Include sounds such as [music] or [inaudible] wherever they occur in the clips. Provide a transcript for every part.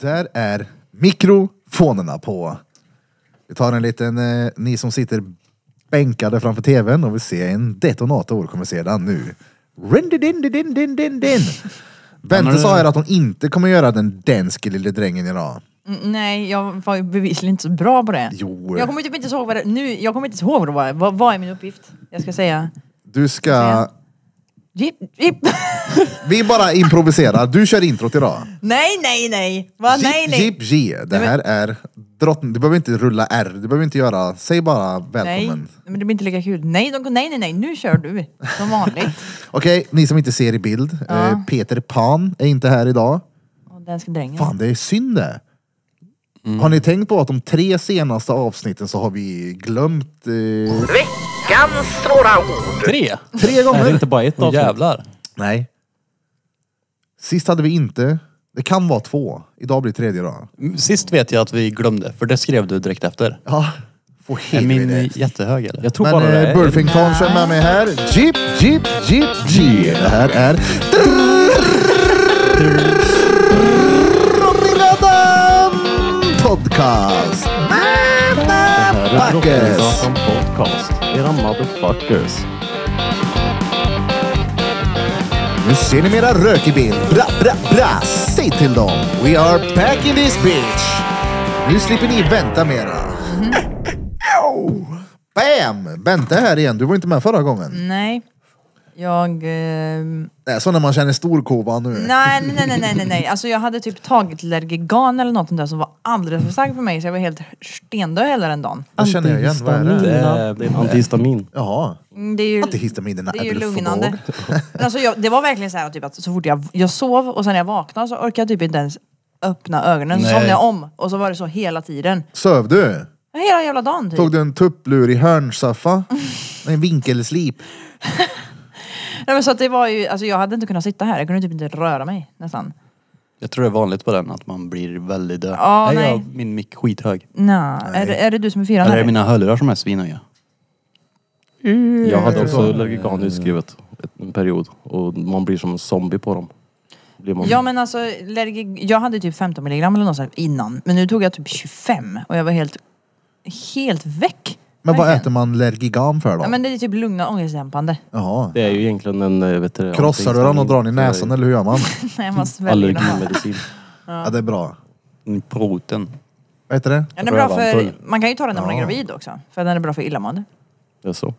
Där är mikrofonerna på. Vi tar en liten, eh, ni som sitter bänkade framför tvn och vill se en detonator kommer se den nu. Rin-di-din-di-din-din-din-din. Bente sa här att hon inte kommer göra den danske lille drängen idag. Mm, Nej, jag var ju bevisligen inte så bra på det. Jo. Jag kommer typ inte ihåg vad det, nu, jag kommer inte ihåg vad det var. Vad, vad är min uppgift? Jag ska säga... Du ska... Jip, jip. [laughs] Vi bara improviserar. Du kör introt idag. nej, nej, nej! Va? Ah, Nej, nej! Jip, J. Det här är drottning. Du behöver inte rulla R. Du behöver inte göra... Säg bara Nej, välkommen. men det blir inte lika kul. Nej, de, nej, nej, nej, nu kör du. [laughs] Som vanligt. Okej, ni som inte ser i bild. Eh, Peter Pan är inte här idag. Och den ska drängen. Fan, det är synd det. Har ni tänkt på att de tre senaste avsnitten så har vi glömt eh, Veckans svåra ord. Tre? tre Är det gånger? inte bara ett Åh avsnitt? jävlar. Nej. Sist hade vi inte. Det kan vara två. Idag blir tredje då. Sist vet jag att vi glömde, för det skrev du direkt efter. Ja, få Är min helvete. jättehög eller? eh, Jag tror Men bara det eh, är... Burfington som är med mig här. Jeep, jeep, jeep, jeep. Det här är Drottninggatan Podcast. Motherfuckers. Drottninggatan podcast. Era motherfuckers. Nu ser ni mera rök i bild. Bra, bra, bra. Säg till dem. We are back in this bitch. Nu slipper ni vänta mera. Au! Bam! Bente här igen. Du var inte med förra gången. Nej. Jag... Eh, Det är så när man känner storkovan nu. nej, nej, nej, nej, nej, nej. Alltså jag hade typ tagit Lergigan eller något sånt där som var alldeles för stark för mig så jag var helt stendöd hela den dagen. Det känner jag igen. Vad är Det- det? eh, Antihistamina. Det är en antihistamin. Jaha. Mm, Det är ju, Antihistaminerna det är ju är väl lugnande. Men alltså jag, det var verkligen så här typ att så fort jag, jag sov och sen när jag vaknade så orkade jag typ inte ens öppna ögonen. Så Nej. somnade jag om och så var det så hela tiden. Söv du? Hela jävla dagen typ. Tog du en tupplur i [laughs] hörnsoffa? En vinkelslip? Nej, men så att det var ju, alltså jag hade inte kunnat sitta här. Jag kunde typ inte röra mig nästan. Jag tror det är vanligt på den att man blir väldigt död. Ja, nej, nej. Jag, min mick skithög. Nej. Är, det- är det du som är fyran Eller är här? det mina hörlurar som är svinhöga? Mm. Jag hade också Lergican utskrivet ett- en period och man blir som en zombie på dem. Blir man... Ja men alltså, Lergi- jag hade typ 15 milligram eller något sånt här innan. Men nu tog jag typ 25 och jag var helt, helt väck. Men vad Verkligen. äter man Lergigam för då? Ja men det är typ lugna ångestdämpande. [laughs] Jaha. Det är ju egentligen en... eh, Vet du, Krossar du den och drar den i näsan eller hur gör man? Nej man sväljer dem. Allergimedicin. Ja, det är bra. Mm, Proten. Vad heter det? Den är bra för, Rövantull. man kan ju ta den när man är Ja. gravid också. För den är bra för illamående. Det är så.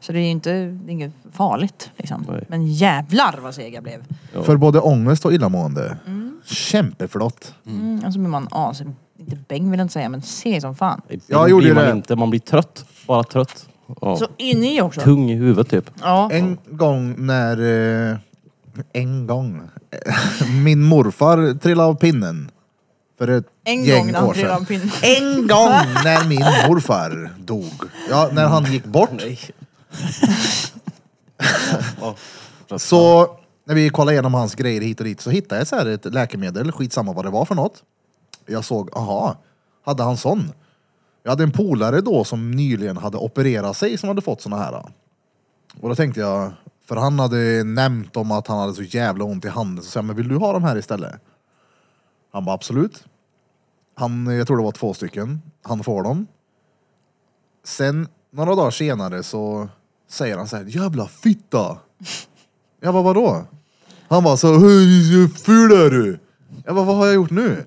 Så det är ju inte, det är inget farligt liksom. Nej. Men jävlar vad seg jag blev. Ja. För både ångest och illamående. Kämpeflott. Mm. Och så blir man as, inte bäng vill jag inte säga men seg som fan. Jag Ibland gjorde blir ju man det. Inte, man blir trött. Bara trött. Ja. Så in i också. Tung i huvudet typ. Ja. En gång när... eh, En gång. [laughs] Min morfar trillade av pinnen. För ett En gäng gång när han år trillade sedan. av pinnen. En gång när min morfar dog. Ja, när han gick bort. Så när vi kollade igenom hans grejer hit och dit så hittade jag så här ett läkemedel, skitsamma vad det var för något. Jag såg, aha, hade han sån? Jag hade en polare då som nyligen hade opererat sig som hade fått såna här. då. Och då tänkte jag, för han hade nämnt om att han hade så jävla ont i handen, så sa jag, men vill du ha de här istället? Han bara absolut. Han, jag tror det var två stycken, han får dem. Sen några dagar senare så säger han så här, jävla fitta. Jag bara, vadå? Han bara, så hur ful är du? Jag bara, vad har jag gjort nu?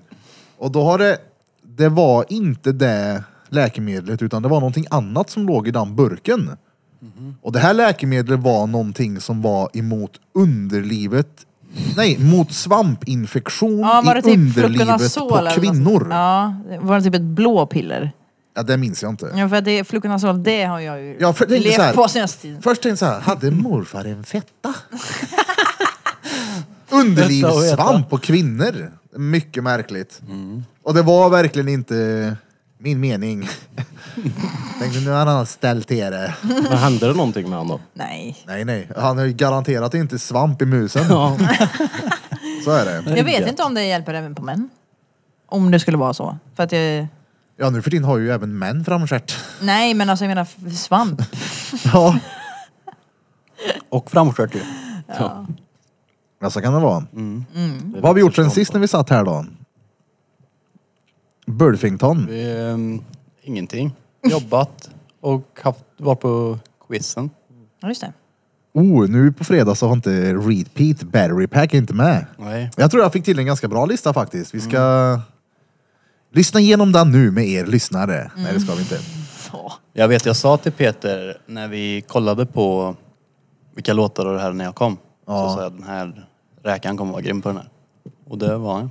Och då har det, det var inte det läkemedlet utan det var någonting annat som låg i den burken. Och det här läkemedlet var någonting som var emot underlivet, nej, mot svampinfektion Ja, var det i typ underlivet Fluconazol på eller något kvinnor. sånt? Ja, det- var det typ ett blåpiller? Ja, det minns jag inte. Ja, för att det, Fluconazol, det har jag ju Ja, för det är inte så här- levt på senaste tiden. Först tänkte jag så här, hade morfar en [laughs] fetta? Fetta och Mm. Underlivssvamp feta. på kvinnor. Mycket märkligt. Och det var verkligen inte min [laughs] mening. tänkte nu har han ställt till det. Men hände det någonting med honom då? Nej. Nej, nej. Han har ju garanterat inte svamp i musen. Ja. [laughs] Så är det. Jag vet inte om det hjälper även på män. Om det skulle vara så. För att jag... Ja, nu för din har ju även män [laughs] framstjärt. Nej men alltså jag menar f- svamp. Ja. Och framskört ju. Ja. Ja, så kan det vara. Mm. Det Vad har vi gjort sen växer sist när som på. vi satt här då? Burfington. Ehm, ingenting. Jobbat och haft, varit på quizen. Ja, just det. Oh, nu på fredag så har inte Repeat Battery Pack inte med. Nej. Jag tror jag fick till en ganska bra lista faktiskt. Vi ska lyssna igenom den nu med er lyssnare. Nej, det ska vi inte. Ja. Jag vet, jag sa till Peter när vi kollade på vilka låtar och det här när jag kom. Ja. Så sa jag den här räkan kommer vara grym på den här. Och det var han.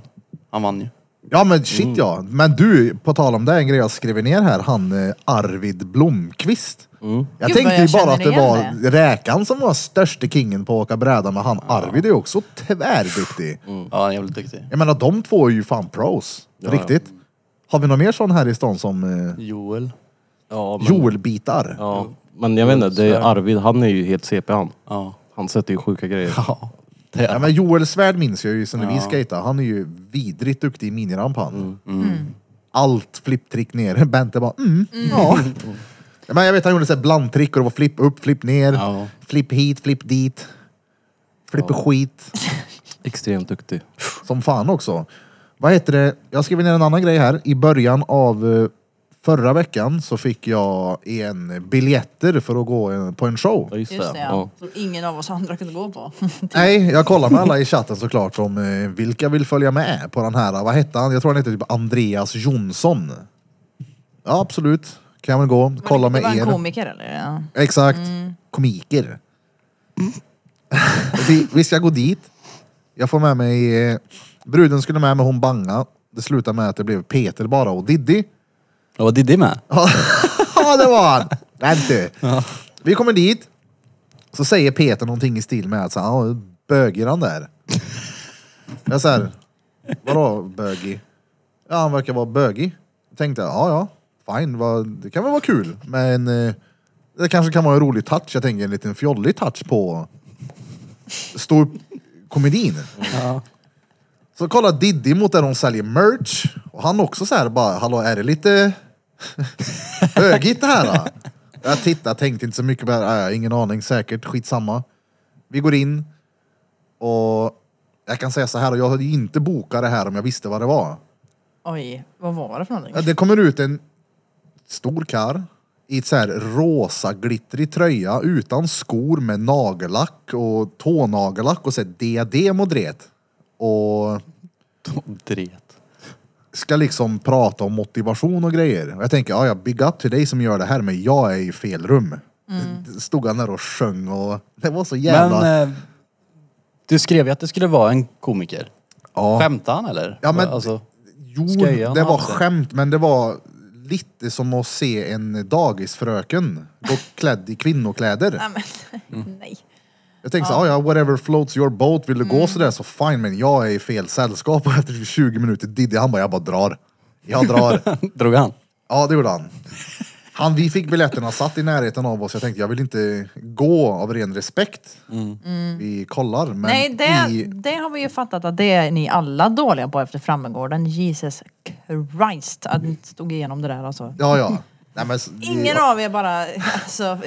Han vann ju. Ja, men shit ja. Men du, på tal om det, en grej jag skrev ner här. Han eh, Arvid Blomqvist. Mm. Jag Gud, tänkte vad jag ju bara känner att det igen var det. räkan som var störste kingen på att åka bräda, men han Arvid är ju också tvärduktig. Ja, han är jävligt duktig. Jag menar, de två är ju fan pros. Mm. Ja, Riktigt. Har vi någon mer sån här i stan som eh, Joel. Ja, men, Joel-bitar? Ja, men jag vet inte, det är Arvid, han är ju helt CP han. Ja. Han sätter ju sjuka grejer. Ja. Det Ja, är. men Joel Svärd minns jag ju sen när vi Ja. Mm, skejtade. Han är ju vidrigt duktig i miniramp han. Allt flipptrick ner. [laughs] Bente bara mm, ja. Ja, Men jag vet han gjorde så här blandtrick och det var flipp upp, flipp ner, Ja. flipp hit, flipp dit. Flipp skit. Extremt duktig. Som fan också. Vad heter det? Jag skriver ner en annan grej här. I början av eh, förra veckan så fick jag en biljetter för att gå eh, på en show. Ja, just, Just det, ja. Ja. Som ingen av oss andra kunde gå på. Nej, jag kollar med alla i chatten såklart om eh, vilka vill följa med på den här. Vad hette han? Jag tror han heter typ Andreas Jonsson. Ja, absolut. Kan väl gå. Kolla med det var en Mm. er. komiker eller? Ja. Exakt. [laughs] Komiker. vi, vi ska gå dit. Jag får med mig... Eh, bruden skulle med mig, hon banga. Det slutade med att det blev Peter bara och Diddy. Ja, var Diddy med? [laughs] Ja, det var han! Vänta. Vi kommer dit. Så säger Peter någonting i stil med att så här, "Ja, böger han där. Jag säger, vadå bögig? Ja, han verkar vara bögig. Tänkte, ja, ja, fine, vad, det kan väl vara kul. Men eh, det kanske kan vara en rolig touch. Jag tänker en liten fjollig touch på stå upp komedin. Så kollar Diddy mot där de säljer merch. Och han också så här bara, hallå är det lite högigt det här? Då? Jag tittade, tänkte inte så mycket på det här. Äh, ingen aning, säkert, skitsamma. Vi går in och jag kan säga så här, jag hade ju inte bokat det här om jag visste vad det var. Oj, vad var det för någonting? Ja, Det kommer ut en stor kar i ett så här rosa glittrig tröja utan skor med nagellack och tånagellack och så här diadem och dret. Och Dret. ska liksom prata om motivation och grejer. Och jag tänker, ja, ja, big up till dig som gör det här, men jag är i fel rum. Stod han där och sjöng och [laughs] det var så jävla... Men eh, du skrev ju att det skulle vara en komiker. ja. Skämtade han eller? Ja, men- Alltså, Jo, Skojar han det var alltså? skämt, men det var lite som att se en dagisfröken gå klädd i kvinnokläder. Nej, men, [laughs] nej. Jag tänkte såhär, ja. ja, whatever floats your boat, vill du gå sådär så fine, men jag är i fel sällskap [laughs] och efter 20 minuter Diddy, han bara, jag bara drar. Jag drar. drog han? ja, det gjorde han. Han, vi fick biljetterna, satt i närheten av oss. Jag tänkte, jag vill inte gå av ren respekt. Vi kollar, men nej det, i, det har vi ju fattat att det är ni alla dåliga på efter Frammegården. Jesus Christ att ni stod igenom det där alltså. Ja, ja. Nej, men, s- vi- Ingen av er bara, alltså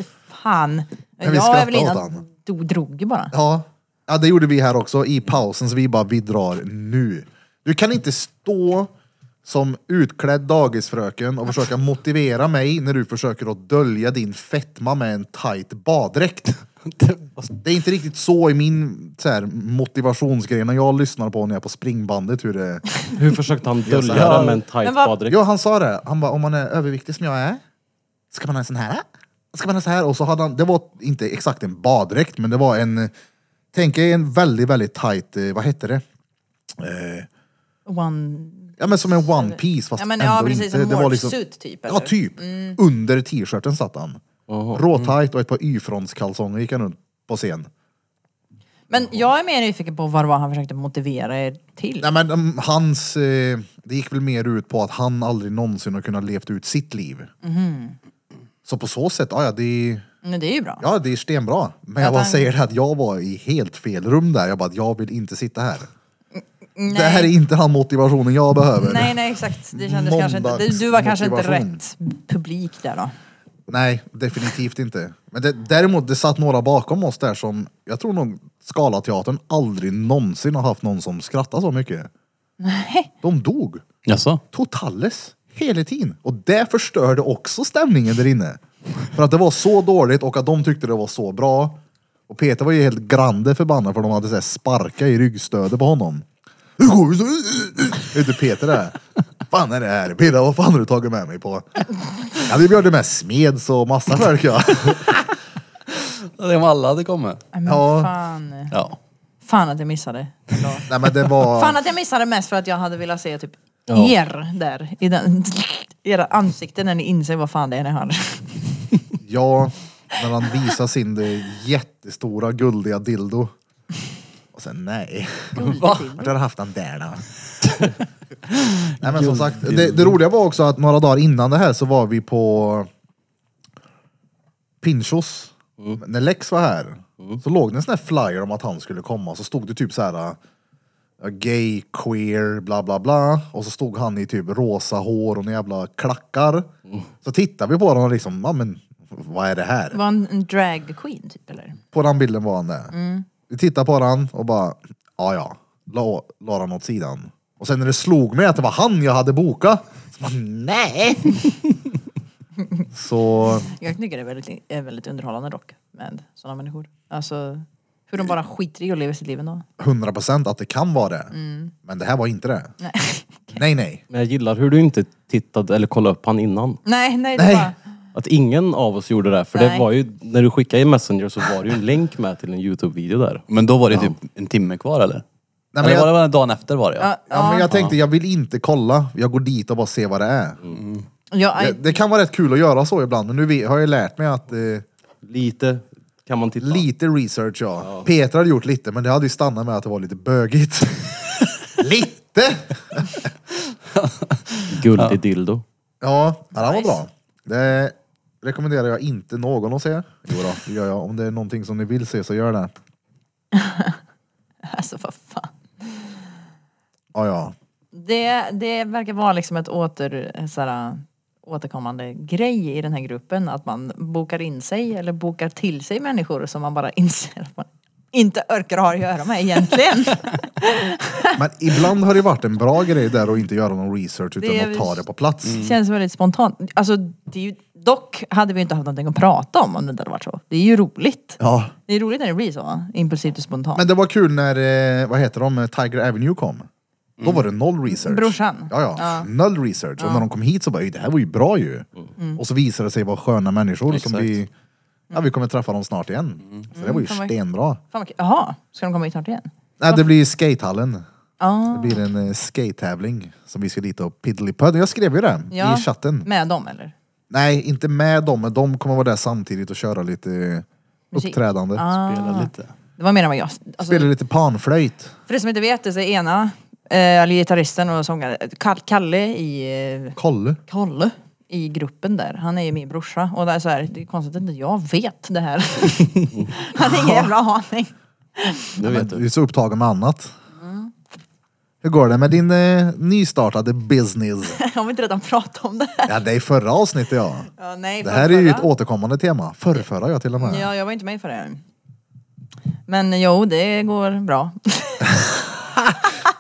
fan. vi Jag och skrattade Evelina åt han. do- drog ju bara. Ja. ja, det gjorde vi här också i pausen, så vi bara, vi drar nu. Du kan inte stå som utklädd dagisfröken och försöka motivera mig när du försöker att dölja din fetma med en tight baddräkt. Det är inte riktigt så i min så här, motivationsgrej, när jag lyssnar på när jag är på springbandet hur det... Hur försökte han dölja Ja. det med en tight Men vad- baddräkt? Jo, han sa det. Han bara, om man är överviktig som jag är, ska man ha en sån här? Ska man ha så här? Och så hade han, det var inte exakt en baddräkt, men det var en, tänk er en väldigt, väldigt tight, eh, vad heter det? Eh, One... ja men som en one piece fast Ja men ändå ja precis, inte. en det morphsuit var liksom, typ eller? Mm. Ja, typ. Under t-shirten satt han. Råtajt och ett par Y-frontskalsonger gick han runt på scen. Men jag är mer nyfiken på vad det var han försökte motivera er till. Nej men um, hans, eh, det gick väl mer ut på att han aldrig någonsin har kunnat levt ut sitt liv. Mhm. Så på så sätt, ja ja det Men det är ju bra. Ja, det är stenbra. Men jag Att bara han- säger det att jag var i helt fel rum där. Jag bara, jag vill inte sitta här. nej. Det här är inte den motivationen jag behöver. nej, nej exakt. Det kändes kanske inte, Måndags du, du var kanske inte motivation. rätt publik där då. Nej, definitivt inte. Men det, däremot, det satt några bakom oss där som, jag tror nog Skalateatern aldrig någonsin har haft någon som skrattar så mycket. Nej. De dog. Jaså? Totales. Hela tiden. Och det förstörde också stämningen där inne. För att det var så dåligt och att de tyckte det var så bra. Och Peter var ju helt grande förbannad för de hade så här sparka i ryggstödet på honom. Nu går vi så... Inte Peter där. Fan är det här? Birra, vad fan har du tagit med mig på? Ja, vi bjöd med smeds och massa folk ja. Det om alla hade kommit. Nej, Men Ja. fan. Ja. Fan att jag missade. ändå. Nej men det Fan var... att jag missade mest för att jag hade velat se typ Ja. er där. I den, era ansikten när ni inser vad fan det är ni har. Ja, när han visade sin det jättestora guldiga dildo. Och sen nej. Va? Vart har du haft den där då? Nej men som sagt, det, det roliga var också att några dagar innan det här så var vi på Pinchos. När Lex var här så låg det en sån här flyer om att han skulle komma. Så stod det typ så här äh, gay, queer, bla bla bla. Och så stod han i typ rosa hår och några jävla klackar. Så tittade vi på honom och liksom, ja men vad är det här? Var en, en drag queen typ eller? På den bilden var han det. Vi tittade på den och bara, ja ja, la, la den åt sidan. Och sen när det slog mig att det var han jag hade bokat, så bara, nej! så, Jag tycker det är väldigt, är väldigt underhållande dock med sådana människor. Alltså hur de bara skiter i och lever sitt liv ändå. 100% att det kan vara det. Men det här var inte det. Nej, Nej, nej. Men jag gillar hur du inte tittade eller kollade upp han innan. nej, nej det Nej. var... Att ingen av oss gjorde det. För Nej. det var ju, när du skickade i Messenger så var det ju en länk med till en Youtube-video där. Men då var det typ en timme kvar eller? men eller var jag- det bara dagen efter var det ja. Ja, Ja, men ja, jag tänkte, jag vill inte kolla. Jag går dit och bara ser vad det är. ja, Det, det kan vara rätt kul att göra så ibland, men nu vi- har jag lärt mig att eh, Lite kan man titta. Lite research ja. Peter hade gjort lite, men det hade ju stannat med att det var lite bögigt. lite! Guldig dildo. Ja, ja den var Nice. bra. Det rekommenderar jag inte någon att se. Jo då, det gör jag. Om det är någonting som ni vill se så gör det. alltså vad fan. Ja, ja. Det, det verkar vara liksom ett åter, så här, återkommande grej i den här gruppen att man bokar in sig eller bokar till sig människor som man bara [laughs] inser att man inte orkar ha att göra [laughs] med egentligen. Mm. [laughs] Men ibland har det varit en bra grej där att inte göra någon research utan Det är att ta väl- det på plats. Känns väldigt spontant. Alltså, det är ju, dock hade vi inte haft någonting att prata om om det inte hade varit så. Det är ju roligt. Ja. Det är roligt när det blir så, va? impulsivt och spontant. Men det var kul när, eh, vad heter de, Tiger Avenue kom. Då var det noll research. Brorsan. Ja, ja. Ja. Mm. Noll research. Och när de kom hit så bara, "Oj, det här var ju bra ju. Och så visade det sig vara sköna människor som Exakt. vi, ja vi kommer träffa dem snart igen. Så det var ju Mm, kommer- stenbra. Fan vad kul. Jaha, ska de komma hit snart igen? Nej, det blir skatehallen. Ah, Det blir en eh, skate-tävling som vi ska dit och piddlypudd. Jag skrev ju det Ja. i chatten. med dem eller? Nej, inte med dem, men de kommer vara där samtidigt och köra lite eh, Musik. uppträdande. Spela lite. Det var mer än vad jag... Alltså, Spela lite panflöjt. för de som inte vet det så är ena, eh, eller gitarristen och sångaren, Kall- Kalle i... Eh, Kolle. Kalle i gruppen där, han är ju min brorsa och det är så här, det är konstigt att inte jag vet [laughs] det här. Han har ingen jävla aning. [laughs] Nu Men vet du du. är så upptagen med annat. Mm. Hur går det med din eh, nystartade [laughs] business? Om vi inte redan pratat om det här. Ja, det är förra avsnittet ja. Ja, nej, Det här är ju ett förrförra. återkommande tema. Förrförra jag till och med. Ja, jag var inte med för det. Men jo, det går bra.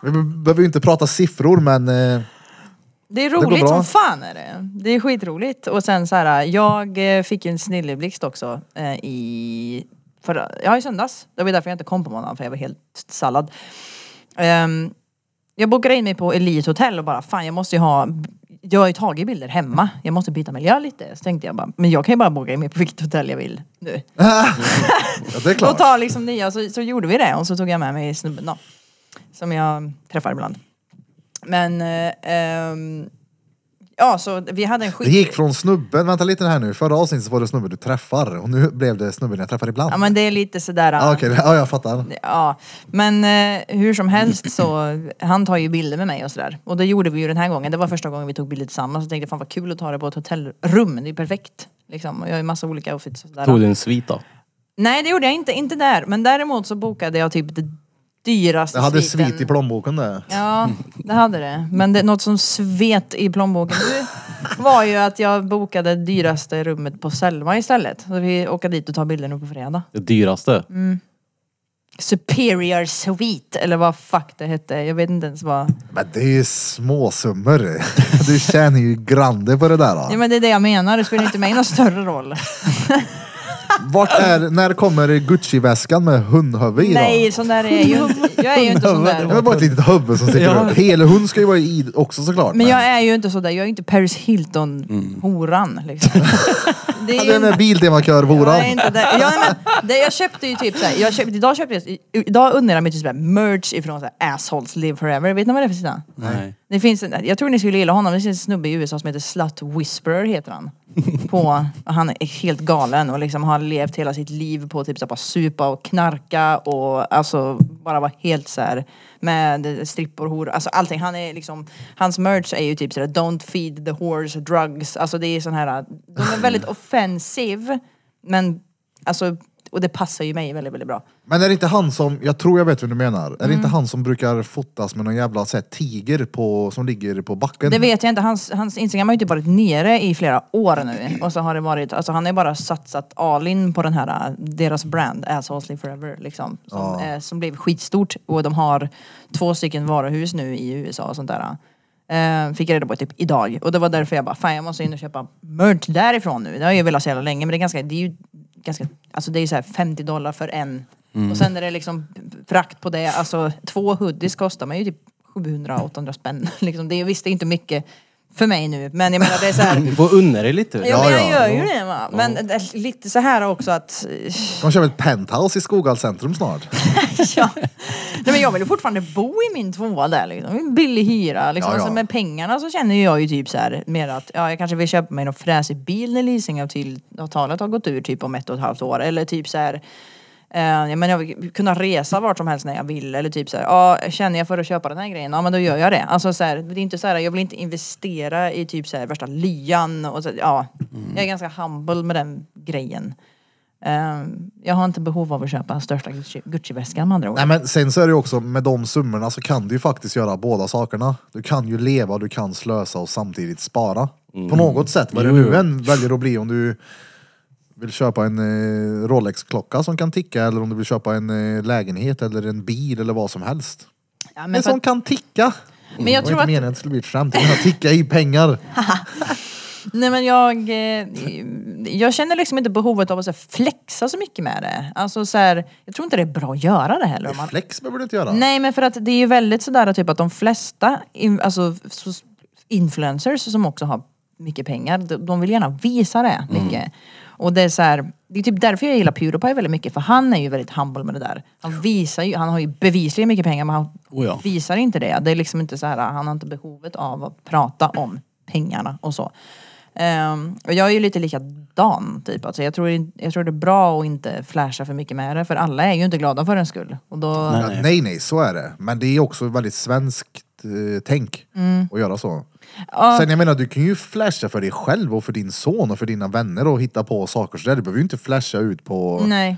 Vi be- behöver ju inte prata siffror, men eh, [laughs] Det är går roligt bra. som fan är det. Det är skitroligt. Och sen så här, jag eh, fick ju en snilleblixt också eh, i, förra, ja, i söndags. Det var därför jag inte kom på måndagen, för jag var helt sallad. Ehm, jag bokade in mig på Elite Hotel och bara, fan jag måste ju ha, jag har ju tagit bilder hemma. Jag måste byta miljö lite. Så tänkte jag bara, men jag kan ju bara boka in mig på vilket hotell jag vill nu. ja, det är Och klart. ta liksom nya, så, så gjorde vi det och så tog jag med mig snubben då. Som jag träffar ibland. Men, eh, ehm, ja så vi hade en skit... Det gick från snubben, vänta lite här nu, förra avsnittet så var det snubben du träffar och nu blev det snubben jag träffar ibland. Ja men det är lite sådär... eh, ah, okej, ja, jag fattar. Ja, men eh, hur som helst så, han tar ju bilder med mig och sådär. Och det gjorde vi ju den här gången. Det var första gången vi tog bilder tillsammans. Jag tänkte fan vad kul att ta det på ett hotellrum. Det är ju perfekt. Liksom. Och jag har ju massa olika outfits och sådär. Tog du en svit då? Nej det gjorde jag inte, inte där. Men däremot så bokade jag typ det dyraste Jag hade sviten. svit i plånboken där. Ja, det hade det. Men det, något som svet i plånboken. Du, var ju att jag bokade dyraste rummet på Selma istället. Så vi åker dit och tar bilder nu på fredag. Det dyraste? Mm. Superior Suite eller vad fuck det hette. Jag vet inte ens vad. Men det är ju småsummor. [laughs] Du tjänar ju grande på det där. Då. Ja, men det är det jag menar. Det spelar inte mig någon större roll. Vart är, när kommer Gucci-väskan med hundhuvud i då? Nej, sån där är ju inte. Jag är ju inte sån Det var där. bara ett litet huvud som sticker upp. Hela hund ska ju vara i också såklart. Men jag är ju inte så där. Jag är ju inte Paris Hilton-horan liksom. Det är Ja, Den där Biltemakör-horan. Jag är inte där. Ja, nej, men det, jag köpte ju typ såhär, jag köpte, idag köpte jag, i- idag undrar jag mig typ såhär merch ifrån såhär assholes live forever. Vet ni vad det är för sida? Nej. Det finns en, jag tror ni skulle gilla honom, det finns en snubbe i USA som heter Slut Whisperer heter han. På, och han är helt galen och liksom har levt hela sitt liv på typ så här, bara supa och knarka och alltså bara vara helt så här med strippor, hor, alltså allting. Han är liksom, hans merch är ju typ sådär don't feed the horse drugs, alltså det är sån här, de är väldigt offensiv men alltså, och det passar ju mig väldigt, väldigt bra. Men är det inte han som, jag tror jag vet vem du menar, är det Mm. inte han som brukar fotas med någon jävla så här, tiger på, som ligger på backen? Det vet jag inte. Hans, hans Instagram har ju typ varit nere i flera år [clears throat] nu. Och så har det varit, alltså han har ju bara satsat all in på den här, äh, deras brand, Assholes Live Forever liksom. Som, eh, som blev skitstort. Och de har två stycken varuhus nu i USA och sånt där. Eh, fick jag reda på typ idag. Och det var därför jag bara, fan jag måste in och köpa merch därifrån nu. Det har jag ju velat så jävla länge men det är ganska, det är ju ganska, alltså det är ju så här 50 dollar för en. Mm. Och sen är det liksom frakt på det, alltså två hoodies kostar mig ju typ 700-800 spänn. [laughs] Liksom, det är visst det är inte mycket för mig nu men jag menar det är [laughs] så här. Du får unna dig lite. Ja, men jag ja, gör ju det va. Men eh, lite så här också att eh, De köper ett penthouse i Skoghall centrum snart. [laughs] ja. Nej, men jag vill ju fortfarande bo i min tvåa där liksom. En Billig hyra liksom. Ja, ja. Alltså, med pengarna så känner ju jag ju typ så här mer att ja, jag kanske vill köpa mig någon fräsig bil när leasingavtalet har gått ur typ om ett och ett halvt år. Eller typ så här eh, jag menar, jag vill kunna resa vart som helst när jag vill eller typ så här, ja känner jag för att köpa den här grejen, ja men då gör jag det. Alltså så här, det är inte så här, jag vill inte investera i typ så här värsta lyan och så, ja. Mm. Jag är ganska humble med den grejen. Eh, jag har inte behov av att köpa den största Gucci- Gucci-väskan med andra ord. Nej men sen så är det ju också, med de summorna så kan du ju faktiskt göra båda sakerna. Du kan ju leva, du kan slösa och samtidigt spara. På något sätt, vad det Jo, jo. nu än väljer att bli. Om du vill köpa en eh, Rolex-klocka som kan ticka eller om du vill köpa en eh, lägenhet eller en bil eller vad som helst. Ja, en för som kan ticka. Men jag det var tror inte att- meningen att det skulle bli ett skämt. Jag menar, ticka i pengar. Nej men jag, eh, jag känner liksom inte behovet av att så här, flexa så mycket med det. Alltså så här, jag tror inte det är bra att göra det heller. Om man... Flex behöver du inte göra. Nej men för att det är ju väldigt sådär typ att de flesta in, alltså, so- influencers som också har mycket pengar, de, de vill gärna visa det Mm. mycket. Och det är så här, det är typ därför jag gillar Pewdiepie väldigt mycket för han är ju väldigt humble med det där. Han visar ju, han har ju bevisligen mycket pengar men han Oh ja. visar inte det. Det är liksom inte så här, han har inte behovet av att prata om pengarna och så. Ehm, och jag är ju lite likadan typ. Alltså, jag, tror, in- jag tror det är bra att inte flasha för mycket med det för alla är ju inte glada för en skull. Och då, Ja, nej, nej, så är det. Men det är också väldigt svenskt eh, tänk Mm. att göra så. Sen jag menar, du kan ju flasha för dig själv och för din son och för dina vänner och hitta på saker sådär. Du behöver ju inte flasha ut på Nej.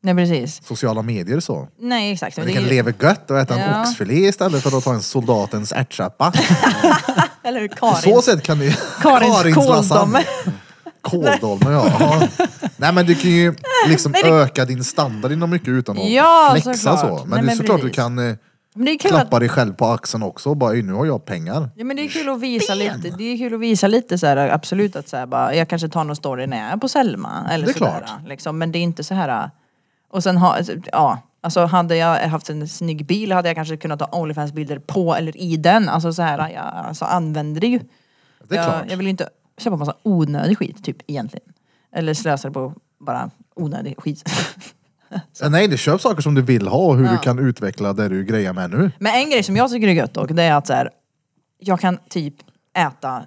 Nej precis. sociala medier så. Nej exakt. Men Du det är kan ju, leva gött och äta en Ja. oxfilé istället för att ta en soldatens ärtsoppa. eller hur? På så Karins, sätt kan du... [laughs] Karins [laughs] lasagne. kåldom. Kåldolme, ja. ja. Nej men du kan ju liksom Nej, det- öka din standard inom mycket utan att Ja, flexa såklart. så. Men Nej, det är men såklart du precis. kan eh, Men det är kul att klappa dig själv på axeln också och bara "Ey, nu har jag pengar. Ja men det är kul att visa lite, det är kul att visa lite så här, absolut att så här, bara, jag kanske tar någon story när jag är på Selma eller Det är så där, klart. liksom, men det är inte så här och sen ha, ja, alltså hade jag haft en snygg bil hade jag kanske kunnat ta Onlyfans bilder på eller i den, alltså så här, jag alltså, använder det ju. Det är klart. jag, jag vill ju inte köpa massa onödig skit typ egentligen. Eller slösa det på bara onödig skit. [laughs] Ja, Nej, det köp saker som du vill ha och hur du kan utveckla det du grejar med nu. Men en grej som jag tycker är gött dock, det är att så här, jag kan typ äta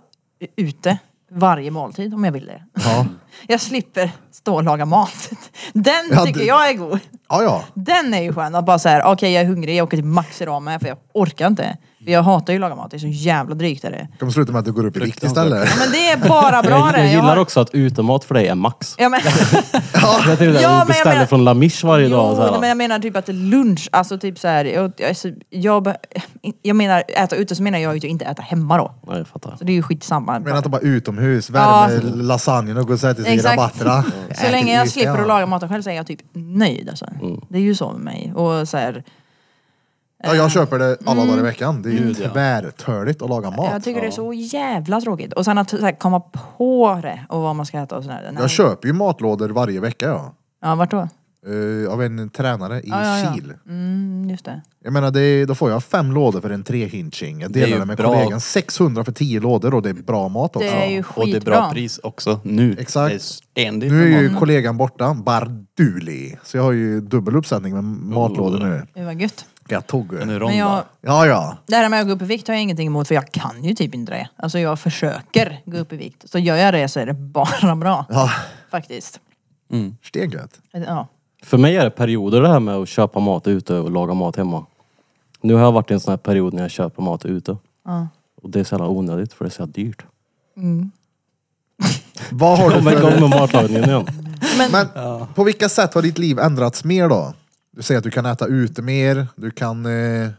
ute varje måltid om jag vill det. [laughs] Ja, Jag slipper stå och laga mat. [laughs] Den Ja, tycker det- jag är god. ja. ja. Den är ju skön. Att bara så här, okej jag är hungrig, jag åker till Max idag med för jag orkar inte. För jag hatar ju att laga mat, det är så jävla drygt är det. Kommer sluta med att du går upp i vikt Fruktansvärt. istället. Men det är bara bra [laughs] Jag, det. jag har- gillar också att utemat för dig är max. Ja, men, Jag tänkte Ja, men ja, jag du beställer menar- från Lamish [laughs] varje dag. Så jo, men här. jag menar typ att lunch, alltså typ så här, jag, jag, är så- jag, be- jag menar äta ute så menar jag ju inte äta hemma då. Nej, jag fattar. Så det är ju skitsamma. Men att de bara utomhus, Ja. värmer lasagnen och går och sätter sig i Exakt. Mm. rabatterna. Så länge jag slipper att laga maten själv så är jag typ nöjd alltså. Mm. Det är ju så med mig. Och så här, Ja, jag köper det alla dagar i veckan. Det är ju Gud, ja. tvärtörligt att laga mat. jag tycker Mm. det är så jävla tråkigt. Och sen att så här, komma på det och vad man ska äta och sådär. Nej. Jag köper ju matlådor varje vecka ja. Ja, vart då? Eh, av en tränare i Ja, ja, ja. Kil. Mm, just det. Jag menar, det är, då får jag fem lådor för en trehinching. Jag Det är delar ju det med bra. kollegan. 600 för 10 lådor och det är bra mat också. Det är ju Och det är skitbra. bra pris också nu. Exakt. Det är ständigt Nu är ju Mm. kollegan borta, Barduli. Så jag har ju dubbel uppsättning med matlådor nu. Det var gött. Jag tog Oh. Men nu ju. Ronda. Men jag, Ja, ja. det här med att gå upp i vikt har jag ingenting emot för jag kan ju typ inte det. Alltså jag försöker gå upp i vikt. Så gör jag det så är det bara [laughs] bra. ja. Faktiskt. Stengött. Ja. För mig är det perioder det här med att köpa mat ute och laga mat hemma. Nu har jag varit i en sån här period när jag köper mat ute. Ja. Och det är så jävla onödigt för det är så jävla dyrt. Vad [laughs] har du Kom för... igång med matlagningen igen. Men, Men på vilka sätt har ditt liv ändrats mer då? Du säger att du kan äta ute mer, du kan... Eh,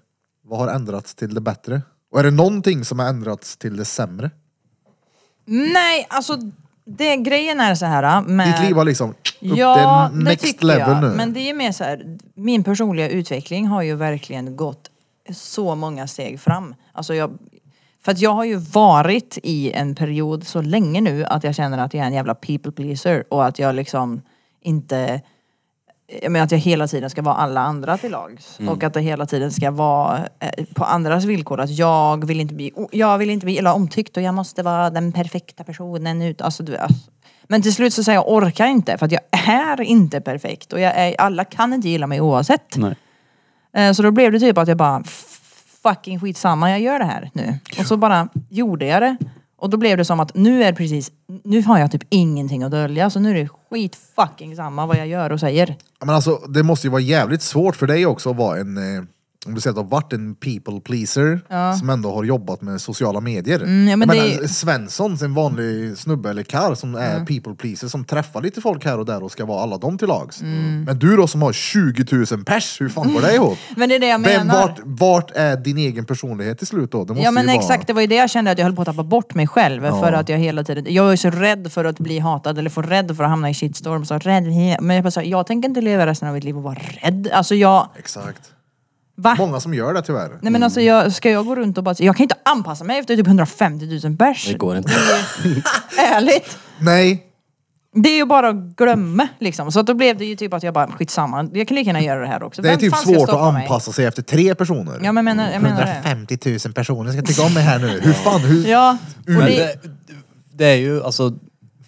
vad har ändrats till det bättre? Och är det någonting som har ändrats till det sämre? nej, alltså det, grejen är så här med... Ditt liv har liksom... Upp, Ja, det är det next tycker level jag. nu. Men det är mer så här, min personliga utveckling har ju verkligen gått så många steg fram. Alltså jag, för att jag har ju varit i en period så länge nu att jag känner att jag är en jävla people pleaser och att jag liksom inte jag menar att jag hela tiden ska vara alla andra till lags. Och att det hela tiden ska vara eh, på andras villkor. Att jag vill inte bli, o- jag vill inte bli illa omtyckt och jag måste vara den perfekta personen. Ut, alltså, du, alltså. Men till slut så säger jag orkar inte för att jag är inte perfekt. Och jag är, alla kan inte gilla mig oavsett. Nej. Eh, Så då blev det typ att jag bara "F- fucking skitsamma, jag gör det här nu. Och så bara gjorde jag det. Och då blev det som att nu är det precis, nu har jag typ ingenting att dölja. Så nu är det skit fucking samma vad jag gör och säger. Ja, Men alltså, det måste ju vara jävligt svårt för dig också att vara en, eh, om du säger att du har varit en people pleaser som ändå har jobbat med sociala medier. Mm, ja, men jag det- menar, Svensson, en vanlig snubbe eller karl som är people pleaser som träffar lite folk här och där och ska vara alla dem till lags. Mm. Men du då som har 20 000 pers, hur fan går det ihop? [laughs] Men det är det jag Vem, menar. vart, vart är din egen personlighet till slut då? Det måste Ja men ju exakt, det var ju det jag kände att jag höll på att tappa bort mig själv för att jag hela tiden, jag är så rädd för att bli hatad eller för rädd för att hamna i shitstorm. Så rädd, men jag bara så här, jag tänker inte leva resten av mitt liv och vara rädd. Alltså jag, Vara... Exakt. va? Många som gör det tyvärr. Nej men alltså jag, ska jag gå runt och bara, jag kan inte anpassa mig efter typ 150 000 pers. Det går inte. Ärligt. Nej, Det är ju bara att glömma liksom. Så att då blev det ju typ att jag bara, skitsamma, jag kan lika gärna göra det här också. det är Vem typ fan ska svårt att stoppa mig? anpassa sig efter tre personer. Ja men menar, jag menar det. 150 000 personer ska tycka om mig här nu. Hur fan, hur... Ja, och Men det, det, det är ju alltså,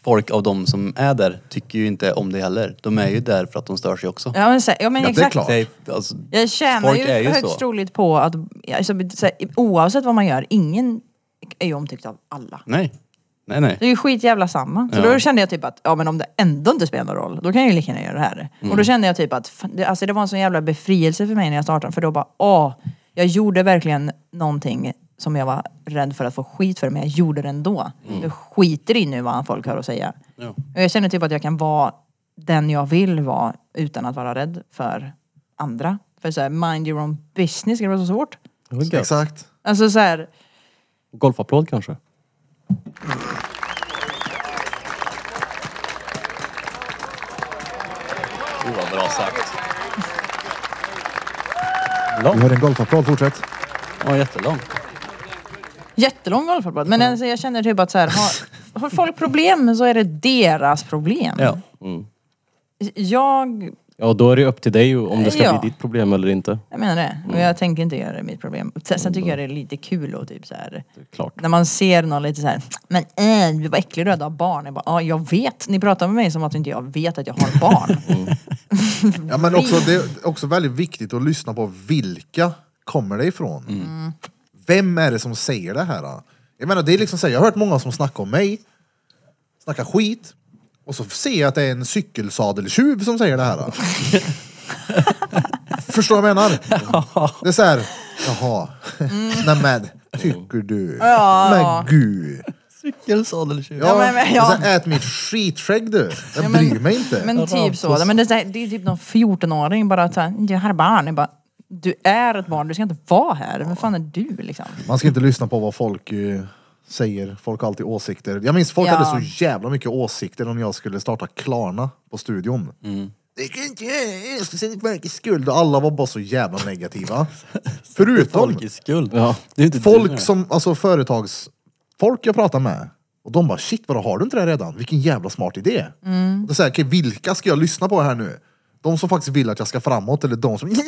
folk av de som är där tycker ju inte om det heller. De är ju där för att de stör sig också. ja, men, så- ja, men Ja, det är exakt. klart. Det är, alltså, Jag tjänar Folk ju, är ju högst så. troligt på att, alltså, så här, oavsett vad man gör, ingen är ju omtyckt av alla. nej. Nej, nej. Det är ju skitjävla samma. Så Ja. då kände jag typ att, ja men om det ändå inte spelar någon roll, då kan jag ju lika gärna göra det här. Och Mm. då kände jag typ att, fan, det, alltså det var en sån jävla befrielse för mig när jag startade, för då bara, åh, jag gjorde verkligen någonting som jag var rädd för att få skit för, men jag gjorde det ändå. Jag skiter i nu vad folk har att säga. Mm. Ja. Och jag känner typ att jag kan vara den jag vill vara utan att vara rädd för andra. För så här, mind your own business, det var så svårt. Det var gött. Exakt. Alltså så här, Golfapplåd kanske? Oh, vad bra sagt. Vi hör en golfapplåd, fortsätt. Ja, jättelång. jättelång golfapparat. Men alltså, jag känner typ att så här, har, har folk problem så är det deras problem. Ja. Jag, Ja, då är det upp till dig om det ska Ja. bli ditt problem eller inte. jag menar det. Och jag tänker inte göra det mitt problem. Sen, sen tycker jag det är lite kul och typ så här. Klart. När man ser någon lite så här, men äh, vad äcklig du är, du har barn. Jag bara, ja jag vet. Ni pratar med mig som att inte jag vet att jag har [laughs] barn. Ja, men också, det är också väldigt viktigt att lyssna på vilka kommer det ifrån. Mm. Vem är det som säger det här? då? Jag menar, det är liksom så här, jag har hört många som snackar om mig, snackar skit, [laughs] och så ser jag att det är en cykelsadeltjuv som säger det här. då. Förstår du vad jag menar? Det är såhär, jaha, Mm. [laughs] nämen, tycker du? Men gud. Cykelsadeltjuv. Ja, Ja. Ja, men- men- ja. och sen ät mitt skitskägg du. Jag Ja, men- bryr mig inte. Men typ så. Men det, är så här, det är typ någon 14-åring bara såhär, jag har barn. Jag bara, du är ett barn, du ska inte vara här. Vem fan är du liksom? Man ska inte lyssna på vad folk eh, säger. Folk har alltid åsikter. Jag minns folk Ja. hade så jävla mycket åsikter om jag skulle starta Klarna på studion. Mm. Det kan jag inte göra, jag ska sätta folk i skuld. Och alla var bara så jävla negativa. Förutom Folk i skuld. Ja. Det är inte du. folk som, alltså företags, folk jag pratar med. Och de bara shit vadå har du inte det redan? Vilken jävla smart idé. Mm. Det är så här, okej, vilka ska jag lyssna på här nu? De som faktiskt vill att jag ska framåt eller de som... [laughs] Ska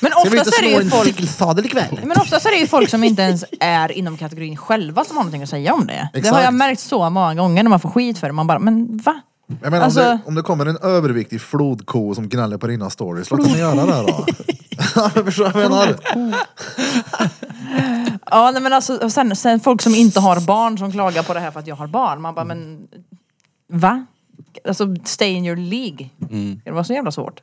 Men vi oftast inte är det slå ju en folk cykelsadel ikväll? Men oftast är det ju folk som inte ens är inom kategorin själva som har någonting att säga om det. Det har Exakt. jag märkt så många gånger när man får skit för det. Man bara, men va? Jag menar, Alltså- om, det, om det kommer en överviktig flodko som gnäller på dina stories, låt dem göra det då. Ja, men Förstår du vad [laughs] jag menar? Ja, nej, men alltså, och sen, sen folk som inte har barn som klagar på det här för att jag har barn. Man bara, men va? Alltså, stay in your League. Mm. Ska det vara så jävla svårt?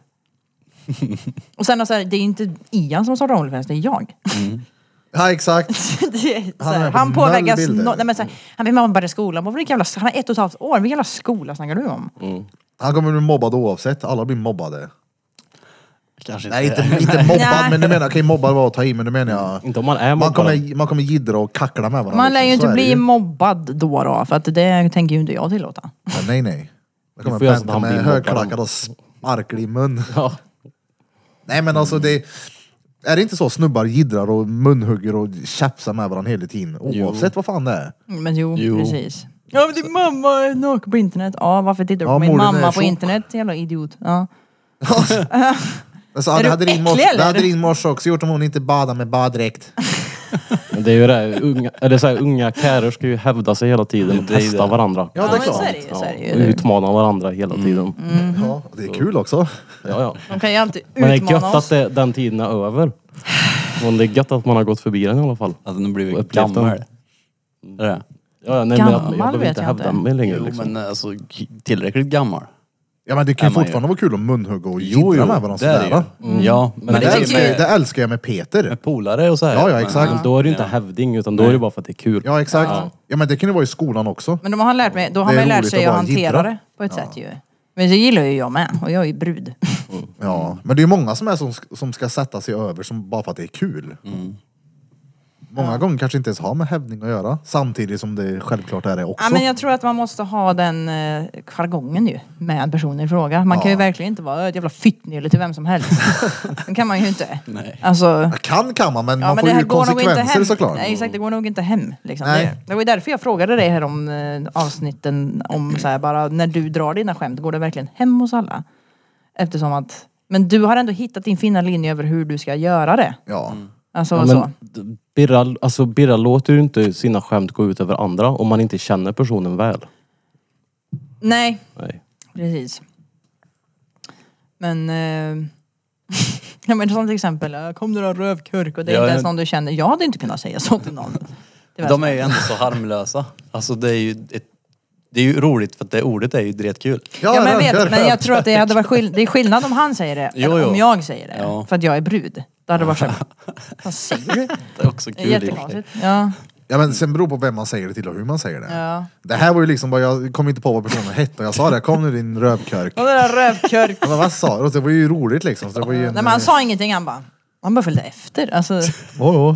och sen alltså, det är inte Ian som startar Onlyfans, det är jag. Ja, exakt. [laughs] det är, Han han, är här, på han noll påverkas... bilder. No, nej, men, så här, han blir mobbad i skolan. Vad för jävla, han är ett och ett halvt år. Vilken jävla skola snackar du om? Han kommer bli mobbad oavsett, alla blir mobbade. Kanske Nej, inte. [laughs] inte, inte mobbad, Nej. men du menar, okej mobbad var att ta i, men du menar jag... Inte om man är Man mobbad. kommer, man kommer jiddra och kackla med varandra. Man lär ju liksom. Så inte är det bli ju. mobbad då, då för att det tänker ju inte jag tillåta. Men Nej, nej. Då kommer får göra så att Bente han blir med mobbad. högklackat och sparkar i mun. Ja. Nej, men alltså det... Är det inte så snubbar jiddrar och munhugger och tjafsar med varandra hela tiden? Oavsett vad fan det är. Men jo, Jo. precis. Ja men din mamma är naken på internet. Ja varför tittar du Ja, på min morden är mamma på tjock. internet? Jävla idiot. Ja. Alltså, Är det, du hade din äcklig, mors, det eller? hade din morsa också gjort om hon inte badade med baddräkt. Men det är ju det, här, unga, eller så här, unga kärer ska ju hävda sig hela tiden och Det är ju testa det. varandra. Ja, det är men klart. Så är det, ju, så är det och ju. utmana varandra hela tiden. Mhm. Ja, och det är kul också. Ja, ja. De kan ju alltid Men det är utmana gött att oss. det, den tiden är över. Men det är gött att man har gått förbi den i alla fall. Att den har blivit Upplevt den. gammal. Är det? Ja, ja, nej, men jag- Gammal jag behöver vet inte jag hävda inte. mig längre. Jo liksom. men alltså k- tillräckligt gammal. Ja, men det kan ju Ja, man fortfarande vara kul att munhugga och Jo, jiddra med varandra det är sådär. det va? ju. Ja, Mm. men, Det, det är typ- älskar, med, det älskar jag med Peter. med polare och så här. Ja, ja, Men- exakt. Men då är det ju inte hävding utan då är det bara för att det är kul. Ja, exakt. Ja. men det kan ju vara i skolan också. Men de har lärt mig, då Det har är man ju lärt roligt sig att att bara hantera jiddra. det på ett sätt ju. Men så gillar ju jag med och jag är [laughs] ju brud. Ja, men det är ju många som, är som, som ska sätta sig över som bara för att det är kul. Mm. Många gånger kanske inte ens har med hävdning att göra, samtidigt som det självklart är det också. Ja, men jag tror att man måste ha den eh, jargongen ju med personen i fråga. Man kan ju verkligen inte vara ett jävla fittnylle till vem [laughs] som helst. det kan man ju inte. Nej. Alltså, Kan kan man, men Ja, man men får det här ju går nog inte konsekvenser hem. såklart. Nej, exakt, det går nog inte hem. Liksom. Nej. Det, det var ju därför jag frågade dig här om eh, avsnitten om så här, bara när du drar dina skämt, går det verkligen hem hos alla? Eftersom att, men du har ändå hittat din fina linje över hur du ska göra det. Ja. Mm. Alltså Ja, så. men d- Birra, alltså Birra låter ju inte sina skämt gå ut över andra om man inte känner personen väl. Nej, Nej. precis. Men... Eh, [laughs] ja, men som till exempel, eh, kom du då rövkurk och det är Ja, inte jag- ens någon du känner. Jag hade inte kunnat säga så till någon. Det var De är ju ändå så harmlösa. Alltså det är ju ett, det är ju roligt för att det ordet är ju dretkul. Ja, men jag rövkör, vet, men jag rövkör. tror att det hade varit skill- det är skillnad om han säger det Jo, än jo. om jag säger det. Ja. För att jag är brud. Det hade varit såhär, vad säger du? Det är också Det kul. är jättekonstigt. Ja. Ja men sen beror på vem man säger det till och hur man säger det. Ja. Det här var ju liksom bara, jag kom inte på vad personen hette och jag sa det, kom nu din rövkörk. Och den där rövkörk. Ja, Men vad sa du? Det var ju roligt liksom. Så det var ju en, Nej men han sa ingenting, han bara, han bara följde efter. Alltså, oh,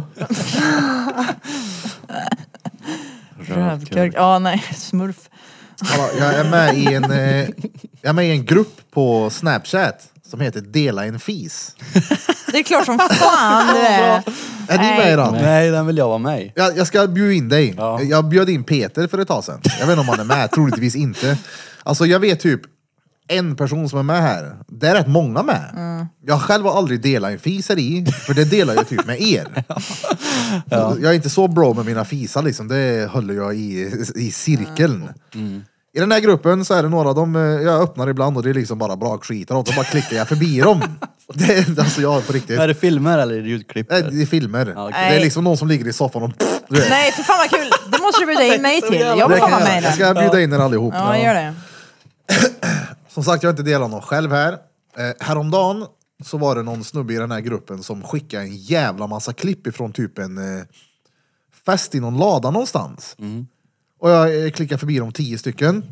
rövkörk. Ja nej, smurf. Jag är med i en, eh, jag är med i en grupp på Snapchat som heter Dela en fis. Det är klart som fan du är. Är ni med i den? Nej, den vill jag vara med i. Jag, jag ska bjuda in dig. Ja. Jag bjöd in Peter för ett tag sedan. Jag vet inte om han är med, [laughs] troligtvis inte. Alltså jag vet typ en person som är med här. Det är rätt många med. Mm. Jag själv har aldrig delat en fis här i, för det delar jag typ med [laughs] er. Jag är inte så bra med mina fisar liksom, det håller jag i, i cirkeln. Mm. I den här gruppen så är det några, de, eh, jag öppnar ibland och det är liksom bara brakskitar och så bara klickar jag förbi [laughs] dem. Det, alltså jag har på riktigt. Är det filmer eller är det ljudklipp? Nej, det är filmer. Ja, okej. Det är liksom någon som ligger i soffan [laughs] och... Du vet. Nej för fan vad kul. Det måste du bjuda in mig till. Jag vill Det fan kan vara jag, med i göra. jag den. ska bjuda in er allihop. Ja gör det. Som sagt, jag har inte delat någon själv här. Eh, häromdagen så var det någon snubbe i den här gruppen som skickade en jävla massa klipp ifrån typ en eh, fest i någon lada någonstans. Och jag eh, klickade förbi de tio stycken.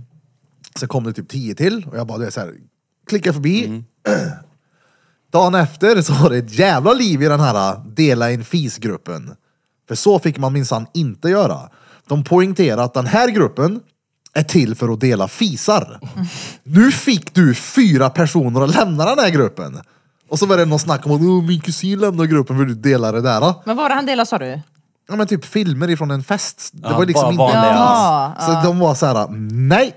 Sen kom det typ tio till och jag bara, det är så här, klicka förbi. Dagen efter så var det ett jävla liv i den här äh, dela en fis-gruppen. För så fick man minsann inte göra. De poängterade att den här gruppen är till för att dela fisar. Nu fick du fyra personer att lämna den här gruppen. Och så var det någon snack om att "Åh, min kusin lämnar gruppen för du delar det där. Då. Men vad var det han delade sa du? Ja men typ filmer ifrån en fest. Det Ja, var liksom bara inte... vanliga. Ja, Så de var så här, nej!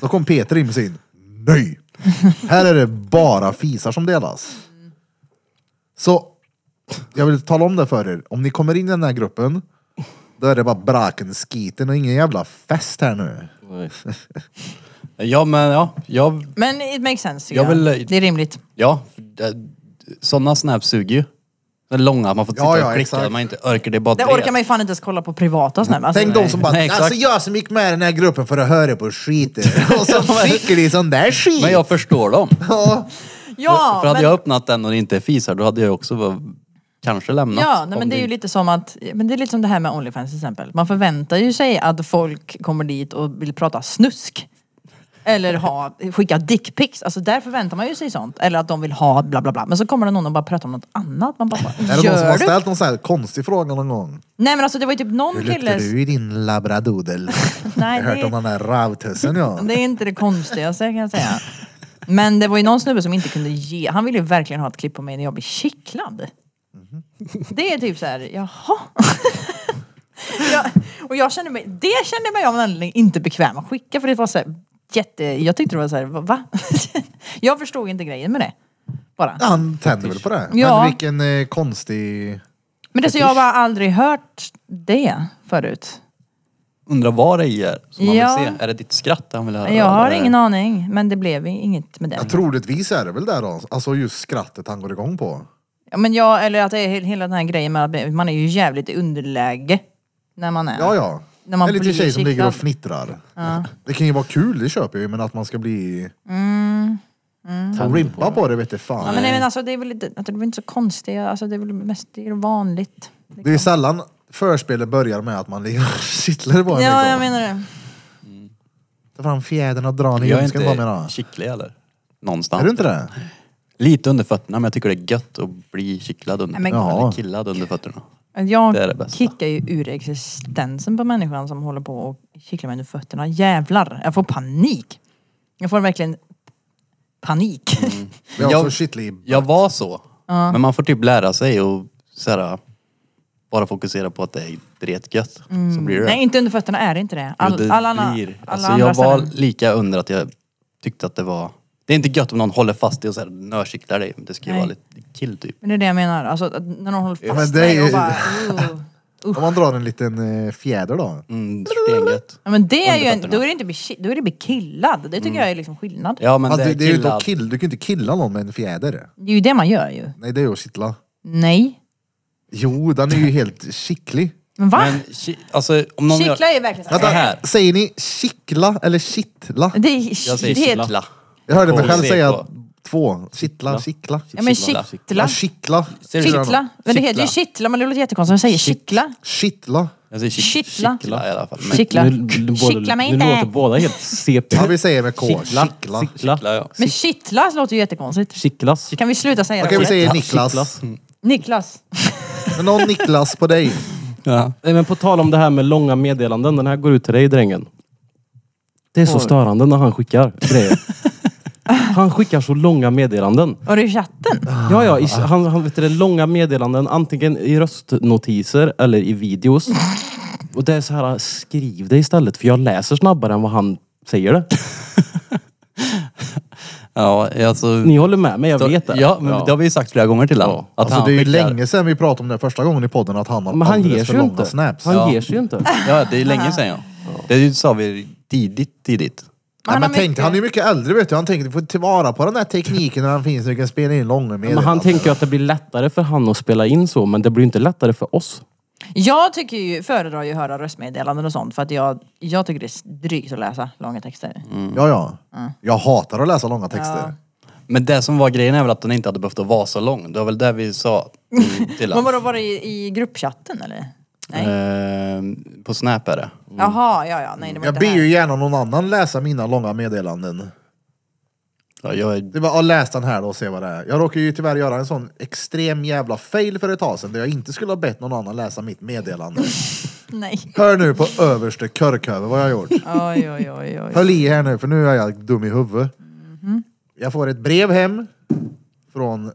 Då kom Peter in med sin, nej! Här är det bara fisar som delas. Så, jag vill tala om det för er. Om ni kommer in i den här gruppen, då är det bara brakenskiten och ingen jävla fest här nu. Nej. Ja men ja, jag, Men it makes sense. tycker Jag vill- jag. Det är rimligt. ja. Sådana snaps suger ju. Det är långa, man får sitta Ja, ja, och klicka, exakt. man inte orkar, det är bara Det drev. orkar man ju fan inte ens kolla på privata snabbt. Alltså, Tänk de som bara, Nej, exakt. alltså jag som gick med i den här gruppen för att höra på skit. Och [laughs] så fick de sån där skit. Men jag förstår dem. Ja. ja, för hade men- jag öppnat den och det inte är fisar, då hade jag också var- kanske lämnat. Ja, nej, Om men det är ju lite som att, men det är lite som det här med Onlyfans till exempel. Man förväntar ju sig att folk kommer dit och vill prata snusk. Eller ha, skicka dickpics. Alltså där förväntar man ju sig sånt. Eller att de vill ha bla bla bla. Men så kommer det någon och bara pratar om något annat. Man bara, Är det någon som gör har du? ställt någon sån här konstig fråga någon gång? Nej men alltså det var ju typ någon Hur luktar kille... du i din labradoodle? [laughs] Nej, jag har hört det- om den där ravtussen ja. Det är inte det konstigaste kan jag säga. Men det var ju någon snubbe som inte kunde ge, han ville ju verkligen ha ett klipp på mig när jag blev kittlad. Det är typ så här, jaha. [laughs] jag, och jag kände mig, det kände jag mig av en anledning inte bekväm att skicka för det var så här, jätte, jag tyckte det var så här, va- va? [laughs] jag förstod inte grejen med det. Bara. Ja, Han tänder väl på det. Ja. Men vilken eh, konstig... Men det så jag har bara aldrig hört det förut. Undrar vad det är som man Ja. vill se. Är det ditt skratt han vill höra? Jag har eller? ingen aning, men det blev inget med det. Troligtvis är det väl det då. Alltså just skrattet han går igång på. Ja, men jag, eller att det är he- hela den här grejen med att man är ju jävligt i underläge när man är. Ja, ja. När man en liten blir tjej som ligger och kittlad. fnittrar. Det kan ju vara kul, det köper jag ju, men att man ska bli... Mm. Rimpa på det vete fan. Ja, men, nej, men alltså, det är väl inte, alltså, det är väl inte så konstigt, alltså, det är väl mest det är vanligt. det är ju sällan förspelet börjar med att man ligger och [laughs] kittlar på en. Ja, liksom. jag menar det. Ta fram fjädern och dra ner Jag är ljumsken på mig då. inte kittlig eller? Någonstans. Är du inte det? Lite under fötterna men jag tycker det är gött att bli kittlad under Nej, men- fötterna. Ja. Eller killad under fötterna. Jag Det är det bästa. kickar ju ur existensen på människan som håller på och kittlar mig under fötterna. Jävlar, jag får panik. Jag får verkligen panik. Jag är Jag- också kittlig i Jag var så. Men man får typ lära sig och så här, bara fokusera på att det är dretgött. Så blir det. Mm. Nej, inte under fötterna är det inte det. Jo, All, det alla, alla, blir. alla Alltså, andra jag var ställen. lika under att jag tyckte att det var... Det är inte gött om någon håller fast dig och så här nörkittlar dig. Det ska ju Nej. vara lite kill typ. Men det är det jag menar, alltså, att när någon håller Ja, fast men det är dig och ju- bara... "Ugh." Om man drar en liten eh, fjäder då. Mm, stengött. Ja men det är ju en, Underfötterna. Mm. då är det inte bli- då är det bekillad. Det tycker jag är liksom skillnad. Ja men Ja, det, det, det är ju då killad. kill, du kan ju inte killa någon med en fjäder. Det är ju det man gör ju. Nej, det är ju att kittla. Nej. Jo, den är ju helt kittlig. Men va? Men ki- alltså om någon Kittla gör... är verkligen så Vänta. här. här. Säger ni kittla eller kittla? Det är, Jag säger det är- kittla. Jag hörde mig själv KCK. säga två. Kittla, kittla. Ja men Kittla. Ja, kittla. kittla. Kittla. Men det heter Kittla. ju kittla men det låter jättekonstigt. Jag säger kittla. Kittla. Jag säger ki- Kittla. kittla i alla fall. Men, Kittla. Nu, nu, båda- Kittla mig nu låter inte. båda [laughs] helt CP. Ja, vi säger med K. Kittla. Kittla. kittla, ja. Men kittla låter ju jättekonstigt. Kittlas. Kan vi sluta säga Okej, vi ordet? säger Niklas. Kittlas. Mm. Niklas. Men Någon Niklas på dig. ja. Nej, men på tal om det här med långa meddelanden. Den här går ut till dig drängen. Det är så störande när han skickar grejer. Han skickar så långa meddelanden. Var det i chatten? Ja, ja. I, han, han vet du, det, långa meddelanden antingen i röstnotiser eller i videos. Och det är så här, skriv det istället för jag läser snabbare än vad han säger det. ja, alltså... Ni håller med mig, jag vet det. Ja, men det har vi ju sagt flera gånger till honom. Ja. Att Alltså han det är ju skickar- länge sedan vi pratade om det första gången i podden att han har Men han alldeles ger för sig ju långa inte. snaps. Han Ja. ger sig ju inte. Ja, det är länge sedan ja. Det ju- sa vi tidigt, tidigt. Nej, Han men har tänk, mycket- han är ju mycket äldre vet du. Han tänker du får tillvara på den här tekniken när han finns. Du kan spela in långa Men han meddelanden. tänker ju att det blir lättare för han att spela in så, men det blir ju inte lättare för oss. Jag tycker ju, föredrar ju att höra röstmeddelanden och sånt för att jag, jag Mm. tycker det är drygt att läsa långa texter. Ja, ja. Jag hatar att läsa långa texter. Men det som var grejen är väl att den inte hade behövt att vara så lång. Det var väl det vi sa [laughs] till- till Men honom. vadå, var det i, i gruppchatten eller? Nej. Eh, på Snap är det. Jaha, ja, ja. Nej, det var Jag inte ber här. ju gärna någon annan läsa mina långa meddelanden. Ja, jag är... Det var, ja, läs den här då och se vad det är. Jag råkade ju tyvärr göra en sån extrem jävla fail för ett tag sedan där jag inte skulle ha bett någon annan läsa mitt meddelande. Nej. Hör nu på överste körköver vad jag har gjort. Oj, oj, oj, oj. Höll i här nu för nu är jag dum i huvudet. Mhm. Jag får ett brev hem från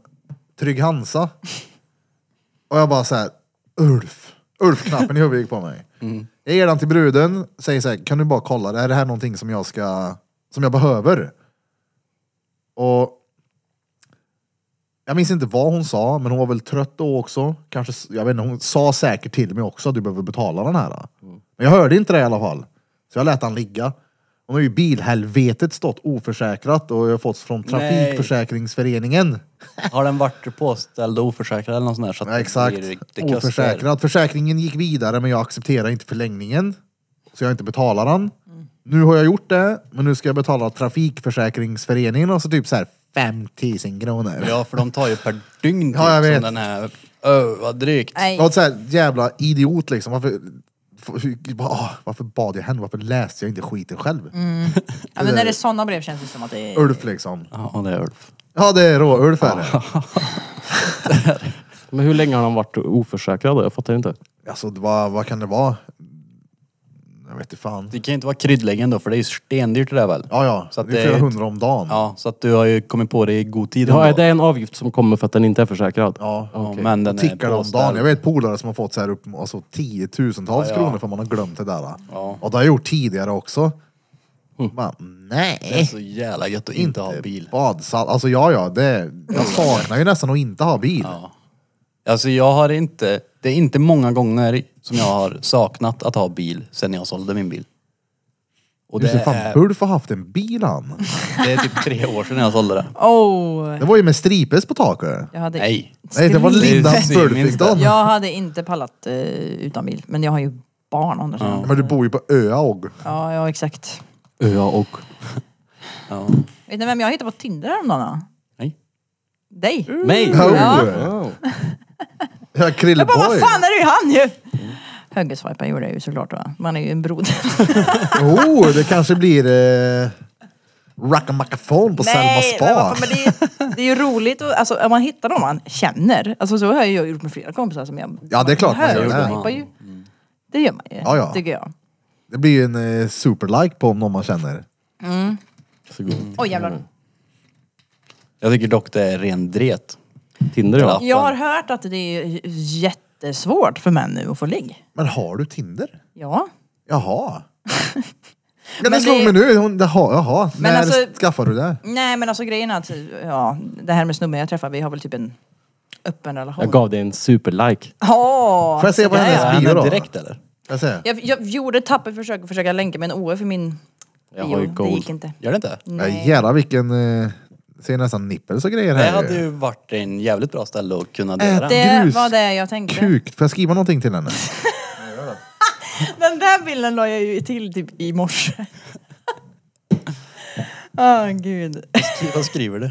Trygg Hansa. Och jag bara så här, Ulf. Ulf-knappen i huvudet gick på mig. Jag ger den till bruden, säger så här, kan du bara kolla, är det här någonting som jag ska, som jag behöver? Och jag minns inte vad hon sa, men hon var väl trött då också. Kanske, jag vet inte, hon sa säkert till mig också att du behöver betala den här. Men jag hörde inte det i alla fall. Så jag lät han ligga. Och nu har ju bilhelvetet stått oförsäkrat och jag har fått från Trafikförsäkringsföreningen. Har den varit påställd och oförsäkrad eller något sånt där? Så att Ja, exakt. det blir riktigt kostar. Oförsäkrad. Försäkringen gick vidare men jag accepterar inte förlängningen. Så jag inte betalar den. Nu har jag gjort det, men nu ska jag betala Trafikförsäkringsföreningen och så typ så här 5000 kronor. Ja, för de tar ju per dygn Ja, jag typ, vet. som den här. Öh, vad drygt. Nej. Och så här, jävla idiot liksom. Varför, för- bara, "Åh, ah, varför bad jag henne? Varför läste jag inte skiten själv? Mm. Ja, men när eh, det är sådana brev känns det som att det är... Ulf liksom. Ja, det är Ulf. Ja, det är Rå-Ulf är det. Men hur länge har han varit oförsäkrad då? Jag fattar inte. Alltså, det var, vad kan det vara? Jag vet inte fan. Det kan ju inte vara kryddläggen då, för det är ju stendyrt det där väl? Ja, ja. Så att det är det är flera ett- hundra om dagen. Ja, så att du har ju kommit på det i god tid Ja, är ändå. det en avgift som kommer för att den inte är försäkrad? Ja. Ja, Okej. Men den är tickar om påställd. dagen. Jag vet polare som har fått så här upp alltså, tiotusentals Ja, ja. kronor för man har glömt det där. Ja. Hm. Och det har jag gjort tidigare också. Bara, Eh. Det är nej. så jävla gött att inte, ha bil. Badsalt. Alltså ja, ja. Det, jag saknar ju nästan att inte ha bil. Ja. Alltså jag har inte, det är inte många gånger som jag har saknat att ha bil sen jag sålde min bil. Och det Just det, fan, är, Bulf har haft en bil han. det är typ tre år sedan jag sålde den. Oh, Det var ju med stripes på taket. jag hade... Nej. Nej, det var Stripes. Linda Det är Bulf minst fick det. den. Jag hade inte pallat eh, utan bil, men jag har ju barn å andra sidan. Men du bor ju på Öaog. Ja, ja exakt. Ja, och... Ja. Vet ni vem jag hittade på Tinder häromdagen? då? Nej. Dig! Mig? Oh, Ja. Ja. Ja, Krille Jag bara, vad Boy. fan är det han ju? Högerswipa gjorde jag ju såklart va. Man är ju en broder. Oh, det kanske blir eh, rackamackaphone på Selma Nej, men, Spa. vad fan, men det, är, det är ju roligt och, alltså, om man hittar dem man känner. Alltså, så har jag ju gjort med flera kompisar som jag... Ja, det är klart man gör det. högerswipar ju. Det gör man ju, Ja, ja. tycker jag. Det blir ju en eh, superlike på om någon man känner. Så god. Oj jävlar. Jag tycker dock det är ren dret. Tinder ja. Ja. Jag har hört att det är jättesvårt för män nu att få ligg. Men har du Tinder? Ja. [laughs] Jaha. Ja, det Men slog det- mig nu. Hon, jaha, jaha. Men När alltså- skaffade du det? Nej men alltså grejen är att, ja, det här med snubben jag träffar, vi har väl typ en öppen relation. Jag gav dig en superlike. Åh, Får jag se på sådär, hennes ja. Han bio då? är direkt eller? Jag ser. Jag, jag gjorde ett tappert försök att försöka länka med en OF i min Jag bio. har ju Det gold. gick inte. Gör det inte? Ja, jävlar vilken... Eh, ser nästan nippels och grejer Det här. hade ju varit en jävligt bra ställe att kunna Ät dela. Det grus. var det jag tänkte. Kuk. Får jag skriva någonting till henne? Den där bilden la jag ju till typ i morse. [laughs] Åh gud. Vad skriver du?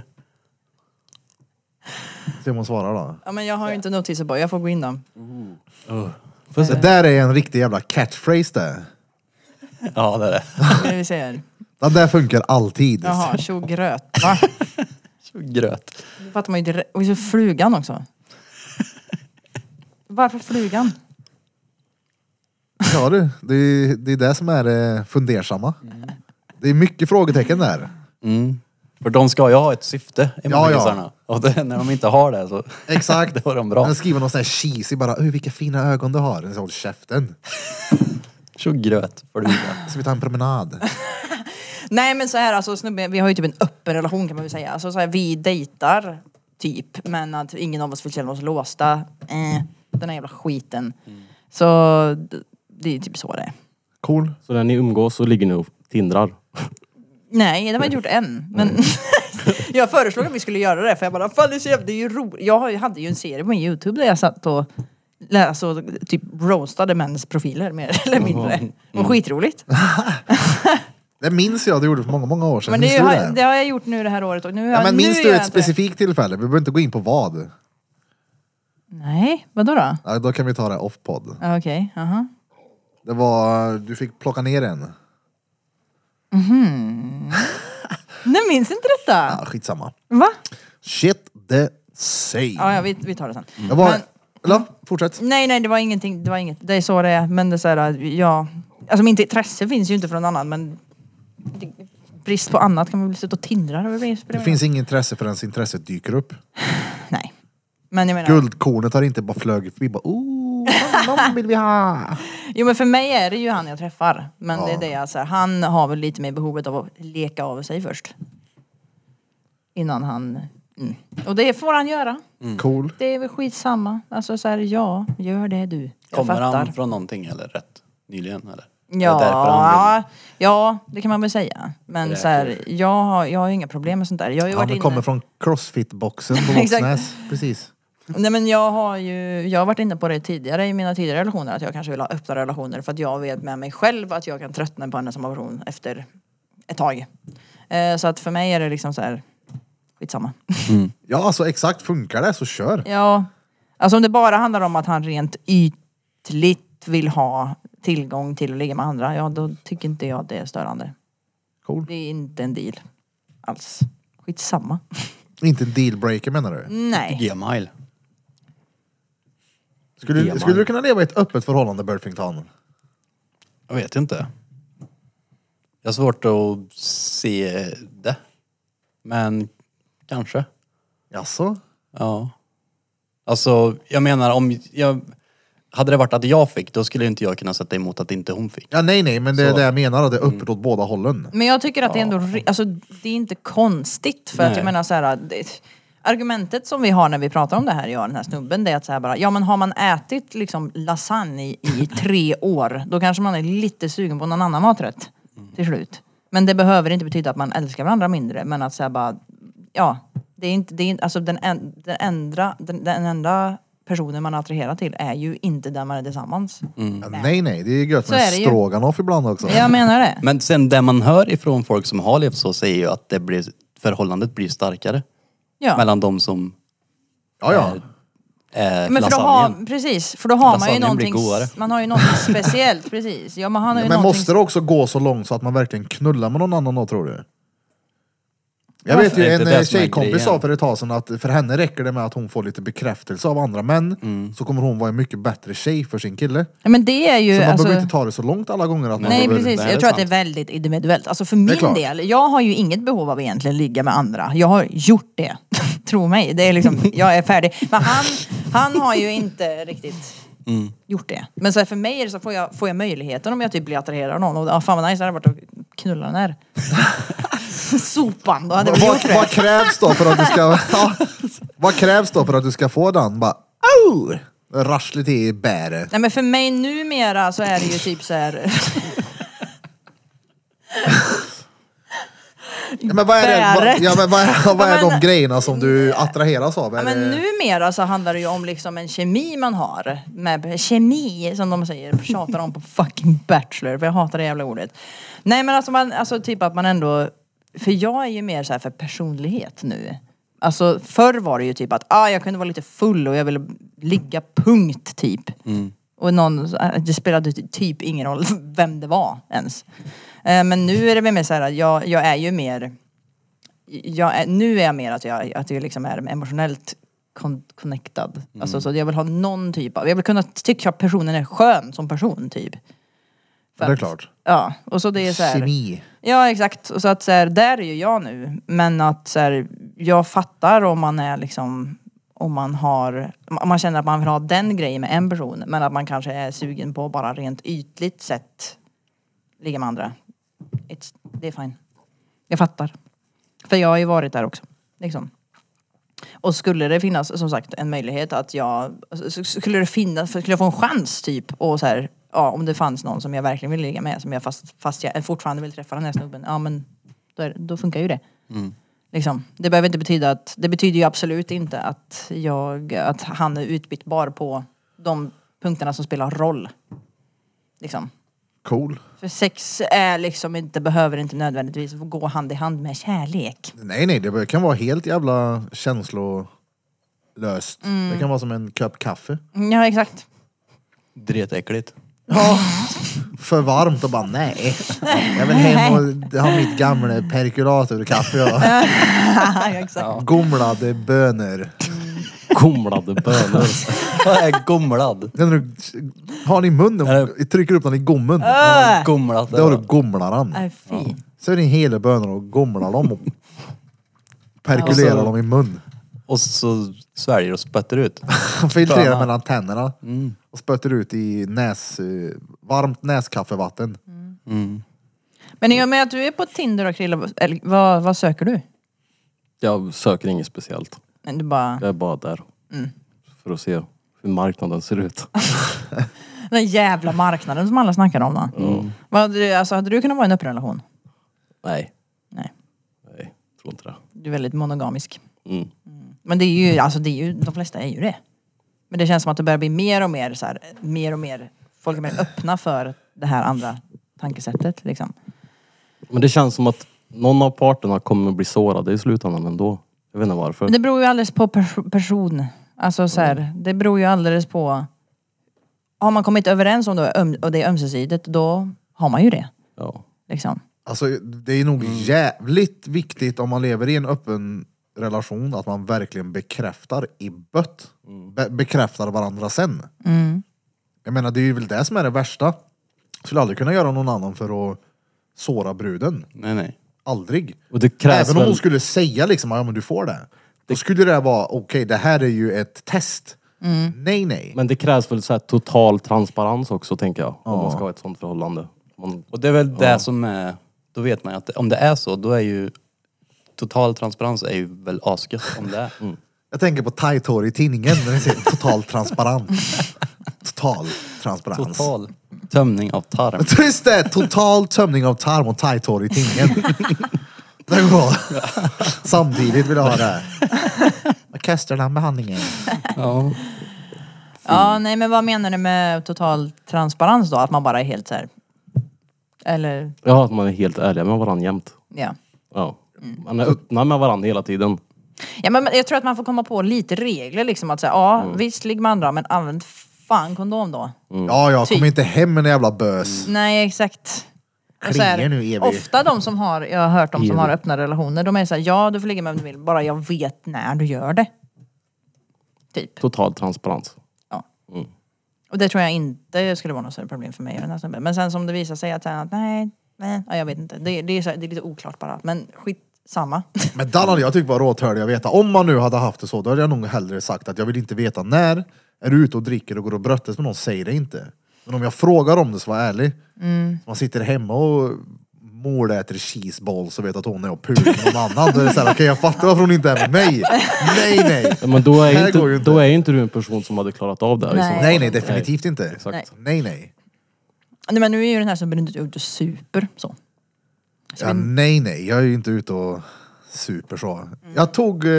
Se om hon svarar då. Ja, men jag har ju inte notiser på, jag får gå in [laughs] dem. Det där är en riktig jävla catchphrase det. Ja, det är det. Ska vi se här. Den där funkar alltid. Jaha, tjogröt. Va? Så gröt. Det fattar man ju direkt. Och så flugan också. Varför flugan? Ja du, det är, det är det som är det fundersamma. Mm. Det är mycket frågetecken där. Mm. För de ska ju ha ett syfte, i Ja, ja. ja. Och det, när de inte har det så... [laughs] Exakt. Då är de bra. Den skriver någon sån här cheesy bara, "Oj, vilka fina ögon du har. Den sa, Håll käften. Så gröt får du inte. Ska vi ta en promenad? Nej men så här alltså snubben, vi har ju typ en öppen relation kan man väl säga. Alltså så här, vi dejtar typ men att ingen av oss vill känna oss låsta. Eh, den här jävla skiten. Så d- det är typ så det är. Cool. Så när ni umgås så ligger ni och tindrar. Nej, det har man inte gjort än. Men [laughs] jag föreslog att vi skulle göra det för jag bara, fan det är så jävla, det är ju roligt. Jag har ju- hade ju en serie på min youtube där jag satt och lä- alltså, mm. typ roastade mäns profiler mer eller mindre. Och skitroligt. Det minns jag du gjorde för många, många år sedan. Men det, är ju, minns du har- det har jag gjort nu det här året och nu har Ja, jag- men nu minns gör du jag ett inte det. specifikt tillfälle? Vi behöver inte gå in på vad. Nej, vadå då? Ja, då kan vi ta det off-podd. Ja, Okej, aha. Det var, du fick plocka ner en. Nej, minns inte detta. Ja, skitsamma. Va? Shit the same. Ja, ja vi, vi tar det sen. Jag var, Men- Mm, eller, fortsätt. Nej, nej, det var ingenting. Det var inget. Det är så det är. Men det är så här, ja. Alltså mitt intresse finns ju inte från annan, men det, brist på annat kan man väl sluta och tindra. Det, blir Det inspirerande. finns inget intresse förrän intresset dyker upp. Nej. Men jag menar, Guldkornet har inte bara flög förbi. Bara, oh, honom vill vi ha. jo men för mig är det ju han jag träffar. Men det är det jag säger, han har väl lite mer behovet av att leka av sig först. Innan han, mm. och det får han göra. Mm. Cool. Det är väl skitsamma. Alltså så här, ja, gör det du. Jag Kommer fattar. han från någonting eller rätt nyligen eller? Det är Ja, därför han vill- ja, ja, det kan man väl säga. Men Räker. så här, jag, har, jag har ju inga problem med sånt där. Jag har ju varit Han inne, kommer från [laughs] crossfit-boxen på Exakt. Våxnäs. Precis. nej, men jag har ju jag har varit inne på det tidigare i mina tidigare relationer att jag kanske vill ha öppna relationer för att jag vet med mig själv att jag kan tröttna på en och samma person efter ett tag. Eh, så att för mig är det liksom så här, skitsamma. [laughs] Ja, alltså exakt. Funkar det så kör. Ja, alltså om det bara handlar om att han rent ytligt vill ha tillgång till att ligga med andra, ja då tycker inte jag att det är störande. Cool. Det är inte en deal alls. Skitsamma. Inte en dealbreaker menar du? Nej. G-mile. Skulle, Diamant. skulle du kunna leva i ett öppet förhållande, Burfington? Jag vet inte. Jag har svårt att se det. Men kanske. Jaså? Ja. Alltså, jag menar om jag... Hade det varit att jag fick, då skulle inte jag kunna sätta emot att inte hon fick. Ja, nej, nej, men det är Så. Mm. det jag menar. att Det är öppet åt båda hållen. Men jag tycker att det är ändå, ri- alltså det är inte konstigt för att Nej. jag menar så här, äh, det, argumentet som vi har när vi pratar om det här, jag och den här snubben, det är att så här bara, ja men har man ätit liksom lasagne i tre år, då kanske man är lite sugen på någon annan maträtt till slut. Men det behöver inte betyda att man älskar varandra mindre, men att säga bara, ja, det är inte, det är inte, alltså den, en, den, ändra, den, den enda personen man attraherar till är ju inte den man är tillsammans. Mm. Ja, nej, nej, det är ju gött Så med är det ju. stroganoff ibland också. Jag menar det. Men sen det man hör ifrån folk som har levt så säger ju att det blir, förhållandet blir starkare. Ja. Mellan de som Ja, Mm. ja. är Men för då har, lasagnen. precis, för då har man ju Lasagnen blir någonting, godare. man har ju någonting [laughs] speciellt, precis. Ja, man har ju Men någonting, måste det också gå så långt så att man verkligen knullar med någon annan då, tror du? Jag vet ju Alltså, Det är en inte det eh, som är tjejkompis grejen. sa för ett tag sedan att för henne räcker det med att hon får lite bekräftelse av andra män Mm. så kommer hon vara en mycket bättre tjej för sin kille. Ja, men det är Så ju man alltså, behöver inte ta det så långt alla gånger att man Nej behöver... precis, Nej, det är jag tror att det är sant. väldigt individuellt. Alltså för min klart. del, jag har ju inget behov av att egentligen ligga med andra. Jag har gjort det, [laughs] tro mig. Det är liksom, jag är färdig. Men han, han har ju inte riktigt Mm. gjort det. Men så här, för mig är det så, får jag, får jag möjligheten om jag typ blir attraherad av någon och ah, fan vad nice det hade varit att knulla [laughs] den här. Sopan, då hade vi gjort Vad, det. vad krävs då för att du ska... [laughs] Ja, vad krävs då för att du ska få den? Bara... Au! Rasslet i bäret. Nej men för mig numera så är det ju typ så här. Ja, men vad är, det, vad, Bäret. ja, men vad [laughs] är, vad är Ja, men- de grejerna som du attraheras av? Är Ja, men det- numera så handlar det ju om liksom en kemi man har. Med kemi som de säger, tjatar om på fucking Bachelor. För jag hatar det jävla ordet. Nej men alltså, man, alltså typ att man ändå, för jag är ju mer så här för personlighet nu. Alltså förr var det ju typ att ah, jag kunde vara lite full och jag ville ligga punkt typ. Och någon, det spelade typ ingen roll [laughs] vem det var ens. Eh, Men nu är det väl mer så här att jag, jag är ju mer jag är, nu är jag mer att jag, att jag liksom är emotionellt con- connectad. Alltså, så jag vill ha någon typ av, jag vill kunna tycka att personen är skön som person typ. Ja, det är klart. Ja, och så det är så här, Kemi. Ja exakt, och så att så här, där är ju jag nu. Men att så här, jag fattar om man är liksom, om man har, om man känner att man vill ha den grejen med en person. Men att man kanske är sugen på bara rent ytligt sett ligga med andra. It's, det är fine. Jag fattar. För jag har ju varit där också. Liksom. Och skulle det finnas som sagt en möjlighet att jag, s- skulle det finnas, skulle jag få en chans typ och så här, ja om det fanns någon som jag verkligen vill ligga med som jag fast, fast jag fortfarande vill träffa den här snubben, ja men då, är, då funkar ju det. Liksom. Det behöver inte betyda att, det betyder ju absolut inte att jag, att han är utbytbar på de punkterna som spelar roll. Liksom. Cool. För sex är liksom inte, behöver inte nödvändigtvis gå hand i hand med kärlek. Nej, nej, det kan vara helt jävla känslolöst. Mm. Det kan vara som en kopp kaffe. Ja, exakt. Dretäckligt. [laughs] För varmt och bara nej. Jag vill hem [laughs] och ha mitt gamla perkulatorkaffe och Ja, exakt. gomlade bönor. Kumlade bönor. Jag är gomlad. Den du har den i munnen, Är trycker upp den i gommen. Gomlat. Då har du gomlar den. Nej, Äh, fy. Så är det hela bönor och gomlar dem och perkulerar dem i mun. Och så sväljer och spötter ut. Han filtrerar Sköna. mellan tänderna och spötter ut i näs, eh, varmt näskaffevatten. Men i och med att du är på Tinder och Krilla, vad- eller vad, vad söker du? Jag söker inget speciellt. Nej, Du bara, Jag är bara där. Mm. För att se hur marknaden ser ut. den jävla marknaden som alla snackar om då. Vad hade, du, alltså, hade du kunnat vara i en öppen relation? Nej, Nej, nej. Tror inte det. du är väldigt monogamisk. Mm. Men det är ju, alltså det är ju, de flesta är ju det. Men det känns som att det börjar bli mer och mer så här, mer och mer, folk är mer öppna för det här andra tankesättet liksom. Men det känns som att någon av parterna kommer att bli sårade i slutändan ändå. Jag vet inte varför. Men det beror ju alldeles på pers- person. Alltså så här, det beror ju alldeles på. Har man kommit överens om det öm- och det är ömsesidigt, då har man ju det. Ja. Liksom. Alltså det är nog Mm. jävligt viktigt om man lever i en öppen relation att man verkligen bekräftar i bött. Mm. Be- bekräftar varandra sen. Jag menar det är ju väl det som är det värsta. Skulle aldrig kunna göra någon annan för att såra bruden. Nej, nej. Aldrig. Och det krävs Även om väl... hon skulle säga liksom, ja men du får det. Då skulle det vara, okej det här är ju ett test. Nej nej. Men det krävs väl så här total transparens också tänker jag. Om Ja. man ska ha ett sånt förhållande. Man, Och det är väl det som är... Då vet man ju att om det är så, då är ju... Total transparens är ju väl asgött om det är. Mm. Jag tänker på tight hår i tidningen när [laughs] det säger total transparens. Total transparens. Total tömning av tarm. Just det! Total tömning av tarm och tight hår i tidningen. Det är bra. Samtidigt vill jag ha det. här. Jag kastar den behandlingen. Ja. Ja, nej men vad menar du med total transparens då? Att man bara är helt så här. Eller, ja, att man är helt ärliga med varandra jämt. ja. Ja. Man är Mm. öppna med varandra hela tiden. ja men jag tror att man får komma på lite regler liksom. Att säga, ja visst ligg med andra men använd fan kondom då. Ja, jag Typ. kommer inte hem med en jävla bös. Nej exakt. Och så Klingar nu, Evy. ofta de som har, jag har hört de som Evy. har öppna relationer, de är såhär, ja du får ligga med vem du vill, bara jag vet när du gör det. Typ. Total transparens. Ja. Och det tror jag inte skulle vara något större problem för mig och den här snubben. Men sen som det visar sig att, så här, att nej, nej, ja, jag vet inte. Det, det, är så här, det är lite oklart bara. Men skit samma. Men den hade jag tyckt var råtörlig att veta. Om man nu hade haft det så, då hade jag nog hellre sagt att jag vill inte veta när. Är du ute och dricker och går och bröttes med någon, säg det inte. Men om jag frågar om det, så var ärlig. Man sitter hemma och mor äter cheeseballs och vet att hon är och pular med någon annan. Då är det såhär, okej jag fattar varför hon inte är med mig. Nej, nej. Ja, Men då är, Här ju inte, går ju inte. då är ju inte du en person som hade klarat av det. här liksom. Nej. i så fall. Nej, nej, definitivt inte. Nej. Nej, nej. [laughs] Nej, men nu är ju den här snubben inte ute och super så. Ja, nej, nej. Jag är ju inte ute och super så. Jag tog, eh,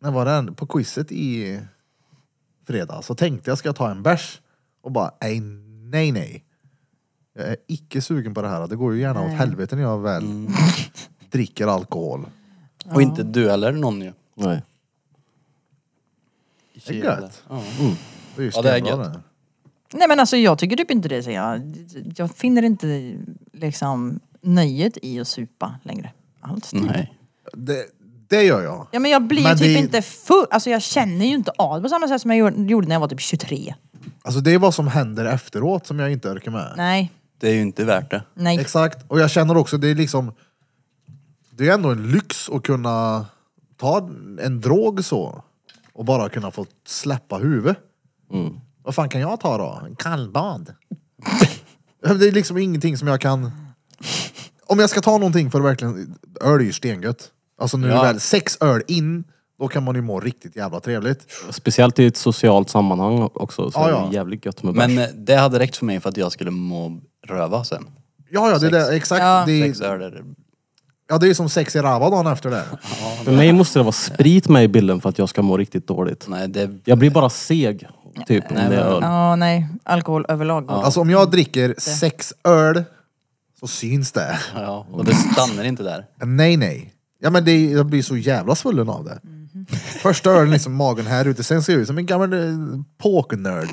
när var det? här? På quizet i fredag så tänkte jag ska jag ta en bärs och bara nej, nej, nej. Jag är icke sugen på det här. Det går ju gärna åt helvete när jag väl [laughs] dricker alkohol. Och inte du eller någon ju. Nej. Det är gött. Ja. Det är ju Ja, det är stenbra gött. det. Nej men alltså jag tycker typ inte det säger jag. Jag finner inte liksom nöjet i att supa längre. Alls typ. Nej. Det, det gör jag. Ja men jag blir ju Men typ det- inte full, alltså jag känner ju inte av det på samma sätt som jag gjorde- gjorde när jag var typ 23. Alltså det är vad som händer efteråt som jag inte orkar med. Nej, Det är ju inte värt det. nej. Exakt, och jag känner också det är liksom Det är ändå en lyx att kunna ta en drog så och bara kunna få släppa huvudet. Mm. Vad fan kan jag ta då? En [laughs] kallbad? det är liksom ingenting som jag kan... Om jag ska ta någonting för att verkligen... Öl är ju stengött. Alltså nu Ja. väl sex öl in, då kan man ju må riktigt jävla trevligt. Speciellt i ett socialt sammanhang också. Så Ja, är det ja. jävligt gött med Men bärs. eh, det hade räckt för mig för att jag skulle må röva sen. Ja, ja, det är det, exakt. Ja. Det, Sex är, öl är- ja, det är ju som sex i rava dagen efter det. eh, För mig måste det vara sprit med i bilden för att jag ska må riktigt dåligt. Nej, det... Jag blir bara seg Typ om det är öl. Ja, nej. Alkohol överlag. går Alltså om jag dricker sex öl så syns det. Ja, och det stannar inte där. Nej, nej. Ja men det, jag blir så jävla svullen av det. Första ölen liksom magen här ute, sen ser jag ut som en gammal eh, pokernörd.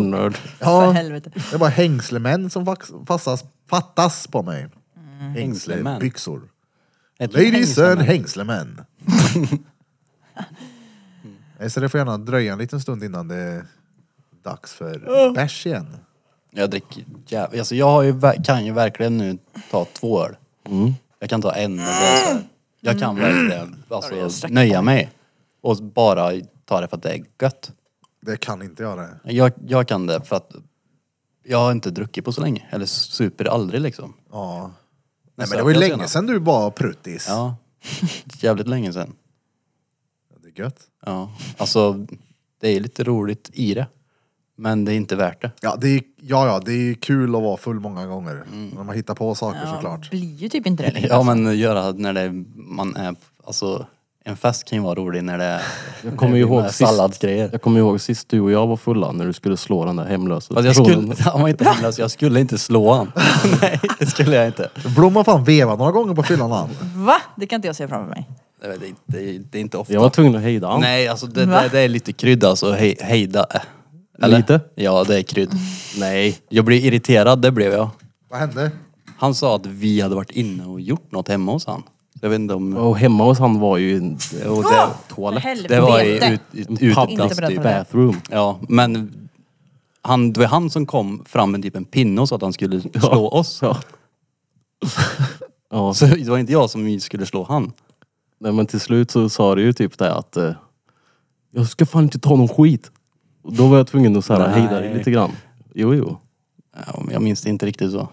Nörd. För Ja, helvete. det är bara hängslemän som fax- fassas, fattas på mig. Hängslemän. Hängslemän. Byxor. Ett Ladies and hängslemän. hängslemän. Nej, Så det får gärna dröja en liten stund innan det är dags för bärs igen. Jag dricker jävligt. Alltså jag har ju, ver- kan ju verkligen nu ta två öl. Mm. Jag kan ta en och bara så här. Jag kan verkligen alltså, nöja mig. Och bara ta det för att det är gött. Det kan inte jag det. Jag, jag kan det för att jag har inte druckit på så länge. Eller super aldrig liksom. Ja. Nej, men Nästa det var ju öl länge senast. sedan du var pruttis. Ja. [laughs] Jävligt länge sedan. Det är gött. Ja. Alltså det är lite roligt i det. Men det är inte värt det. Ja, det är, ja, ja, det är ju kul att vara full många gånger. När man hittar på saker såklart. blir ju typ [laughs] [laughs] inte det längre. Ja men göra när det man är, alltså en fest kan ju vara rolig när det är Jag kommer ju när det är ihåg med sist- salladsgrejer. Jag kommer ihåg sist du och jag var fulla när du skulle slå den där hemlösa Fast jag [laughs] personen. skulle, han var inte hemlös, jag skulle inte slå [laughs] han. Nej, det skulle jag inte. Blom har fan vevat några gånger på fyllan han. Va? Det kan inte jag se framför mig. Det är, inte- det är, det är inte ofta. Jag var tvungen att hejda han. Nej, alltså det, Va? det, det är lite krydd alltså. Hej, hejda. eh. Lite? Ja, det är krydd. Nej. Jag blev irriterad, det blev jag. Vad hände? Han sa att vi hade varit inne och gjort något hemma hos han. Jag vet inte om... Och hemma hos han var ju en Och det, Helvete. det var i, ut, i, Inte uteplats på den typ. toaletten. bathroom. Ja, men han, det var han som kom fram med typ en pinne och sa att han skulle slå oss. Ja. ja. Så det var inte jag som skulle slå han. Nej men till slut så sa du ju typ det att eh, jag ska fan inte ta någon skit. Och då var jag tvungen att så här, Nej. hejda dig lite grann. Jo jo. Ja, men Jag minns det inte riktigt så.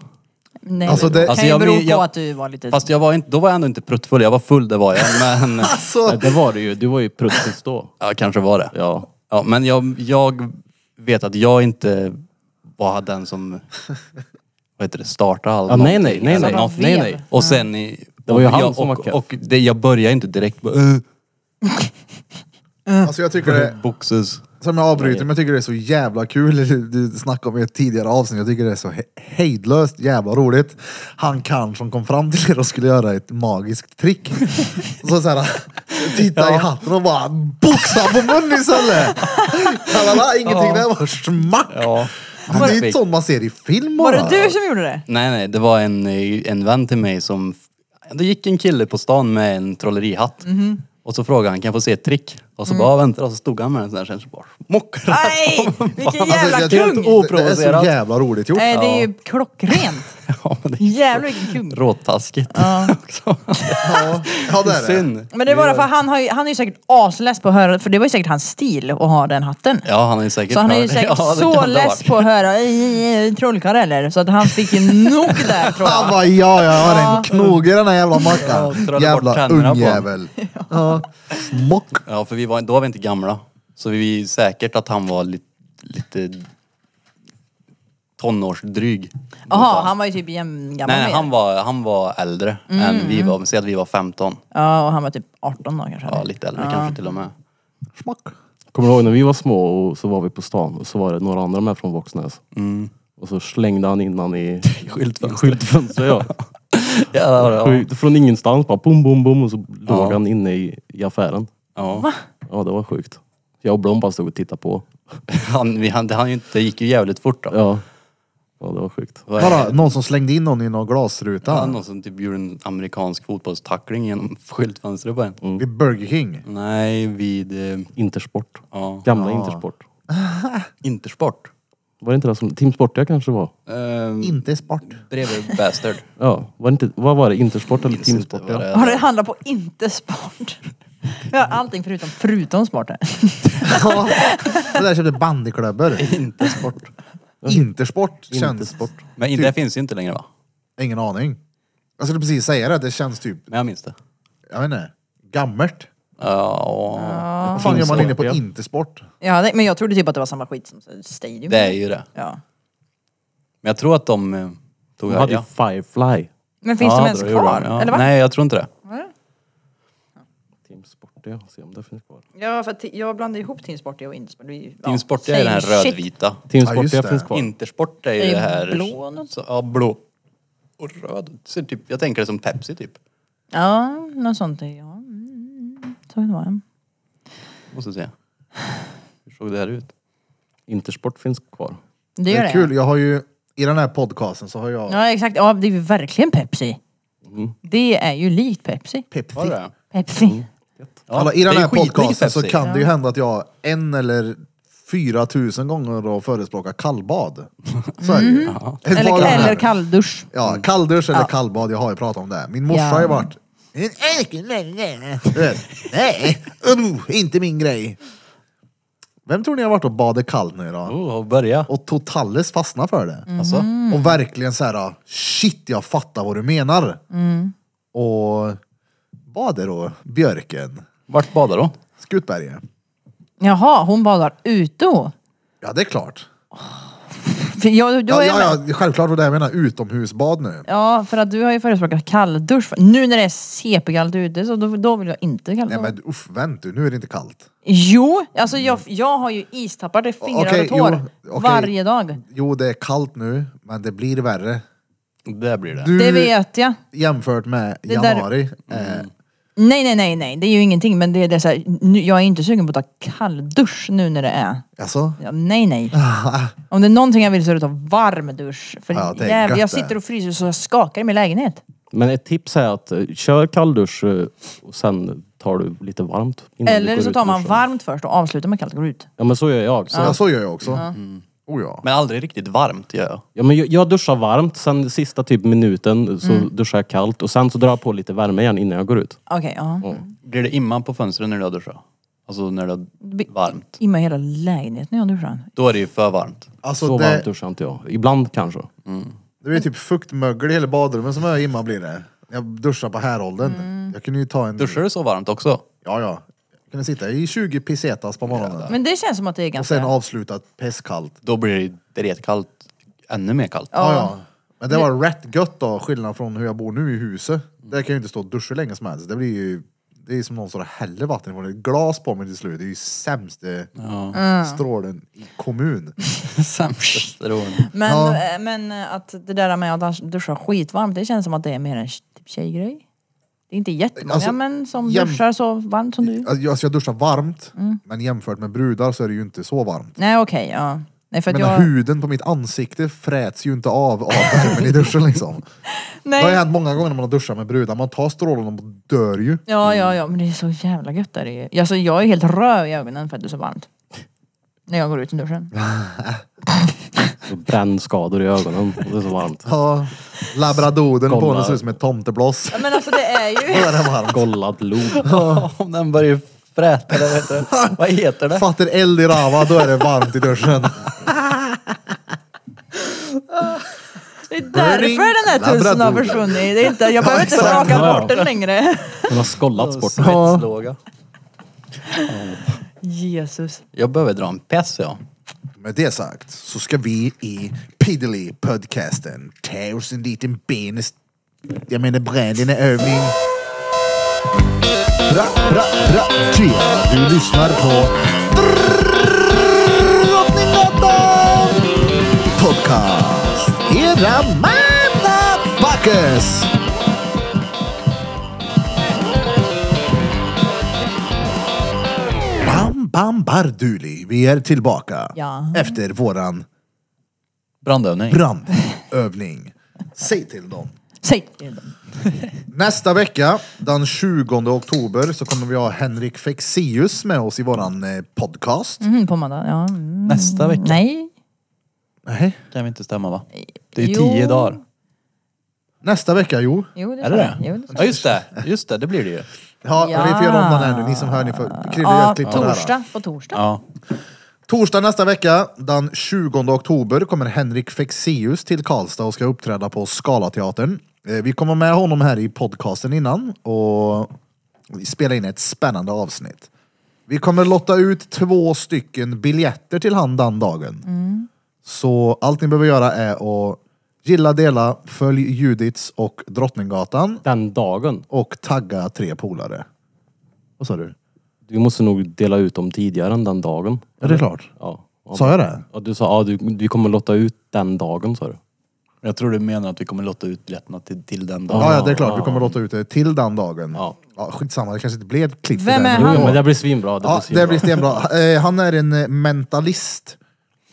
Nej, Alltså, det det- kan Alltså, ju jag bero men- jag- på att du var lite... Fast jag var inte, då var jag ändå inte pruttfull, jag var full det var jag. [laughs] Men Alltså, Nej, det var det ju. Du var ju pruttis då. ja, kanske var det. Ja. Ja, men jag, jag vet att jag inte var den som vad heter det, startade allt. ja nej någonting nej nej eller nej. något. nej, nej. Och sen i, Det var ju och han jag, som var och, keff. och det, jag började inte direkt bara, uh, alltså jag tycker det, boxes. som jag avbryter, men jag tycker det är så jävla kul. [laughs] Du snackade om i ett tidigare avsnitt, jag tycker det är så he- hejdlöst jävla roligt. Han kan som kom fram till er och skulle göra ett magiskt [laughs] trick. Så såhär, titta i hatten och bara boxa på munnen istället. Kalala, ingenting där, bara smack. Ja. Det är ju sånt man ser i film var bara. det du som gjorde det? Nej nej, det var en, eh, en vän till mig som, det gick en kille på stan med en trollerihatt. Mhm. Och så frågade han, kan jag få se ett trick? Och Mm. så bara, vänta, och så stod han med den sån här, sen så bara, mockade han. Nej! Vilken Alltså, jävla jag tycker kung! att det- Det är oprovocerat. så jävla roligt gjort. Nej, det är ju klockrent. [laughs] [laughs] Ja, men det är Jävlar vilken kung. Råtaskigt. [laughs] också. Ja, ja, det är det. Synd. Men det är bara för han, har ju, han är ju säkert asless på att höra, för det var ju säkert hans stil att ha den hatten. Ja, han är säkert Så han är ju [laughs] hört- säkert Ja, det kan så det ha less varit. på att höra "Ej, ej, trollkarl eller? Så att han fick ju nog där tror Han jag. bara, ja, jag har en knog i den här jävla Ja, mackan. drar bort jävla tänderna på honom. ungjävel. Ja. Mock. Ja, för vi var, då var vi inte gamla. Så vi är säkert att han var lite, lite tonårsdryg. Jaha, han var ju typ jämngammal Nej, nej med han, er. var, han var äldre Mm, än vi var. Säg att vi var 15. Ja, och han var typ 18 då kanske. Ja, lite äldre kanske till och med. Smack. Kommer du ihåg när vi var små och så var vi på stan och så var det några andra med från Våxnäs. Och så slängde han in han i Skyltfönster. Mm. [laughs] skyltfönstret. [laughs] Ja. Ja, ja, Sjukt. Från ingenstans bara bom, bom, bom och så låg Ja. han inne i, i affären. ja. Ja det var sjukt. Jag och Blom bara stod och tittade på. [laughs] Han, vi, han, det, han, ju inte- det gick ju jävligt fort då. Ja. Ja det var sjukt. Det var- Bara någon som slängde in någon i någon det var glasruta. någon som typ gjorde en amerikansk fotbollstackling genom [laughs] skyltfönstret på en. Mm. Vid Burger King. Nej, vid... eh, Intersport. Ja. Gamla Intersport. Intersport. Var det inte det som, Team Sportia kanske det var? Um, Inte sport. bredvid Bastard. Ja, var det [laughs] inte, vad var det? Intersport eller Minns Team inte Sportia? vad det är. Har det handlat på inte sport? Vi har allting förutom, förutom sport här. Ja. Det där köpte bandyklubbor. Inte sport. Intersport känns... Sport. Men inte- Typ. det finns ju inte längre va? Ingen aning. Jag skulle precis säga det, det känns typ, Men jag minns det. jag vet inte, gammalt. Ja, och- Vad fan gör man inne på Intersport, ja. intersport? Ja, det, men jag trodde typ att det var samma skit som Stadium. det är ju det. Ja. Men jag tror att de eh, tog De hade ju ja. Firefly. Men finns ja, de ens det gjorde kvar? de, ja. Eller va? Nej, jag tror inte det. Team Sport. Sportiga. Se om det finns kvar. Ja, för att ti- jag blandar ihop Team Sporty och Intersport. Det är ju- ja, Team Sportiga är den här same shit. rödvita. Team Ja, just Sportiga det. finns kvar. Intersport är ju Det är det här... blå och något. så, ja, blå. Och röd. Så typ, jag tänker det som Pepsi typ. Ja, något sånt. är- Ja. Mm. Så kan det vara. Måste se. Hur såg det här ut? Intersport finns kvar. Det Det gör är det. kul, jag har ju i den här podcasten så har jag Ja, exakt. Ja, det är ju verkligen Pepsi. Mm. Det är ju likt Pepsi. Pepsi. Var det? Pepsi. Mm. Ja, Alla, I den det är här skitlik podcasten så Pepsi. kan det ju hända att jag en eller fyra tusen gånger då förespråkar kallbad. Så är det ju. Ett par Eller, gånger. eller kalldusch. Ja, kalldusch eller kallbad, jag har ju pratat om det. Min morsa Ja. har ju varit... "En öken, nej, nej." Du vet, Nej, uh, inte min grej. Vem tror ni har varit och badat kallt nu då? Oh, och börja. Och totales fastnat för det. Mm. Alltså, Och verkligen så här, shit jag fattar vad du menar. Och vad är då björken? vart badar då? Skutberget? Jaha, hon badar ute då? Ja det är klart. För jag, då Ja, är jag ja, med. ja, självklart var det jag menar, utomhusbad nu. ja, för att du har ju förespråkat kalldusch. Nu när det är CP-kallt ute så då, då vill jag inte kalldusch. Nej men uff, vänt du, nu är det inte kallt. Jo, alltså jag, jag har ju istappar i fingrar Mm. Okej, och tår jo, okej. varje dag. Jo det är kallt nu, men det blir värre. Där blir det. Nu Det vet jag. jämfört med Det där- Mm. januari. Eh, Nej, nej, nej, nej. Det är ju ingenting. Men det är, det är så här, nu, jag är inte sugen på att ta kalldusch nu när det är. alltså, Ja, nej, nej. [laughs] Om det är någonting jag vill så är det att ta varm dusch. För Ja, det är jävlar, jag gött det. Mm, sitter och fryser så jag skakar i min lägenhet. Men ett tips är att eh, kör kalldusch eh, och sen tar du lite varmt. innan du Eller går så ut tar ur man duschen. varmt först och avslutar med kallt och går ut. Ja men så gör jag. Så, ja, så gör jag också. Oh, ja. Men aldrig riktigt varmt gör jag. ja, men jag, jag duschar varmt, sen sista typ minuten så Mm. duschar jag kallt och sen så drar jag på lite värme igen innan jag går ut. Okej, ja. Mm. Blir det imman på fönstren när du har duschat? Alltså när det Be- är varmt? Imma hela lägenheten när jag duschar. Då är det ju för varmt. Alltså så varmt det, duschar inte jag. Ibland kanske. det är typ fuktmögel i hela badrummet som är imma blir det. Jag duschar på häråldern. Mm. Jag kunde ju ta en... Duschar du så varmt också? Ja, ja. Jag kunde sitta i 20 pesetas på morgonen. Men det känns som att det är Och sen ganska... avsluta pestkallt. Då blir det ju dretkallt. Ännu mer kallt. [laughs] Ja, ja. Men det var rätt gött då, skillnad från hur jag bor nu i huset. Där kan jag ju inte stå och duscha länge som helst. Det blir ju... Det är ju som någon står och häller vatten från ett glas på mig till slut. Det är ju sämsta strålen i kommun. Sämsta strålen. Men, Ja. eh, men eh, att det där med att duscha skitvarmt, det känns som att det är mer en typ tjejgrej. Det är inte jättemånga Alltså, män som jäm- duschar så varmt som du. Alltså jag- alltså jag duschar varmt, men jämfört med brudar så är det ju inte så varmt. Nej okej, ja. Nej, för att Men jag... huden på mitt ansikte fräts ju inte av av värmen i duschen [laughs] liksom. Det har ju Nej. hänt många gånger när man har duschat med brudar. Man tar strålen och dör ju. Ja, ja, ja, men det är så jävla gött där. i- Alltså jag är helt röd i ögonen för att det är så varmt. När jag går ut i duschen. Så brännskador i ögonen. Det är så varmt. Ja, labradoden på Kolla. honom ser ut som ett [laughs] tomtebloss. Ja, men alltså det är Då ju... är det varmt. Gollad lod. Om den börjar fräta eller vad heter det? Vad heter det? Fattar eld i rava, då är det varmt i duschen. Det är därför den här Labrador. tusen har försvunnit. Det är inte, jag behöver inte exakt. raka Ja. bort den längre. Den har skollats bort. Svetslåga. Jesus. Jag behöver dra en päss ja. [laughs] Med det sagt så ska vi i Piddly podcasten ta oss en liten benes... Jag menar brännvinneövning. Bra, bra, bra. Tjena, du lyssnar på Drottninggatan Podcast. Era motherfuckers! Bam Bam Barduli, vi är tillbaka Ja. efter våran Brandövning. brandövning. Säg till dem. Säg! Nästa vecka, den 20 oktober, så kommer vi ha Henrik Fexeus med oss i våran eh, podcast. Mm, på måndag, ja. Mm. Nästa vecka. Nej. Nej. Kan vi inte stämma va? Det är Jo. tio dagar. Nästa vecka, jo. Jo, det Är det det? Jo, det tror Ja just det. Just det, det blir det ju. Ja, Ja. vi får göra om den här nu. Ni som hör, ni får... Krille jag. gör Ja, ett klipp på det här. torsdag. På torsdag. Ja. Torsdag nästa vecka, den 20 oktober, kommer Henrik Fexeus till Karlstad och ska uppträda på Scalateatern. Eh, Vi kommer med honom här i podcasten innan och spela in ett spännande avsnitt. Vi kommer lotta ut två stycken biljetter till han den dagen. Så allt ni behöver göra är att gilla, dela, följ Judits och Drottninggatan Den dagen. och tagga tre polare. Vad sa du? Vi måste nog dela ut dem tidigare än den dagen. Ja, det är klart. Ja. Ja. Sa jag det? Ja, du sa, ja, du, vi kommer lotta ut den dagen sa du. Jag tror du menar att vi kommer låta ut biljetterna till, till den dagen. Ja, ja, det är klart. Du kommer låta ut det till den dagen. Ja. Ja, skitsamma, det kanske inte blev ett klipp. till Vem den. är Jo, han? men det blir svinbra. Det blir Ja, det svinbra. blir stenbra. Eh, Han är en eh, mentalist.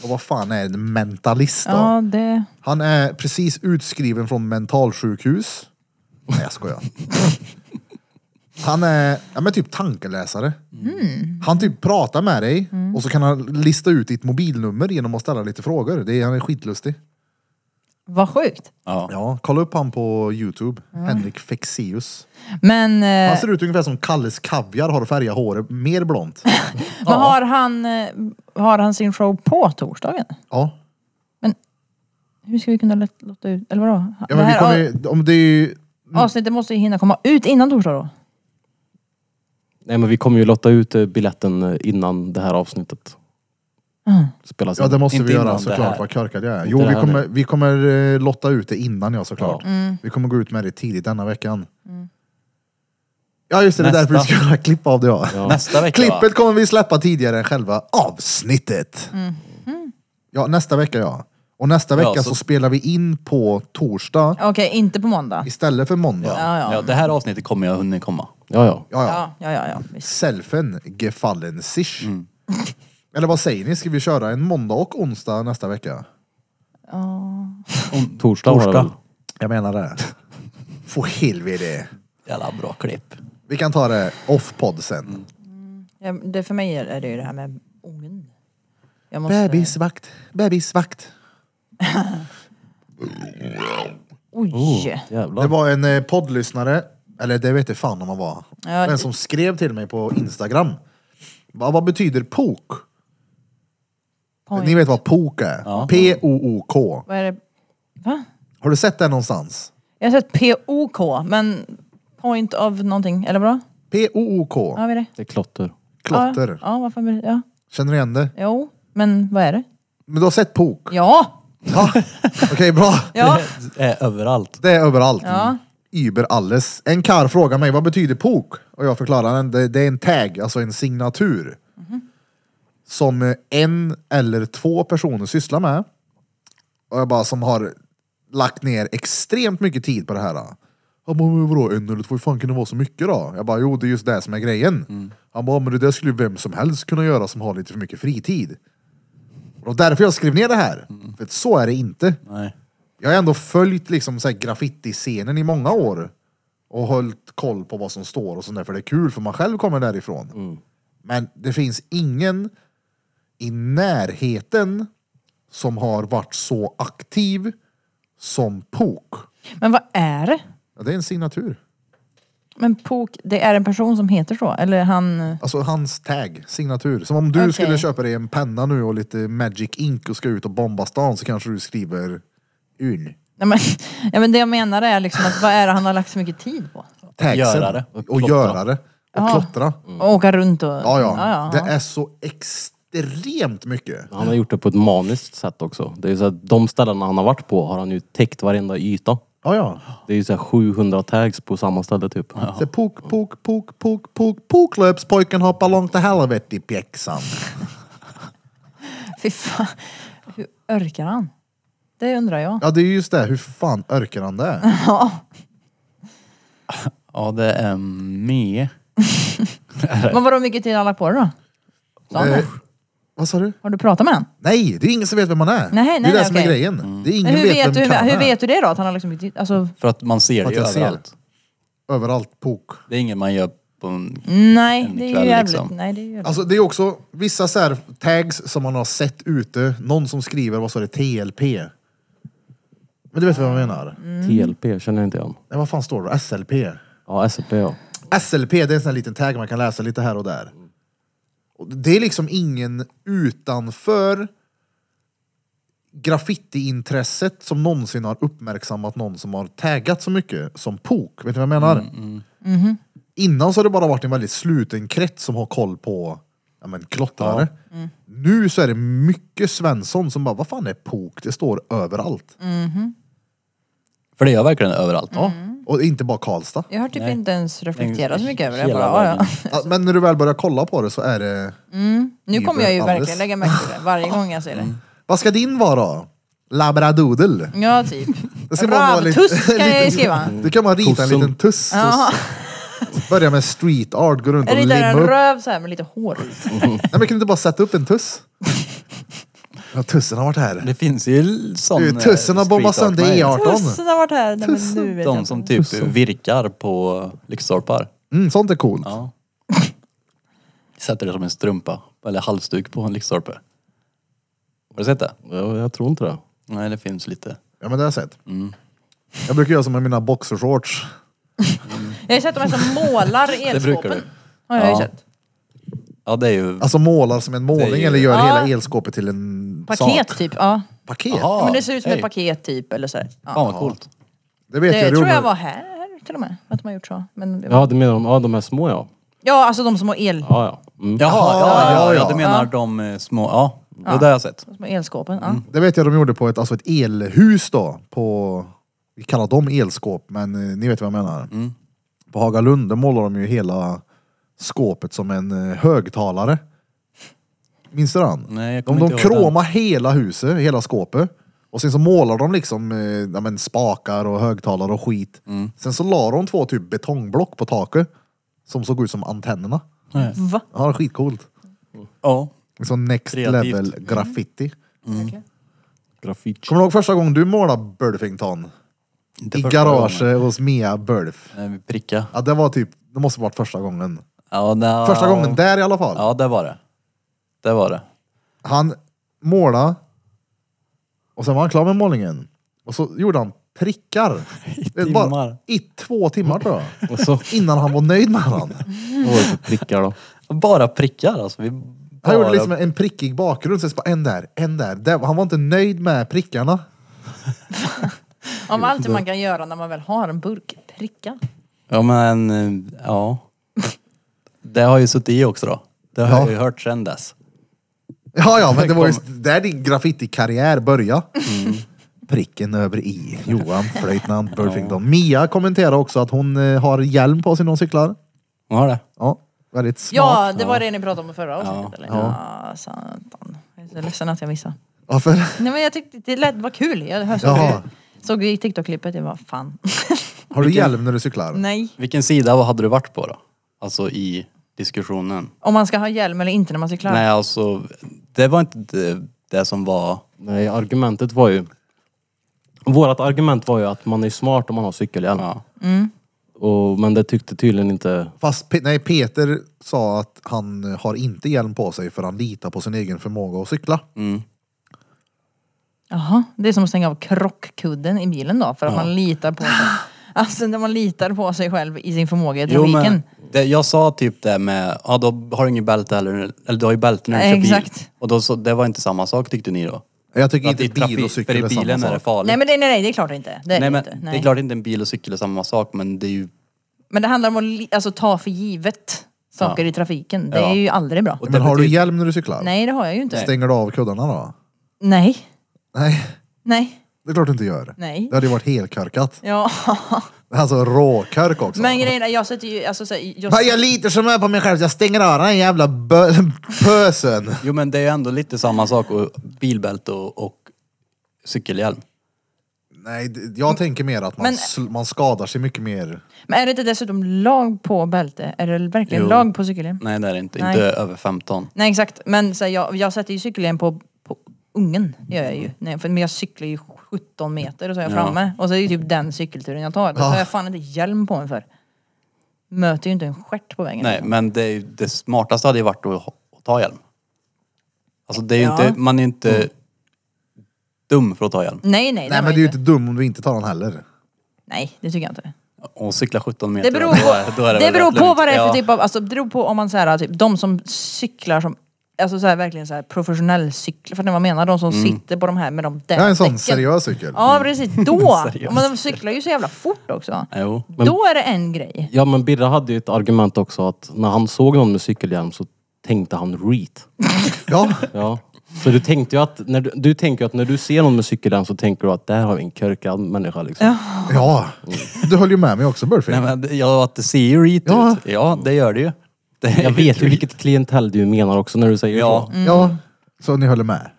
Och vad fan är en mentalist då? Ja, det... Han är precis utskriven från mentalsjukhus. Nej, jag skojar. Han är ja, men typ tankeläsare. Mm. Han typ pratar med dig och så kan han lista ut ditt mobilnummer genom att ställa lite frågor. Det är, han är skitlustig. Vad sjukt. Ja. Ja, kolla upp han på Youtube. Henrik Fexeus. Men, eh, Han ser ut ungefär som Kalles Kaviar, har färgat håret mer blont. men har, han, eh, har han sin show på torsdagen? Ja. Hur ska vi kunna låt- låta ut... Eller vadå? ja [laughs] det men vi här kommer, ju- mm. om det är ju, a- avsnittet måste ju hinna komma ut innan torsdag då. Nej men vi kommer ju lotta ut eh, biljetten eh, innan det här avsnittet spelas ja, det in. måste Inte vi göra innan det här. såklart, vad korkad jag är. Jo, det vi här kommer, vi kommer eh, lotta ut det innan ja, såklart. Ja. Mm. Vi kommer gå ut med det tidigt denna veckan. Ja just det, det är Nästa. därför vi ska göra klipp av det ja. Nästa vecka Klippet va? kommer vi släppa tidigare än själva avsnittet. Mm-hmm. Ja, nästa vecka ja. Och nästa vecka Ja, så... så- spelar vi in på torsdag Okej, inte på måndag. istället för måndag. Ja, ja. det här avsnittet kommer jag hinna komma. Ja, ja. Ja, ja. Ja, ja, ja. ja. visst. Selfen gefallen sich. [laughs] Eller vad säger ni? Ska vi köra en måndag och onsdag nästa vecka? Torsdag, var det Torsdag. väl? Jag menar det. Få helvete. Jävla bra klipp. Vi kan ta det off-podd sen. Ja, det för mig är- är det ju det här med ungen. Jag måste... Bebisvakt, bebisvakt. Oj! Jävlar. Det var en eh, poddlyssnare, eller det vet jag fan om han var. Ja, Den som skrev till mig på Instagram. Vad, vad betyder POK? Point. Ni vet vad POK är? P-O-O-K. Vad är det? Va? Har du sett det någonstans? Jag har sett POK, men point of någonting, eller vadå? P-O-O-K. Ja, vad är det? Det är klotter. Klotter. Ja, ja varför blir det? Ja. Känner du igen det? Jo, men vad är det? Men du har sett POK? Ja! Ja. Okej, bra. Ja! Det är överallt. Det är överallt. Ja. Über alles. En karl frågar mig vad betyder POK? Och jag förklarar den. Det, det är en tag, alltså en signatur. Som eh, en eller två personer sysslar med. Och jag bara som har lagt ner extremt mycket tid på det här. Han bara, men vadå en eller två? Hur fan kan det vara så mycket då? Jag bara, jo det är just det som är grejen. Han bara, men det där skulle ju vem som helst kunna göra som har lite för mycket fritid. Och därför jag skrev ner det här. För att så är det inte. Nej. Jag har ändå följt liksom så här graffiti-scenen i många år och hållit koll på vad som står och sånt där, för det är kul för man själv kommer därifrån. Men det finns ingen i närheten som har varit så aktiv som POK. Men vad är det? Ja, det är en signatur. Men POK, det är en person som heter så? Eller han... Alltså hans tag, signatur. Som om du Okej. skulle köpa dig en penna nu och lite Magic Ink och ska ut och bomba stan så kanske du skriver UN. Nej, men, [laughs] ja, men det jag menar är liksom att vad är det han har lagt så mycket tid på? Tagsen. Göra det. Och, göra det. Och klottra. Och åka runt och... Mm. Ja, ja. ja, Det är så extremt mycket. Han har gjort det på ett maniskt sätt också. Det är så att de ställena han har varit på har han ju täckt varenda yta. Ja, ja. Det är ju så här 700 tags på samma ställe typ. Så pok, pok, pok, pok, pok, poklöpspojken hoppar långt till helvete i pjäxan. Fy fan. Hur orkar han? Det undrar jag. Ja, det är just det. Hur fan orkar han det? Ja, det är med. Men vadå hur mycket tid har han lagt på det då? Sa han Eh, det? vad sa du? Har du pratat med honom? Nej, det är ingen som vet vem han är. nej, det är det nej, som är okej. grejen. Det är ingen Men hur, vet vet du, vem hur, Kalle hur är. vet du det då? Att han har liksom... Alltså, För att man ser För det att ju jag ser. överallt. Överallt pok. Det är inget man gör på en... Mm. nej, En det är ju kväll, jävligt. liksom. Nej, det är ju jävligt. Alltså det är också vissa så här tags som man har sett ute. Någon som skriver, vad sa det, TLP. Men du vet vad jag menar? Mm. TLP känner jag inte igen. Nej, vad fan står det då? SLP? Ja, SLP ja. SLP, det är en sån här liten tag man kan läsa lite här och där. Och det är liksom ingen utanför graffitiintresset som någonsin har uppmärksammat någon som har taggat så mycket som POK. Vet du vad jag menar? Innan så har det bara varit en väldigt sluten krets som har koll på ja, men, klottrare. Nu så är det mycket Svensson som bara, vad fan är POK? Det står överallt. För det gör verkligen överallt. Ja. Och inte bara Karlstad. Jag har typ Nej. inte ens reflekterat så mycket över det. Jag Hela Bara, ja, ja. världen. Ja, Men när du väl börjar kolla på det så är det... Nu kommer jag ju Alldeles. verkligen lägga märke till det varje gång jag ser Mm. det. Vad ska din vara då? Labradoodle. [laughs] Ja, typ. Det Ravtuss kan jag ju skriva. Du kan bara rita en Tussen. liten tuss. Ja. Börja med street art, gå runt och Jag ritar limma en upp. röv så här med lite hår. Nej, men kan du inte bara sätta upp en [laughs] tuss? Ja, tussen har varit här. Det finns ju sån... Du, tussen har eh, bombat street art sönder med. E18. Tussen har varit här. Nej, men nu vet jag De inte. som typ virkar på lyktstolpar. Mm, sånt är coolt. Ja. [laughs] Sätter det som en strumpa eller halsduk på en lyktstolpe. Har du sett det? Ja, jag tror inte det. Nej, det finns lite. Ja, men det har jag sett. Mm. Jag brukar göra som med mina boxershorts. Jag har ju sett de här som målar elskåpen. Det brukar du. Har jag ju Ja. sett. Ja, det är ju... Alltså målar som en målning Det är ju- eller gör Ja. hela elskåpet till en Paket sak. typ. Ja. Paket? Jaha, ja. Men det ser ut som hej. ett paket typ eller så här. Ja. Fan vad coolt. Det vet Det jag. tror gjorde- jag var här till och med. Att de har gjort så. Men, ja. Ja, du menar de, ja, de här små ja. alltså de som har el. Ja, ja. Mm. Jaha, ja, ja. ja, ja. Du menar de eh, små... Ja, det där har jag sett. De som har elskåpen. Ja. Det vet jag de gjorde på ett, alltså ett elhus då. På, vi kallar dem elskåp, men eh, ni vet vad jag menar. Mm. På Hagalund, där målar de ju hela skåpet som en eh, högtalare. Minns du den? Nej, jag de kommer de inte ihåg den. kromar hela huset, hela skåpet. Och sen så målar de liksom eh, ja, men spakar och högtalare och skit. Mm. Sen så la de två typ betongblock på taket. Som såg ut som antennerna. Va? Ja, det är skitcoolt. Ja. Liksom next Kreativt. level graffiti. Verkligen. Graffiti. Kommer du ihåg första gången du målade Burlington? Inte I första garaget gången. hos Mia Burf. Nej, vi pricka. Ja, det var typ, det måste varit första gången. Ja, na, Första gången där i alla fall. Ja, det var det. Det var det. Han målade och sen var han klar med målningen. Och så gjorde han [laughs] prickar. I timmar. I två timmar tror jag. Och så Innan han var nöjd med [laughs] han. vad var det för prickar då. Bara prickar alltså. Vi Han bara... gjorde liksom en prickig bakgrund, sen så bara en där, en där. där. Han var inte nöjd med prickarna. Om allt man kan göra när man väl har en burk. Pricka. Ja, men eh, ja. Det har ju suttit i också då. Det har Ja. jag ju hört sedan dess. Ja, ja, men det var ju där din graffitikarriär började. Mm. Pricken över i. Johan, flöjtnant, Burfington. Mia kommenterar också att hon eh, har hjälm på sig när hon cyklar. Hon har det. Ja, väldigt smart. Ja, det var det ni pratade om i förra avsnittet. eller? Ja, satan. Jag är så ledsen att jag missade. Varför? Nej men jag tyckte det lät, var kul. Jag såg, Jaha. det, såg i TikTok-klippet, jag bara fan. [laughs] Har du hjälm när du cyklar? Nej. Vilken sida hade du varit på då? Alltså i diskussionen. Om man ska ha hjälm eller inte när man cyklar. Nej, alltså. Det var inte det, det som var... Nej, argumentet var ju... Vårat argument var ju att man är smart om man har cykelhjälm. Ja. Och, men det tyckte tydligen inte... Fast Pe- nej, Peter sa att han eh, har inte hjälm på sig för han litar på sin egen förmåga att cykla. Mm. Jaha, det är som att stänga av krockkudden i bilen då för att man litar [gasps] på sig. Alltså när man litar på sig själv i sin förmåga i trafiken. det, jag sa typ det med, ja då har du inget bälte heller, eller du har ju bälte när du Nej, kör bil. exakt. Och då så, det var inte samma sak tyckte ni då? Jag tycker Att i inte bil och trafik- cykel för är i bilen samma är det sak. farligt. Nej men det, nej, nej det är klart inte. Det Nej, är, det men inte. det är klart inte en bil och cykel är samma sak men det är ju... men det handlar om att li, alltså, ta för givet saker i trafiken. Det Ja. är ju aldrig bra. Och Men det har du betyder- hjälm när du cyklar? Nej det har jag ju inte. Stänger du av kuddarna då? Nej. Nej, Nej. det är klart du inte gör. Nej. Det hade ju varit helkörkat. Ja. [laughs] Alltså råkörk också. Men grejen är, jag sätter ju, alltså så, här, jag, Men jag litar så mycket på mig själv så jag stänger av den här jävla bö- [laughs] pösen. Jo men det är ju ändå lite samma sak och bilbälte och, och cykelhjälm. Nej, d- jag tänker mer att man, Men- sl- man skadar sig mycket mer. Men är det inte dessutom lag på bälte? Är det verkligen Jo. lag på cykelhjälm? Nej det är det inte, Nej. inte över 15. Nej exakt, men så här, jag, jag sätter ju cykelhjälm på, på ungen. gör jag ju. Nej, för, men jag cyklar ju 17 meter och så är jag Ja. framme. Och så är det ju typ den cykelturen jag tar. Då Ja. har jag fan inte hjälm på mig för. Möter ju inte en stjärt på vägen. Nej men det, är ju- det smartaste hade ju varit att, ha- att ta hjälm. Alltså det är ju Ja. inte, man är ju inte dum för att ta hjälm. Nej, nej, det Nej var men du är ju inte. inte dum om du inte tar den heller. nej, det tycker jag inte. Och cykla 17 meter. Det beror då är- på, då är det väl beror rätt på lugnt. vad det är Ja. för typ av, alltså det beror på om man så här, typ de som cyklar som, alltså så här, verkligen så här professionell cyklar, för det man menar, de som sitter på de här med de där Jag är en sån däcken. seriös cykel. Ja precis, då! Seriös. Men de cyklar ju så jävla fort också. Jo. Då är det en grej. Ja, men Birra hade ju ett argument också att när han såg någon med cykelhjälm så tänkte han reet. Ja, Ja. Så du tänkte ju att när du, du tänker ju att när du ser någon med cykelhjälm så tänker du att där har vi en körkad människa liksom. Ja, du höll ju med mig också Burfing. Nej men det- ja, att det ser ju reet Ja. ut. Ja, det gör det ju. Det är [laughs] Jag vet ju reet. vilket klientell du menar också när du säger Ja, så. Ja, så ni höll med.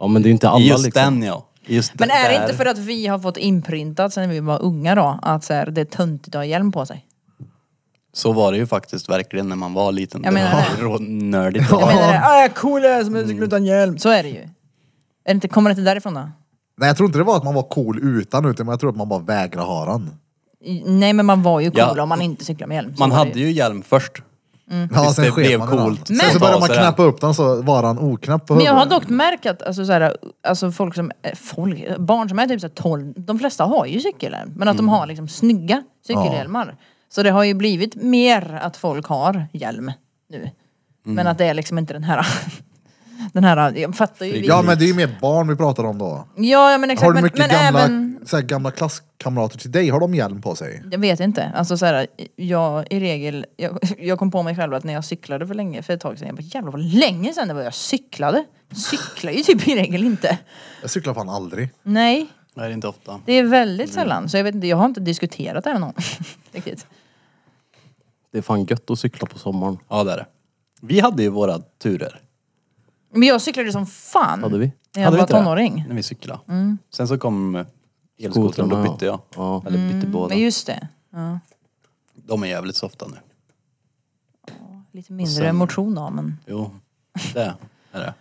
Ja men det är ju inte alla just liksom. den ja. Just Men är det där. inte för att vi har fått inprintat sen vi var unga då, att så här, det är töntigt att ha hjälm på sig? Så var det ju faktiskt verkligen när man var liten. Jag menar det var nördigt. Jag menar det, ah, jag är cool jag är som en Mm. cykel utan hjälm. Så är det ju. Är det inte, kommer det inte därifrån då? Nej jag tror inte det var att man var cool utan utan men jag tror att man bara vägrade ha den. Mm. I- Nej men man var ju cool Ja. om man inte cyklade med hjälm. Så Man var det hade ju hjälm först. Ja, Visst, det sket blev man i den. coolt. Sen Men- så började man Ta sig den. knäppa upp den så var den oknäpp på Men jag har huvudet. dock märkt att alltså, så här, alltså, folk som, eh, folk, barn som är typ så här 12, de flesta har ju cykelhjälm. Men att Mm. de har liksom snygga cykelhjälmar. Så det har ju blivit mer att folk har hjälm nu. Mm. Men att det är liksom inte den här, [laughs] den här, jag fattar ju. Ja Ja, men det är ju mer barn vi pratar om då. ja men exakt. Har du men, mycket men gamla, även, så här, gamla klasskamrater till dig, har de hjälm på sig? jag vet inte. Alltså så här, jag i regel, jag, jag kom på mig själv att när jag cyklade för länge, för ett tag sedan, jag bara jävlar vad länge sedan det var jag cyklade. Cyklar ju typ i regel inte. Jag cyklar fan aldrig. Nej. Det är inte ofta. Det är väldigt sällan. Så jag vet inte, jag har inte diskuterat det här med någon. [laughs] Riktigt. Det är fan gött att cykla på sommaren. Ja, det är det. Vi hade ju våra turer Men jag cyklade som fan. Hade vi? När jag Hade vi var inte det? tonåring. Mm. när vi cyklade. Sen så kom elskotern, Skotrarna, då ja. bytte jag. Ja. Eller bytte båda. Mm. Men just det. Ja. De är jävligt softa nu. Lite mindre Sen- motion då, men Jo, det är det.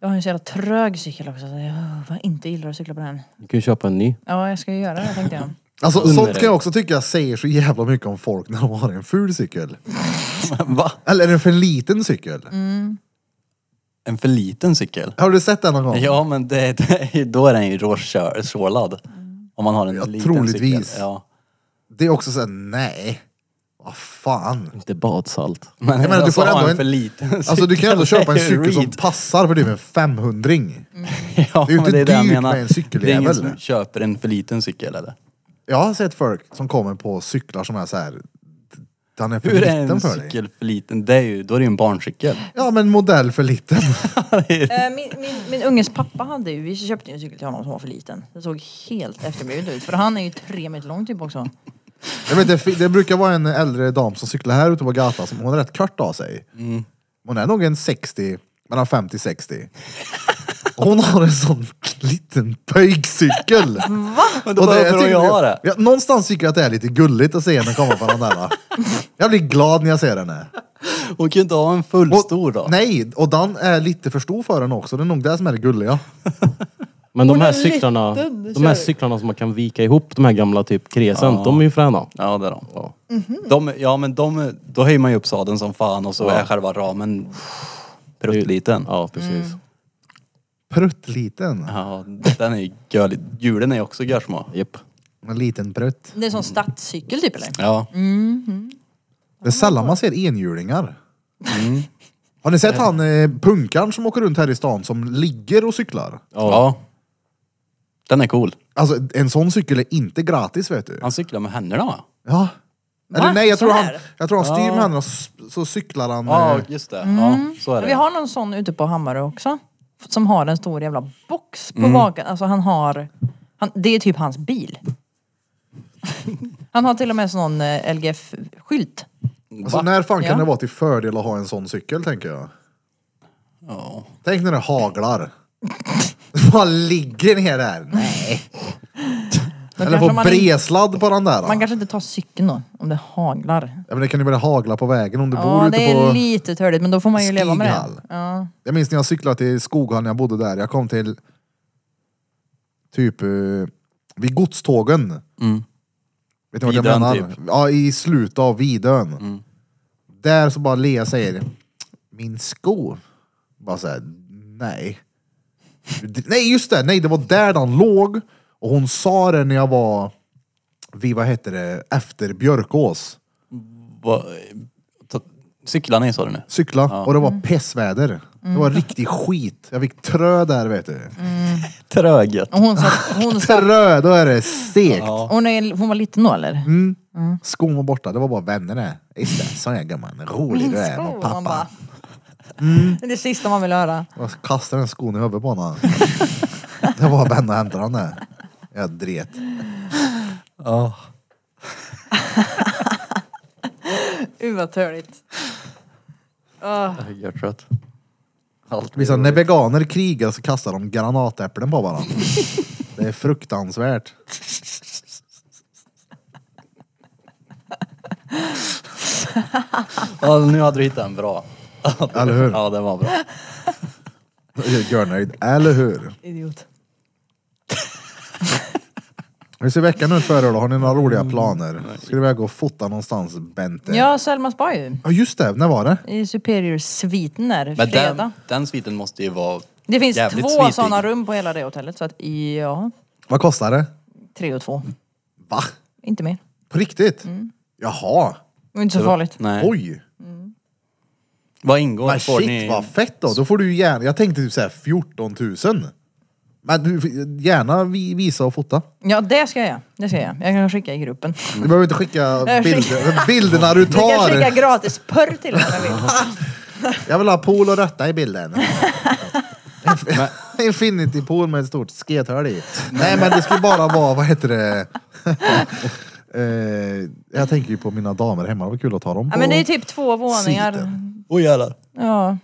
jag har ju en så jävla trög cykel också. Så jag vad inte gillar att cykla på den. Du kan ju köpa en ny. Ja, jag ska ju göra det tänkte jag. Alltså Under sånt kan det. jag också tycka säger så jävla mycket om folk när de har en ful cykel. [laughs] Va? Eller en för liten cykel. Mm. En för liten cykel? Har du sett den någon gång? Ja, men det, det, då är den ju råsålad. Mm. Om man har en Ja, liten troligtvis. cykel. Ja, Det är också såhär, nej. Vad [laughs] fan. Inte badsalt. Men Jag menar, du alltså, får ha ändå en en- för liten [laughs] cykel. Alltså du kan ändå köpa en det är ju cykel som reed. passar för typ en 500 Mm. Ja, Det är ju men inte jag dyrt menar. med en Det är cykeljävel. ingen som köper en för liten cykel eller? Jag har sett folk som kommer på cyklar som är så här. Den är för Hur är liten en för dig. cykel för liten? Det är ju, då är det ju en barncykel. Ja men modell för liten. Eh, Min, min, min unges pappa hade ju, vi köpte ju en cykel till honom som var för liten. Den såg helt efterbliven ut. För han är ju tre meter lång typ också. Jag vet, det, det brukar vara en äldre dam som cyklar här ute på gatan som hon är rätt kort av sig. Mm. Hon är nog en 60, mellan 50-60. Hon har en sån liten pöjkcykel. Men då behöver hon ju ha det. Ja, någonstans tycker jag att det är lite gulligt att se henne komma på den [laughs] där. Jag blir glad när jag ser henne. Hon kan ju inte ha en Och- fullstor då. Nej, och den är lite för stor för henne också. Det är nog det som är det gulliga. Men de Hon här är cyklarna, liten, de här cyklarna som man kan vika ihop, de här gamla typ kresen, de är ju fräna. Ja, det är de. Mm-hmm. de ja, men de, då höjer man ju upp sadeln som fan och så är själva ramen pruttliten. Ja. Ja, precis. Mm. Pruttliten. den är ju görlig. Hjulen är ju också görsmå. Japp. En liten prutt. Det är en sån stadscykel typ eller? Ja. Det är sällan man ser enhjulingar. Mm. Har ni sett han eh, punkaren som åker runt här i stan som ligger och cyklar? ja. Den är cool. Alltså en sån cykel är inte gratis vet du. Han cyklar med händerna va? Ja. Eller Va? nej, jag Så tror han, här? jag tror han styr med händerna s- så cyklar han. Ja, eh, just det. Ja, så är det. Mm. Vi har någon sån ute på Hammarö också. f- Som har en stor jävla box Mm. på baken. Alltså han har... Han, det är typ hans bil. han har till och med sån eh, LGF-skylt. Alltså när fan kan Ja. det vara till fördel att ha en sån cykel tänker jag? Ja. Tänk när det haglar. [laughs] Vad ligger ner där? Nej. Då Eller kanske få man, bresladd på den där. då. man kanske inte tar cykeln då, om det haglar. Ja, men det kan ju börja hagla på vägen om du bor Ja, ute det på... är lite törligt men då får man ju leva med Stighall. det. Ja. Jag minns när jag cyklade till Skoghall när jag bodde där. Jag kom till typ eh, vid godstågen. Vet ni vad jag Mm. Vidön, menar? typ. Mm. Ja, i slutet av Vidön. Där så bara Lea säger, min sko. Bara såhär, nej. nej just det, nej det var där den låg. Och hon sa det när jag var vid, vad heter det, efter Björkås. Va, ta, cyklar ni sa du nu? Cykla. Och det var pessväder. Det var riktig skit. Jag fick trö där vet du. Tröget. Och hon, satt, [laughs] hon, satt, Trö, då är det segt. hon, är, hon var liten då eller? Skon var borta, det var bara vänner det. Just det, sa jag gumman. Rolig du är med Man bara, pappa. Mm. [laughs] Det är det sista man vill höra. Jag kastade den skon i huvudet på honom. [laughs] det var Ben och hämtade den där. Jag dret. Ja. Uh vad töligt. Åh, Jag är görtrött. Allt Det blir så, när veganer krigar så kastar de granatäpplen på varandra. Det är fruktansvärt. Ja, nu hade du hittat en bra. Eller hur? Ja, den var bra. Jag är görnöjd, eller hur? idiot. Hur ser veckan ut för er då? Har ni några roliga planer? Ska du iväg och fota någonstans, Bente? Ja, Selmas bar ju. Ja, just det, när var det? I Superior-sviten där, Men fredag. den, den sviten måste ju vara... Det finns jävligt två svitig. sådana rum på hela det hotellet så att ja, Vad kostar det? tre och två. Va? Inte mer. På riktigt? Jaha, Det var Inte så farligt. Nej. oj. Vad ingår? Men Får shit ni... vad fett då. Då får du ju gärna, jag tänkte typ såhär 14 000. Men du, gärna vi, visa och fota. Ja, det ska jag göra. Det ska jag göra. Jag kan skicka i gruppen. Du behöver inte [laughs] skicka Jag bilder, bilderna du Mm. Du kan skicka tar. gratis purr till om jag vill. [laughs] Jag vill ha pool och rötta i [laughs] bilden. Inf- [laughs] Infinity pool med ett stort skethål i. Nej men det ska ju bara vara, vad heter det? [laughs] Eh, jag tänker ju på mina damer hemma, det var kul att ta dem på Ja, men det är typ två våningar. sviten. Oj jävlar. Ja.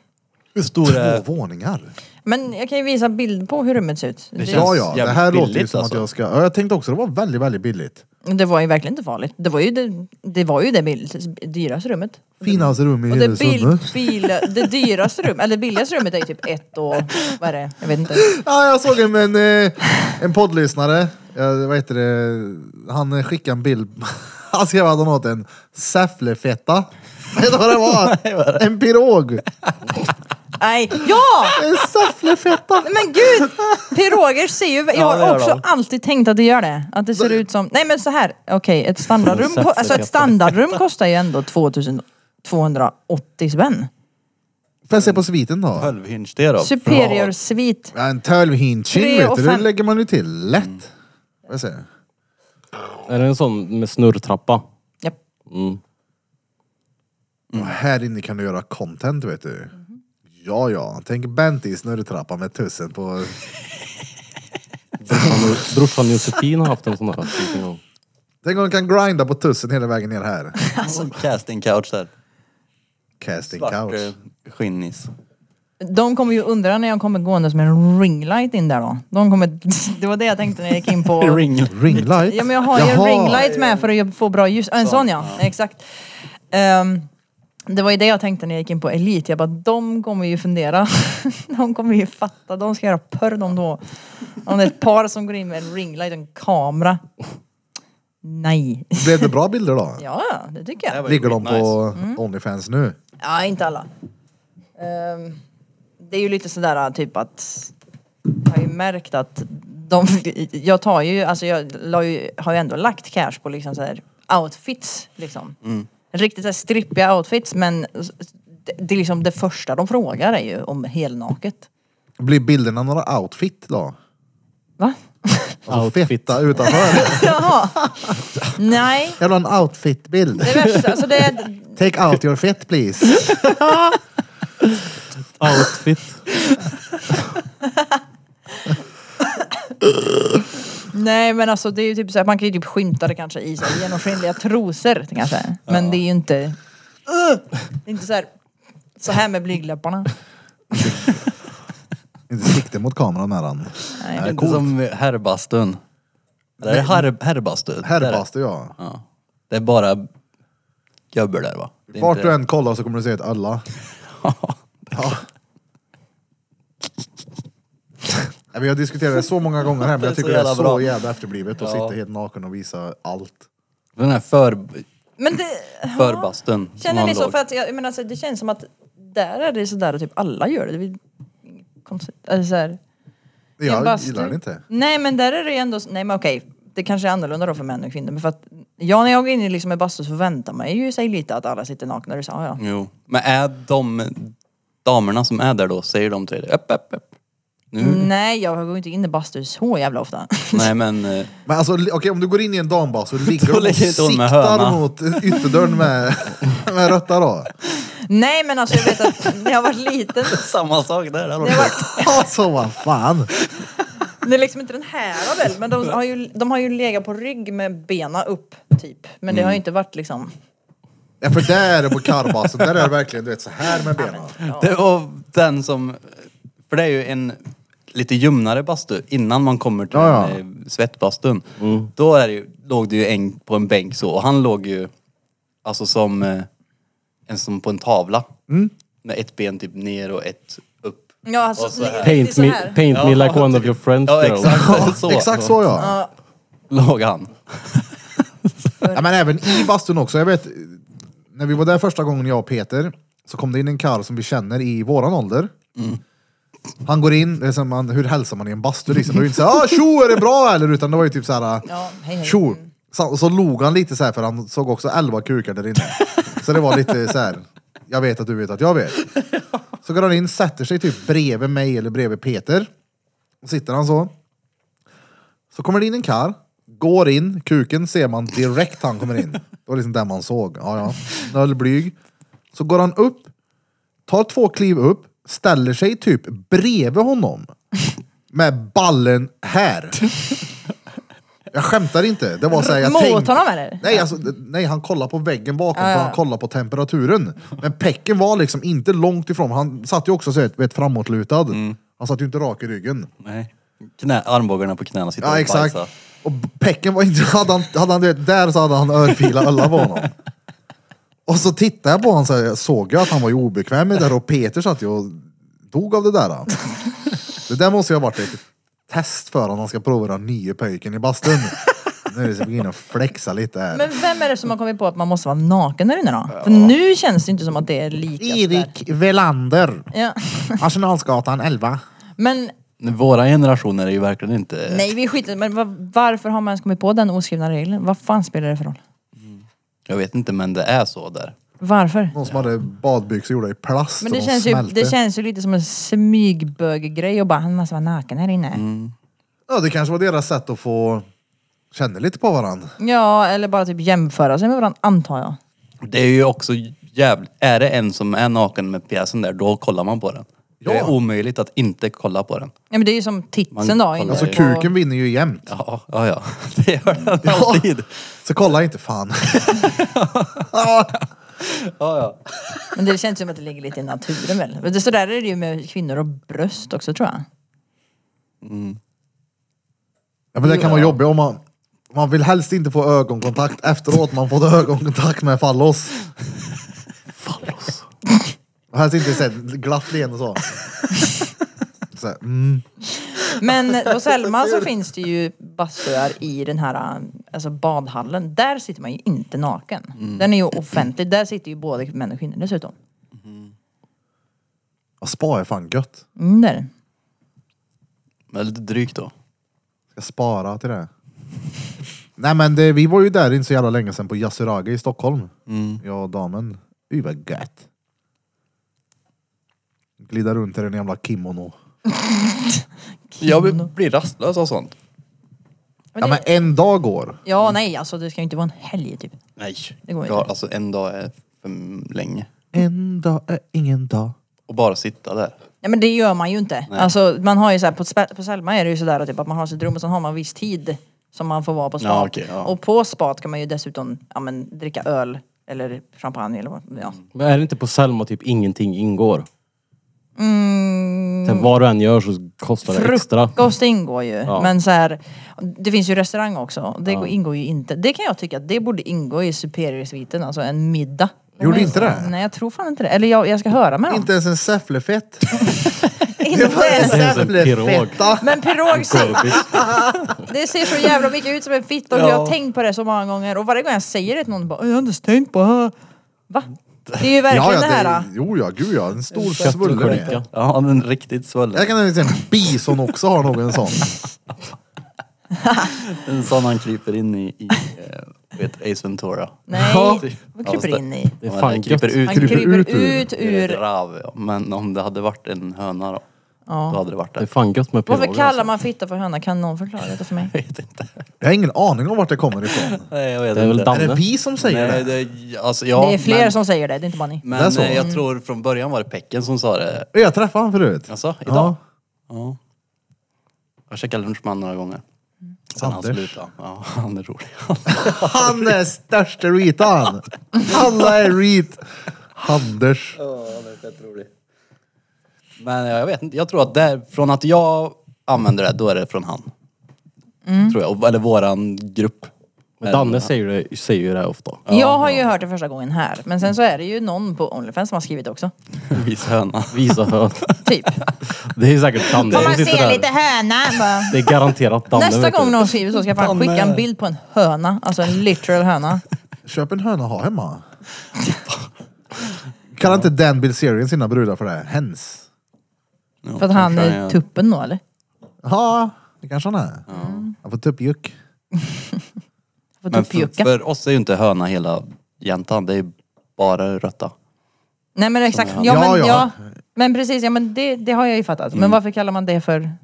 Hur typ- stor är... Två våningar. Men jag kan ju visa bild på hur rummet ser ut. Det, känns- Ja ja, det jävligt här låter ju billigt, som alltså. att jag ska, ja, jag tänkte också det var väldigt väldigt billigt. det var ju verkligen inte farligt. Det var ju det, det, var ju det bild, dyraste rummet. Finaste rum i Och det, Hedesunda. bil, bil, det dyraste rummet, eller det billigaste rummet är ju typ ett och... Vad är det? Jag vet inte. Ja, jag såg en, en, eh, en poddlyssnare. Ja, vad heter det? Han eh, skickade en bild. [laughs] Han skrev att han åt en säfflefetta. Vet du vad det [laughs] var? En pirog. Nej, ja! En säfflefetta. Nej, Men gud! Piroger ser ju... Jag det har gör också de. alltid tänkt att det gör det. Att det ser ut som... Nej men så här. okej ett standardrum... ko- Alltså ett standardrum kostar ju ändå 2280 spänn. Får jag se på sviten då? Hölvhynch det då? Superior svit. Ja, en tölvhinching Tre vet och du. Det fem. lägger man ju till lätt. Får jag se? Är det en sån med snurrtrappa? Japp. Och Här inne kan du göra content vet du. Ja, ja. Tänk Bente i snurrtrappa med tussen på... Brorsan, brorsan Josefin har haft en sån här typ en gång. Tänk om du kan grinda på tussen hela vägen ner [laughs] här. Alltså. Casting couch där. Casting Svart eh, couch. skinnis. De kommer ju undra när jag kommer gående med en ringlight in där då. De kommer... [laughs] Det var det jag tänkte när jag gick [laughs] in på... Ring. Ringlight? Ja men jag har ju en Jaha. ringlight med för att få bra ljus. En sån ja, exakt. Ehm, det var ju det jag tänkte när jag gick in på Elite. Jag bara, de kommer ju fundera. [laughs] De kommer ju fatta. De ska göra pörr de då. Om det är ett par som går in med en ringlight och en kamera. Nej. Blev det bra bilder då? Ja, det tycker jag. Ligger de på Mm. Onlyfans nu? Ja, inte alla. Ehm, det är ju lite sådär typ att jag har ju märkt att de, jag tar ju, alltså jag la ju, har ju ändå lagt cash på liksom såhär outfits liksom. Riktigt såhär strippiga outfits men s- det, det är liksom det första de frågar är ju om helnaket. Blir bilderna några outfit då? Va? Alltså Outfit. fetta utanför. Jaha. Nej. Jag vill ha en outfit-bild. Det värsta, alltså det är, Take out your fit please. Outfit. Nej men alltså det är ju typ såhär, man kan ju typ skymta det kanske i så här genomskinliga trosor kanske. Men det är ju inte... Ugh! Det är inte såhär, så här med blygdläpparna. Inte sikte mot kameran med den. Det är inte som herrbastun. Det är herr, herrbastun. Herrbastu ja. Ja. Det är bara göbbor där va? Det är Vart inte- du än kollar så kommer du se ett [laughs] ölla. Ja. Nej, men Jag diskuterade det så många gånger här men Det är jag tycker så det är jävla så bra. jävla efterblivet att Ja. sitta helt naken och visa allt. Den här för, Men det... förbastun. som Känner han ni så? låg. För att jag, jag menar, alltså, det känns som att där är det sådär att typ alla gör det. det är väl inget konstigt. Alltså, så här, i en Jag bastu. gillar det inte. Nej men där är det ju ändå, s- nej men okej. Det kanske är annorlunda då för män och kvinnor. Men för att jag när jag går in i liksom en bastu så förväntar man ju sig lite att alla sitter nakna. Och så, ja, ja. Jo. Men är de damerna som är där då, säger de till dig upp, upp, upp. Nu. Nej jag går inte in i bastu så jävla ofta. Nej men, eh, Men alltså li- okej om du går in i en [laughs] dambastu ligger Då de och lägger inte hon med siktar höna. mot ytterdörren med, med rötta då. Nej men alltså jag vet att när jag var liten, [laughs] Samma sak där. Det när jag var... var, Alltså vad fan. det är liksom inte den här väl, men de har, ju, de har ju legat på rygg med bena upp typ. Men Mm. det har ju inte varit liksom, Ja, för där är på karbasen, där är det verkligen du vet så här med benen. det var den som... För det är ju en lite ljumnare bastu innan man kommer till Ja, ja. Mm. eh, svettbastun. Då är det ju, låg det ju en på en bänk så och han låg ju alltså som, eh, en, som på en tavla. Mm. Med ett ben typ ner och ett upp. ja alltså, Och så här. ligger riktigt Paint så me, här. paint me Ja, like one of your friends Ja girl. exakt, [laughs] så, Ja, exakt så ja. Ja, låg han. ja. Men även i bastun också. Jag vet, när vi var där första gången jag och Peter så kom det in en karl som vi känner i våran ålder. Han går in, det är som man, hur hälsar man i en bastu liksom? Det är ju inte såhär ah, tjo är det bra eller? Utan det var ju typ såhär Ja, hej, hej. tjo. Så, och så log han lite såhär för han såg också elva kukar där inne. Så det var lite såhär, jag vet att du vet att jag vet. Så går han in, sätter sig typ bredvid mig eller bredvid Peter. Och sitter han så. Så kommer det in en kar, går in, kuken ser man direkt han kommer in. Det var liksom där man såg. Ja, ja. Nöllblyg. Så går han upp, tar två kliv upp, ställer sig typ bredvid honom. Med ballen här. Jag skämtar inte. Det var så här, jag Mot tänk- honom, eller? Nej, alltså, d- nej, han kollade på väggen bakom Ja, ja. för han kollade på temperaturen. Men pecken var liksom inte långt ifrån. Han satt ju också så här, vet, framåtlutad. Han satt ju inte rak i ryggen. Nej. Knä, armbågarna på knäna sitter Ja och exakt. bajsar. Och pecken var inte, hade han, hade han du vet, där så hade han örfilat alla på honom. Och så tittade jag på honom så här, jag såg jag att han var ju obekväm med det där och Peter satt ju och dog av det där. då. Det där måste ju ha varit ett test för honom, han ska prova den nya pöjken i bastun. Nu är det så att gå in och flexa lite här. Men vem är det som har kommit på att man måste vara naken där inne då? För nu känns det inte som att det är lika sådär. Velander, Ja. Arsenalsgatan 11. Men Våra generationer är ju verkligen inte... nej vi skiter men va- varför har man ens kommit på den oskrivna regeln? Vad fan spelar det för roll? Jag vet inte men det är så där. Varför? Någon som hade badbyxor gjorda i plast Men och det de känns, ju, smälte. det känns ju lite som en smygböggrej och bara han måste vara naken här inne. Mm. Ja, det kanske var deras sätt att få känna lite på varandra. Ja, eller bara typ jämföra sig med varandra antar jag. Det är ju också jävligt... Är det en som är naken med pjäsen där, då kollar man på den. Det är Ja. omöjligt att inte kolla på den. Ja, men det är ju som titsen Man då. kollar inte? Alltså Ja. kuken vinner ju jämt. [laughs] Ja, ja, ja. [laughs] Det gör den Ja. alltid. Så kolla inte fan. Men det känns som att det ligger lite i naturen väl. Men det, så där är det ju med kvinnor och bröst också tror jag. Ja, men det kan vara jobbigt om man, man vill helst inte få ögonkontakt efteråt man fått ögonkontakt med fallos. [laughs] Fallos. Och helst inte så här glatt leende så. [laughs] så här, mm. Men [laughs] hos Selma så finns det ju bastuar i den här alltså badhallen. Där sitter man ju inte naken. Mm. Den är ju offentlig. Där sitter ju både män och kvinnor dessutom. Ja, spa är fan gött. Mm, där. Men lite drygt då. Ska spara till det. Nej men det, vi var ju där inte så jävla länge sedan på Yasuragi i Stockholm. Mm. Jag och damen. Fy vad gött. Glida runt i den jävla kimono. Jag blir- blir rastlös av sånt. Men Ja men det, en dag går. ja, nej alltså det ska ju inte vara en helg typ. Nej. Det går jag, har- inte. Alltså en dag är för länge. En dag är ingen dag. Och bara sitta där. Nej men det gör man ju inte. Alltså man har ju så här, på, spa- på Selma är det ju sådär typ, att man har sitt rum och sen har man viss tid som man får vara på spat. Ja, okej, ja. Och på spat kan man ju dessutom ja, men, dricka öl eller champagne eller vad. Ja. Men är det inte på Selma typ ingenting ingår? Mm. Vad du än gör så kostar det extra. Frukost ingår ju. Ja. Men så här, det finns ju restaurang också. Det går- ingår ju inte. Det kan jag tycka att det borde ingå i superior-sviten, alltså en middag. Gjorde Men- inte det? Nej jag tror fan inte det. Eller jag, jag ska höra med dem. Inte ens en säfflefett. [laughs] Inte [laughs] ens. ens en pirog. Men pirog ser, det ser så jävla mycket ut som en fitta och jag har tänkt på det så många gånger och varje gång jag säger det till någon bara Jag har inte ens tänkt på det. Va? Det är ju verkligen Ja, ja, det här. det, jo ja, gud ja. En stor Kött och svulle det. gurka. Ja, en riktigt Jag svullen. kan nämligen säga att bison också har någon sån. En sån han kryper in i, i eh, vet, Ace Ventura. Nej, Ja. vad kryper in i? Det Ja, är men fan han kryper gött. ut Han ur- kryper ut ur- ut ur ett ur... rav. Ja. Men om det hade varit en höna då. Då hade det varit Det är det. fan gött med Varför piroger, kallar alltså. man fitta för höna? Kan någon förklara det för mig? Jag vet inte. Jag har ingen aning om vart det kommer ifrån. Nej, jag vet Det är väl inte. damm- Är det vi som säger Nej, det? det, alltså, ja, det är fler men, som säger det, det är inte bara ni. Det är Men så. eh, jag tror från början var det Pecken som sa det. Jag träffade han förut. Alltså, idag? Ja. Ja. Jag käkade lunch med honom några gånger. Sen han Anders. slutade. Ja, [laughs] han är rolig. Han är största reetan. Alla är reet. Anders. Men jag vet inte, jag tror att där, från att jag använder det, då är det från han. Tror jag, eller våran grupp. Men Danne säger, det, säger ju det ofta. jag har ju hört det första gången här, men sen så är det ju någon på Onlyfans som har skrivit det också. [laughs] Vis höna. [laughs] Visa högt. Typ. Det är säkert Danne Får man som sitter se där. lite höna? Bara. Det är garanterat Danne. Nästa vet du. gång någon skriver så ska jag fan skicka en bild på en höna. Alltså en literal höna. Köp en höna och ha hemma. Kallar inte Dan Bilzerian sina brudar för det? Hens. Ja, För att han kanske är tuppen då eller? Ja, det kanske han är. Han får tuppjuck. Får Men för, tuppjucka. för oss är ju inte höna hela jäntan, det är bara rötta. Nej men exakt. Ja, Ja, men, ja. ja. men precis, ja, men det, det har jag ju fattat. Men varför kallar man det för...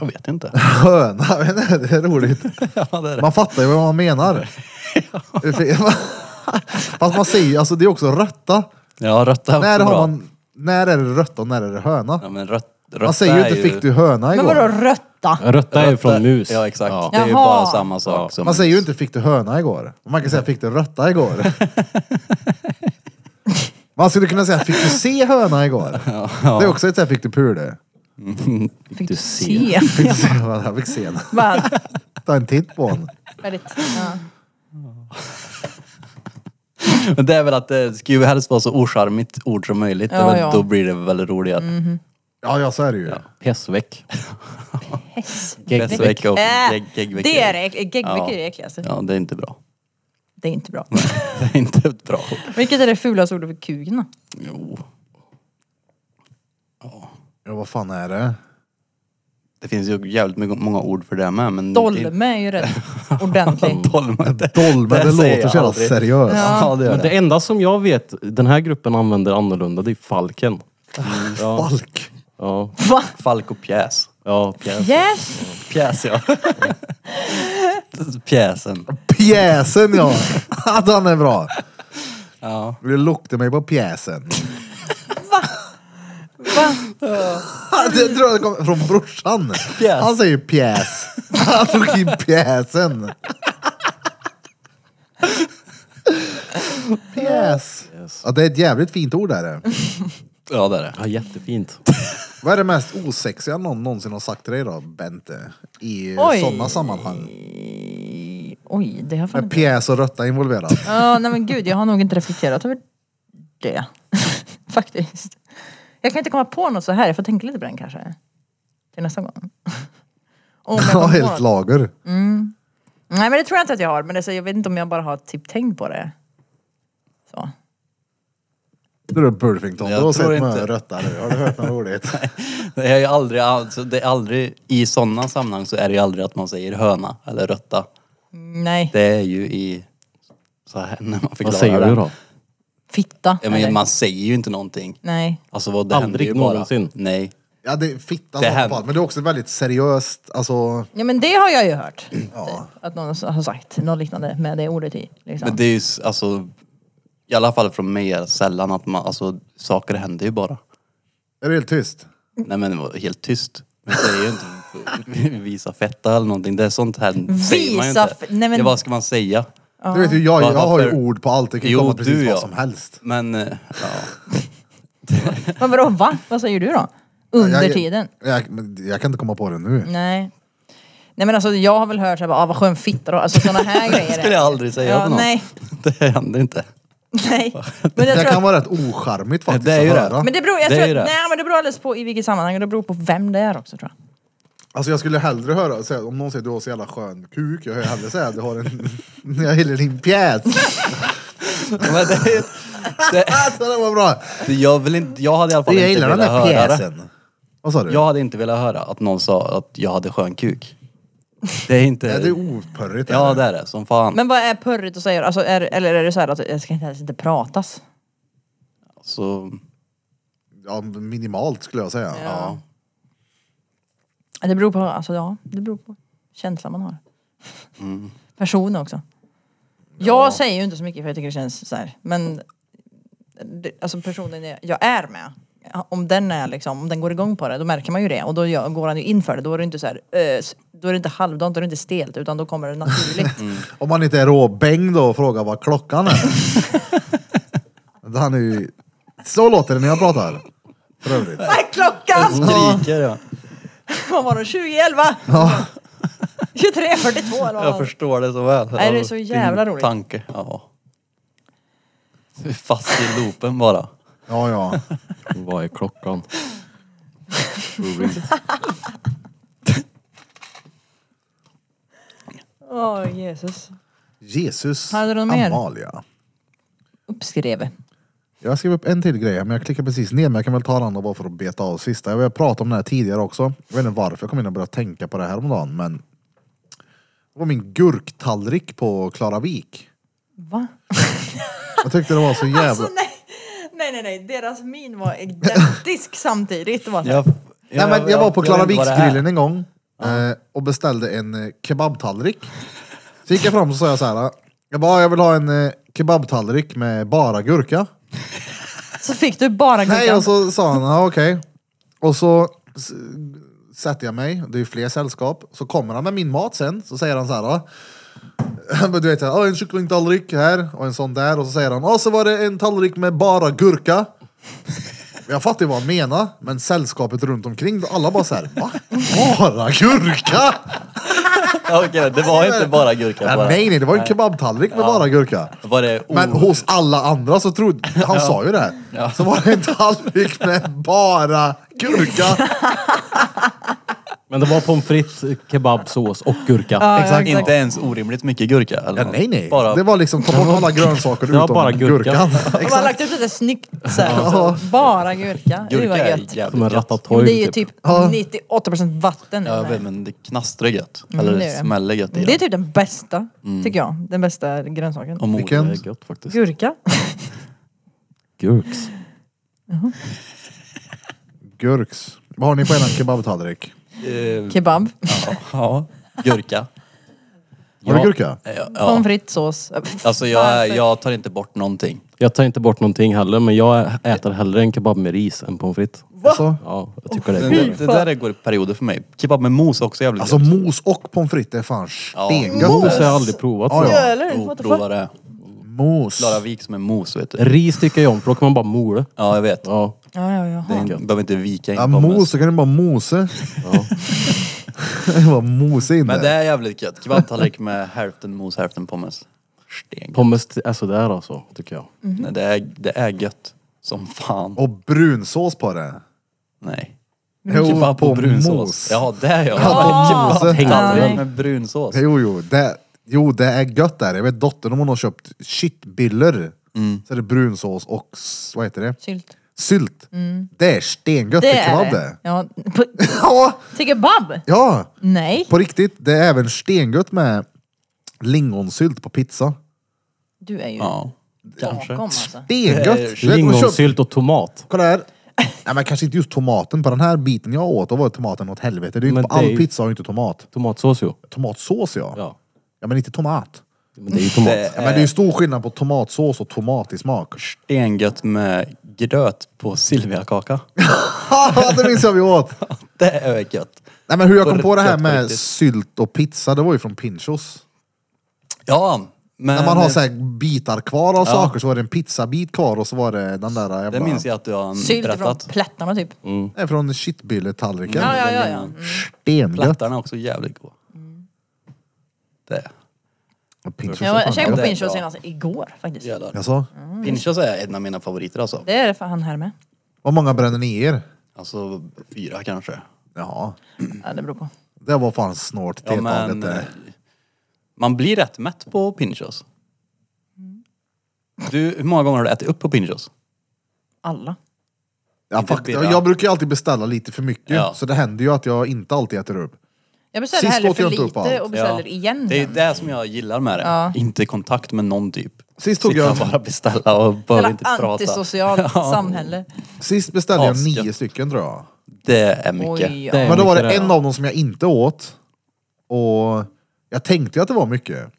Jag vet inte. [laughs] Höna, men det är roligt. [laughs] ja, det är det. Man fattar ju vad man [laughs] menar. [laughs] Fast man säger alltså det är också rötta. Ja, rötta är också När har bra. man, när är det rötta och när är det höna? Ja, men rött, rötta Man säger ju är inte fick du höna Men igår. vadå rötta? Rötta är ju från mus. Ja, exakt. Det är ju Jaha. bara samma sak som... Man säger ju inte fick du höna igår. Man kan säga fick du rötta igår. [laughs] Man skulle kunna säga fick du se höna [laughs] igår. Det är också ett sätt fick du pule. Fick du [laughs] se? se? Fick du se [laughs] vad jag fick se den. Bara, Ta en titt på den. väldigt, ja. Men det är väl att det ska ju helst vara så ocharmigt ord som möjligt. Det är Ja, väl- ja. Mhm. Då blir det väl roligare. Ja, ja så är det ju. Pessväck. Häss. Pessvecka och Äh, gegg- geggvecka. Det är det, geggveckor är det äckligaste. Ja, det är inte bra. [laughs] Det är inte bra. Det är inte ett bra ord. Vilket är det fulaste ordet för kuken Mm, då? Jo. Ja, vad fan är det? Det finns ju jävligt mycket- många ord för det med. Men Dolme är ju rätt [laughs] ordentlig. Dolmen. Det, Dolmen, det, säger låter jag så jävla aldrig. seriöst. Ja, det gör Men det det. enda som jag vet den här gruppen använder annorlunda, det är [laughs] falken. Ja, Falk. ja, Va? Falk och pjäs. ja. pjäs. Yes! Pjäs, ja. Pjäsen. Pjäsen ja! [laughs] Att han är bra. Ja. Det luktar mig på pjäsen. Va? Det tror jag kommer från brorsan. Pjäs. Han säger pjäs. Han tog in pjäsen. Pjäs. Ja, det är ett jävligt fint ord är det. Ja, det är det. Ja, jättefint. Vad är det mest osexiga någon någonsin har sagt till dig då, Bente? I Oj. sådana sammanhang. Mm. Oj, det har jag fan Med inte... pjäs och rötta involverat. Ja, nej men gud, jag har nog inte reflekterat över det. [laughs] Faktiskt. Jag kan inte komma på något så här, jag får tänka lite på den kanske. Till nästa gång. [laughs] Om jag Ja, kommer på helt något. lager. Nej men det tror jag inte att jag har, men det är så, jag vet inte om jag bara har typ tänkt på det. Så. Det är Burfington. Du Jag har tror sett inte. mig rötta nu. Har du hört något [laughs] roligt? Det är ju aldrig, alltså, det är aldrig, i sådana sammanhang så är det ju aldrig att man säger höna eller rötta. Nej. Det är ju i... Så här, när man förklarar Vad säger det. du då? Fitta. Ja, men eller? man säger ju inte någonting. Nej. Alltså vad det Aldrig händer ju bara. någonsin. Nej. Ja, det är fitta Det som här- fan. Men det är också väldigt seriöst. Alltså, Ja men det har jag ju hört. Typ, att någon har sagt något liknande med det ordet i. Liksom. Men det är ju s- alltså, i alla fall från mig är det sällan att man, alltså saker händer ju bara. är det helt tyst? Nej men det var helt tyst. Man säger ju inte visa fetta eller någonting. Det är sånt här säger man ju Visa inte. f- nej, men- ja, vad ska man säga? Du vet ju, jag, jag har ju Varför? ord på allt. Det kan ju Jo, komma precis du, vad ja. som helst. Men, eh, ja. Men vadå va? Vad säger du då? Under Jag- tiden? Jag, men jag kan inte komma på det nu. Nej. Nej men alltså jag har väl hört såhär, bara, ah, vad skön fitta då. Alltså sådana här [laughs] grejer. Det skulle jag aldrig säga ja, till någon. Nej, [laughs] Det händer inte. [laughs] nej. Men Det jag kan tror att, vara rätt ocharmigt faktiskt Det är ju att det. höra. men det beror, jag Det är tror, ju att- det. nej men det beror alldeles på i vilket sammanhang och det beror på vem det är också tror jag. Alltså jag skulle hellre höra, säga, om någon säger du har så jävla skön kuk, jag hör hellre säga du har en, [laughs] jag gillar din [laughs] pjäs. Men det, är ju- det, Alltså det var bra! det, jag, vill inte, jag hade i alla fall Jag inte gillar den velat där höra det. pjäsen. Vad sa du? Jag hade inte velat höra att någon sa att jag hade skön kuk. Det är [laughs] inte... Ja, det är opörrigt. Ja eller? det är det, som fan. Men vad är purrigt att säga alltså, är, Eller är det såhär att det ska inte helst inte pratas? Så, ja, minimalt skulle jag säga. Ja. Det beror på, alltså ja, det beror på känslan man har. [laughs] Person också. Jag säger ju inte så mycket för jag tycker det känns så här. men det, alltså personen jag- jag är med, om den är liksom, om den går igång på det, då märker man ju det och då gör, går han ju in för det. Då är det inte så här, ös, då är det inte halvdant, då är det inte stelt utan då kommer det naturligt. [laughs] Om man inte är råbäng då och frågar vad klockan är. Han är ju... Så låter det när jag pratar. För övrigt. Vad är Mm. klockan? Skriker ja. [laughs] Vad var det? 2011? [laughs] Ja. 23.42 eller Jag vad? förstår det så väl. Nej, det är så jävla Din roligt. tanke, ja. Du är fast i loopen bara. Ja, ja. Vad är klockan? Tror inte. Åh Jesus. Jesus. Hade du något mer? Amalia. Uppskrev. Jag skrev upp en till grej här, men jag klickar precis ner. Men jag kan väl ta den då bara för att beta av sista. Jag har pratat om den här tidigare också. Jag vet inte varför jag kom in och började tänka på det här om dagen, men... Det var min gurktallrik på Klaravik. Va? Jag tyckte det var så jävla... Alltså nej. Nej nej nej, deras min var identisk [laughs] samtidigt. Det var så här, Jag, Nej, men jag var på jag vet inte vad det är. Klaraviksgrillen en gång eh, och beställde en eh, kebabtallrik. Så gick jag fram och sa jag så här. Jag bara, jag vill ha en eh, kebabtallrik med bara gurka. Så fick du bara Nej, gurkan. och så sa han, ja okej. Och så s- sätter jag mig, det är ju fler sällskap. Så kommer han med min mat sen, så säger han så här. "Ja." [laughs] Men du vet, så här, "Ja, en kycklingtallrik här och en sån där. Och så säger han, ja så var det en tallrik med bara gurka. [laughs] Jag fattar ju vad han menar, men sällskapet runt omkring, alla bara så här, va? Bara gurka? [laughs] Ja, okej, det var inte bara gurka. Bara. Nej, nej, det var en kebabtallrik med bara gurka. Var det Men o- hos alla andra så trodde, han sa ju det här, så var det en tallrik med bara gurka. Men det var pommes frites, kebabsås och gurka. Ja, ja, Inte ens orimligt mycket gurka? Eller Ja, något? nej, nej. Bara, Det var liksom, ta bort alla grönsaker Det var utom bara gurkan. gurkan. De har lagt upp lite snyggt så här, så. Bara gurka. Det gurka var är gött. jävligt Som en gött. ratatouille. Men det är ju typ 98% vatten. i Ja, den jag här. vet, men det knastrar gött. Mm, Eller det är det Mm. det. smäller gött i Det är den. typ den bästa, tycker jag. Den bästa grönsaken. Och moder. Vilken? Det är gött faktiskt. Gurka. Gurks. Gurks. Vad har ni på er kebabtallrik? Eh, Kebab. Ja, gurka. Har du gurka? Ja, Eh, ja. Pommes frites, sås. Alltså jag, är- jag tar inte bort någonting. Jag tar inte bort någonting heller men jag äter hellre en kebab med ris än pommes frites. Alltså, Ja, jag tycker det Det, är gott. det där går i perioder för mig. Kebab med mos är också jävligt alltså gött. mos och pommes frites är fan Ja. stengött. Mos har jag aldrig provat. Ja, tror jag. ja. Eller? Jo, What the fuck? prova det. Mos. Klaravik som är mos vet du. Ris tycker jag om för då kan man bara mola. Ja, jag vet. Ja. Ja, ja, ja. Det är, inte- behöver inte vika in Ja, pommes. mos, så kan du bara mose. [laughs] Ja. Det var mose in Men där. det är jävligt gött. Kebabtallrik med hälften mos, hälften pommes. Sten. Pommes t- är sådär alltså, tycker jag. Nej, det, är, det är gött. Som fan. Och brunsås på det. Nej. Jo, Kebab på på brunsås. mos. Ja, det är jag. Ja, mos. Kebabtallrik Nej. med brunsås. Jo, jo. Det, jo, det är gött där. Jag vet dottern, om hon har köpt köttbullar. Mm. Så är det brunsås och, s- vad heter det? Sylt. Sylt. Det är stengött Det i är kebab det. det. [laughs] Ja. på- Ja, Till kebab? ja. [laughs] Nej. På riktigt, det är även stengött med lingonsylt på pizza. Du är ju Ja, kanske. Mm, bakom alltså. Stengött! Det är Du vet, man köper- Lingonsylt och tomat. Kolla här. Nej men kanske inte just tomaten, på den här biten jag åt då var tomaten åt helvete. Det är ju Men inte på det all är ju- pizza har ju inte tomat. Tomatsås ju. Tomatsås ja. ja. Ja. Eh. men inte tomat. Men det är ju tomat. Det Ja, men det är ju stor skillnad på tomatsås och tomat i smak. Stengött med gröt på silviakaka. [laughs] Haha, det minns jag vi åt! Det är gött. Nej men hur jag På kom på det här riktigt, på med riktigt. sylt och pizza, det var ju från Pinchos. Ja, men... När man har så här bitar kvar av saker så var det en pizzabit kvar och så var det den där jävla... Det minns jag att du har Sylt från berättat. plättarna typ. Nej, från köttbulletallriken. Ja, ja, ja. ja. Stengött. Plattarna är också jävligt goda. Det. Pinchos Jag var är fan jag käkade gott. det på är Pinchos bra. senast alltså igår faktiskt. Jävlar. Jaså? Pinchos är en av mina favoriter alltså. Det är det för han här med. Vad många bränner ni er? Alltså fyra kanske. Jaha. Ja, det beror på. Det var fan snålt Ja, tilltaget men, det. eh, man blir rätt mätt på pinchos. Du, hur många gånger har du ätit upp på pinchos? Alla. Ja, inte fakt- bira. jag brukar ju alltid beställa lite för mycket, Ja. så det händer ju att jag inte alltid äter upp. Jag beställer Sist hellre åt jag för inte upp lite allt. och beställer Ja. Mm. igen. Det är sen. det som jag gillar med det. Ja. Inte kontakt med någon typ. Sist tog Sitta jag- och bara beställa och behöver Jävla inte prata. [laughs] antisocialt samhälle. Sist beställde jag Asgött. nio stycken tror jag. Det är mycket. Oj, Det ja. är Men då var mycket det en av dem som jag inte åt. Och jag tänkte ju att det var mycket.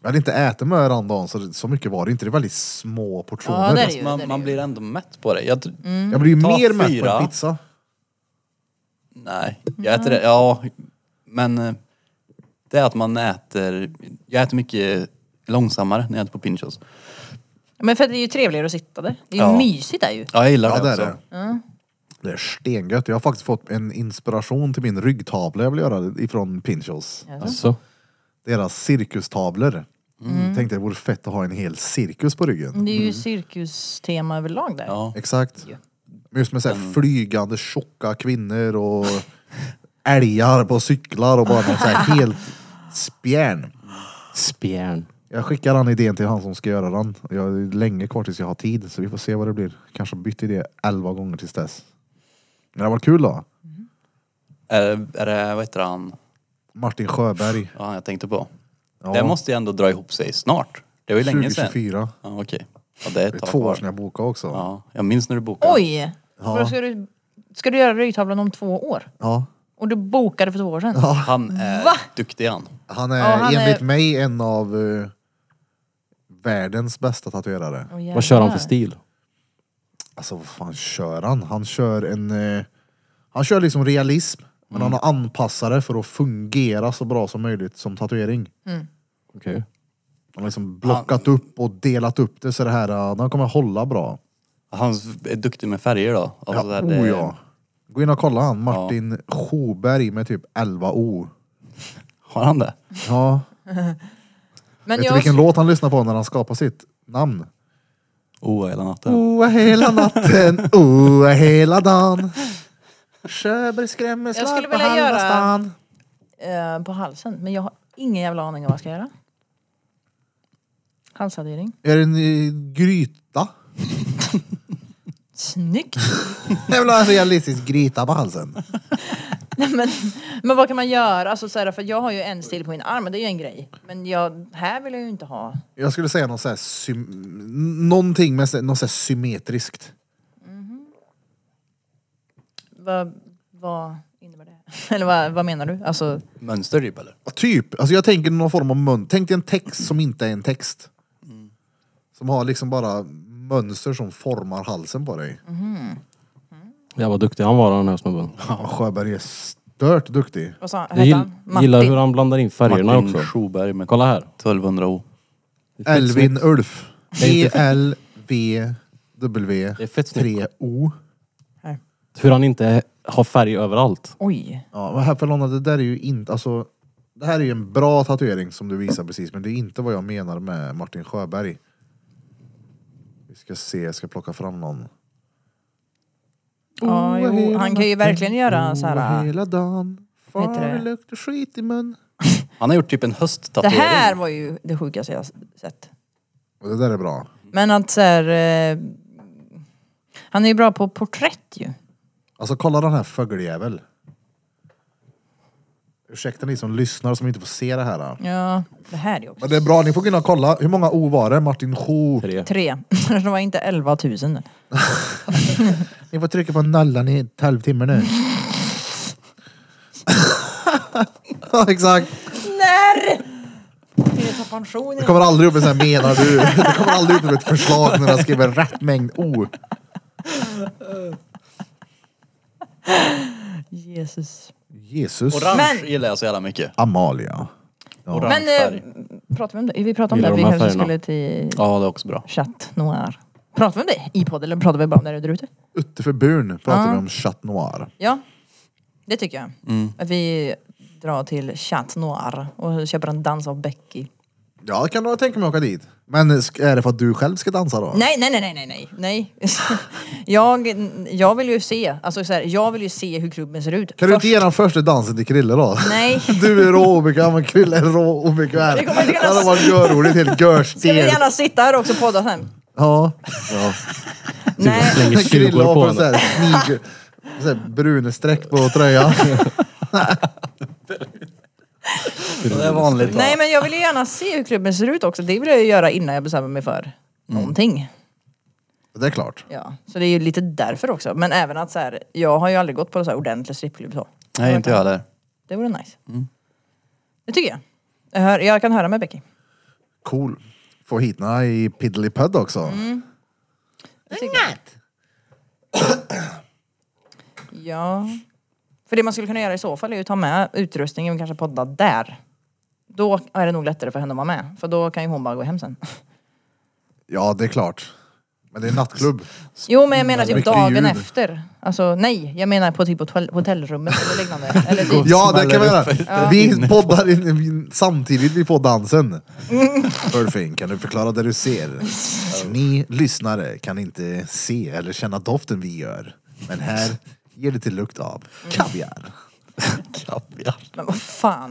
Jag hade inte ätit med den dagen så, det- så mycket var det inte. Det var väldigt små portioner. Ja, det är det ju. Alltså, Man, man blir ändå mätt på det. Jag, tr- Jag blir ju Ta mer mätt på fyra. en pizza. Nej, jag äter Mm. det. Ja, men eh, det är att man äter... Jag äter mycket långsammare när jag äter på Pinchos. Men för det är ju trevligare att sitta där. Det är ju Ja. mysigt där ju. Ja, jag gillar Ja, det är också. det. Det är stengött. Jag har faktiskt fått en inspiration till min ryggtavla jag vill göra ifrån Pinchos. Alltså. Deras cirkustavlor. Tänkte det vore fett att ha en hel cirkus på ryggen. Det är ju cirkustema överlag där. Mm. Ja. Exakt. Men just med så här flygande tjocka kvinnor och älgar på cyklar och bara något så här helt spjärn. Spjärn. Jag skickar den idén till han som ska göra den. Jag har länge kvar tills jag har tid så vi får se vad det blir. Kanske bytt idé elva gånger tills dess. Men det var kul då. Är, det- är det, vad heter han, Martin Sjöberg. ja, han jag tänkte på? Ja. Det måste ju ändå dra ihop sig snart. Det var ju länge sedan. 2024. Ja, okej. Ja, det är Det ett är tag två år kvar. sedan jag bokade också. Ja. Ja, jag minns när du bokade. Oj! Vadå, Ska, du, ska du göra ryggtavlan om två år? Och du bokade för två år sedan? Han är duktig han. Han är Ja, han enligt är- mig en av eh, världens bästa tatuerare. Åh, jävlar. Vad kör han för stil? Alltså vad fan kör han? Han kör en... Eh, han kör liksom realism. Men han har anpassare för att fungera så bra som möjligt som tatuering. Okej. Han har liksom blockat upp och delat upp det så det här, eh, den kommer hålla bra. Han är duktig med färger då. Ja, Alltså, det- oh, ja. Gå in och kolla han, Martin Sjoberg med typ 11 O. Har han det? Ja. Men Vet du jag, vilken låt han lyssnar på när han skapar sitt namn? Oh, hela natten. Oa hela [laughs] natten, oa Oh, hela dagen. Sjöberg skrämmer Jag skulle slag på vilja halva göra- stan. eh, på halsen, men jag har ingen jävla aning om vad jag ska göra. Halshalsering. Är det en eh, gryta? Snyggt! Jag vill ha en realistisk gryta på halsen. Nej, men, men vad kan man göra? Alltså, så här, för jag har ju en stil på min arm, men det är ju en grej. Men jag, här vill jag ju inte ha. Jag skulle säga något så här sym- någonting med så- något så här symmetriskt. Vad, vad innebär det? [laughs] Eller vad, vad menar du? Alltså, Mönster typ eller? Typ, alltså jag tänker någon form av mönster. Tänk dig en text som inte är en text. Som har liksom bara mönster som formar halsen på dig. Mm. Ja, vad duktig han var den här snubben. Ja, Sjöberg är stört duktig. vad sa han? Jag Hette gill, han? Matti? gillar hur han blandar in färgerna Martin också. Sjoberg med Kolla här. 1200 O. Elvin Ulf. E Det är inte- Det är fett snyggt. E-L-V-W-3-O. Hur han inte har färg överallt. Oj. Ja, men här Fernanda, det där är ju inte, alltså det här är ju en bra tatuering som du visar precis, men det är inte vad jag menar med Martin Sjöberg. Vi ska se, jag ska plocka fram någon. Ja, jo, han kan ju verkligen Mm, göra så Oa här. hela dagen, Vad heter far det? det luktar skit i mun. Han har gjort typ en Det hösttatuering. här var ju det sjukaste jag sett. Och det där är bra. Men att så här, eh, Han är ju bra på porträtt ju. Alltså kolla den här fågeljävel. Ursäkta ni som lyssnar som inte får se det här. äh. Ja, det här är också. Men det är bra, ni får kunna kolla. Hur många O var det? Martin Sjo. Tre. Tre. [laughs] det var inte 11 000. Ni får trycka på nollan i ett halvtimme nu. [laughs] ja, exakt. När? Ska jag ta pension? Det kommer aldrig upp en sån här menar du. Det kommer aldrig upp ett förslag när jag skriver rätt mängd O. Jesus. Jesus. Orange Men- gillar jag så jävla mycket. Amalia. Orange Men färg. eh, pratar vi om det? Vi pratade om Gillar det. Vi de här kanske skulle färgerna? till Ja, det är också bra. Chat Noir. Pratar vi om det i podden eller pratar vi bara om det där ute? Utte för Burn pratar Ja. vi om Chat Noir. Ja, det tycker jag. Mm. Att vi drar till Chat Noir och köper en dans av Becky. Ja, jag kan nog tänka mig att åka dit. Men sk- är det för att du själv ska dansa då? Nej, nej, nej, nej, nej, nej, nej. [laughs] jag, jag vill ju se, alltså så här, jag vill ju se hur klubben ser ut. Kan du Först- inte ge den första dansen till Krille då? [laughs] Nej. Du är rå obekväm och Krille är rå obekväm. Vi kommer inte kunna- Det hade varit görroligt, helt Ska vi görstel. gärna sitta här också och podda sen? Ja. Nej, [laughs] Slänger Krille styrkor har på på henne. såhär snig... Så här bruna streck på [laughs] tröjan. Det är vanligt. va? nej men jag vill Mm. ju gärna se hur klubben ser ut också. Det vill jag ju göra innan jag bestämmer mig för någonting. Det är klart. Ja, så det är ju lite därför också. Men även att så här, jag har ju aldrig gått på så här ordentlig strippklubb så. Nej, inte jag heller. Det vore nice. Det tycker jag. Jag, hör, jag kan höra med Becky. Cool. Få hit henne i Piddlypud också. Mm. Det tycker jag. Ja. För det man skulle kunna göra i så fall är ju att ta med utrustningen och kanske podda där. Då är det nog lättare för henne att vara med. För då kan ju hon bara gå hem sen. Ja, det är klart. Men det är [laughs] nattklubb. Jo men jag menar typ Mycket dagen ljud. efter. Alltså nej, jag menar på typ hotell, hotellrummet eller liknande. Eller typ. Ja, det kan vi smäller upp göra. Vi poddar in, samtidigt vi får [laughs] dansen. Burfing, kan du förklara det du ser? Ni lyssnare kan inte se eller känna doften vi gör. Men här ger det till lukt av kaviar. Kaviar. Men vad fan.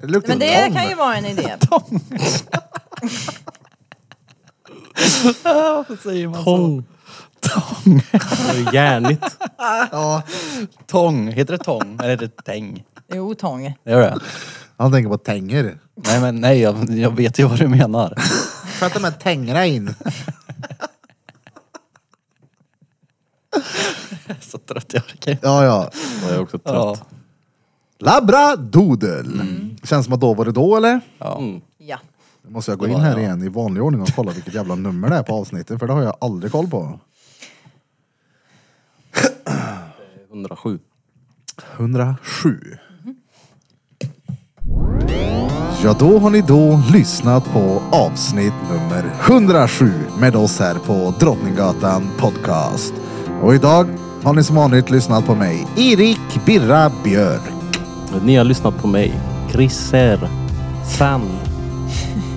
Det luktar Men det tång. kan ju vara en idé. Säger man Tång. Tång. Järnigt. Ja, Tång. Heter det tång eller heter det täng? Jo, tång. Det gör det? han tänker på tänger. Nej men nej, jag, jag vet ju vad du menar. För att de här tängerna in. [laughs] Så trött jag orkar inte. Ja, ja. Jag är också trött. Ja. Labradoodle. Mm. Känns som att då var det då eller? Ja. Nu måste jag gå Det in var här det, ja. igen i vanlig ordning och kolla vilket jävla nummer det är på avsnittet för det har jag aldrig koll på. 107. 107. Mm-hmm. Ja, då har ni då lyssnat på avsnitt nummer 107 med oss här på Drottninggatan Podcast. Och idag har ni som vanligt lyssnat på mig, Erik Birra Björk. Ni har lyssnat på mig. Chriser. Sam.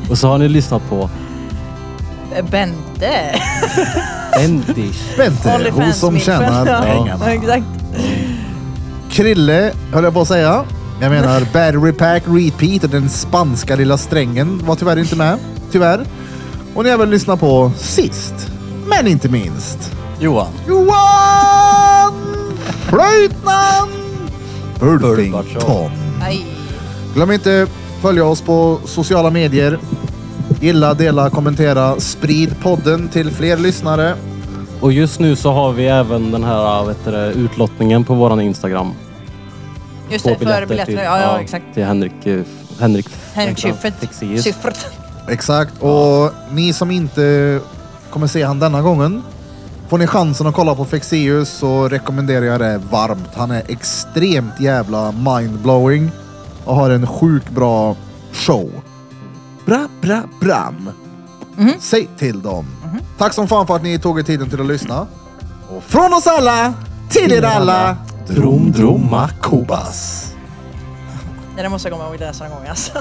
Och så har ni lyssnat på Bente. Bendish. Bente, hon Onlyfans eh, som min tjänar vän. pengarna. Ja, exakt. Krille, höll jag på att säga. Jag [laughs] menar Battery Pack Repeat och den spanska lilla strängen var tyvärr inte med. Tyvärr. Och ni har väl lyssnat på sist, men inte minst. Johan. Johan Flöjtnant Ulfington. Ulfartsson. Aj. Glöm inte följa oss på sociala medier. Gilla, dela, kommentera. Sprid podden till fler lyssnare. Och just nu så har vi även den här vet du, det, utlottningen på våran Instagram. Just Två det, för biljetter. till- Ja, ja, exakt. Till Henrik... eh, Henrik... Henrik Schyffert. Fexeus. Schyffert. Exakt. Och ni som inte kommer se han denna gången. Får ni chansen att kolla på Fexeus så rekommenderar jag det varmt. Han är extremt jävla mindblowing och har en sjukt bra show. Bra, bra, bram. Säg till dem. Tack som fan för att ni tog er tiden till att lyssna. Och från oss alla, till er alla, Drom Droma Kobas. Det där måste jag komma ihåg att läsa någon gång alltså.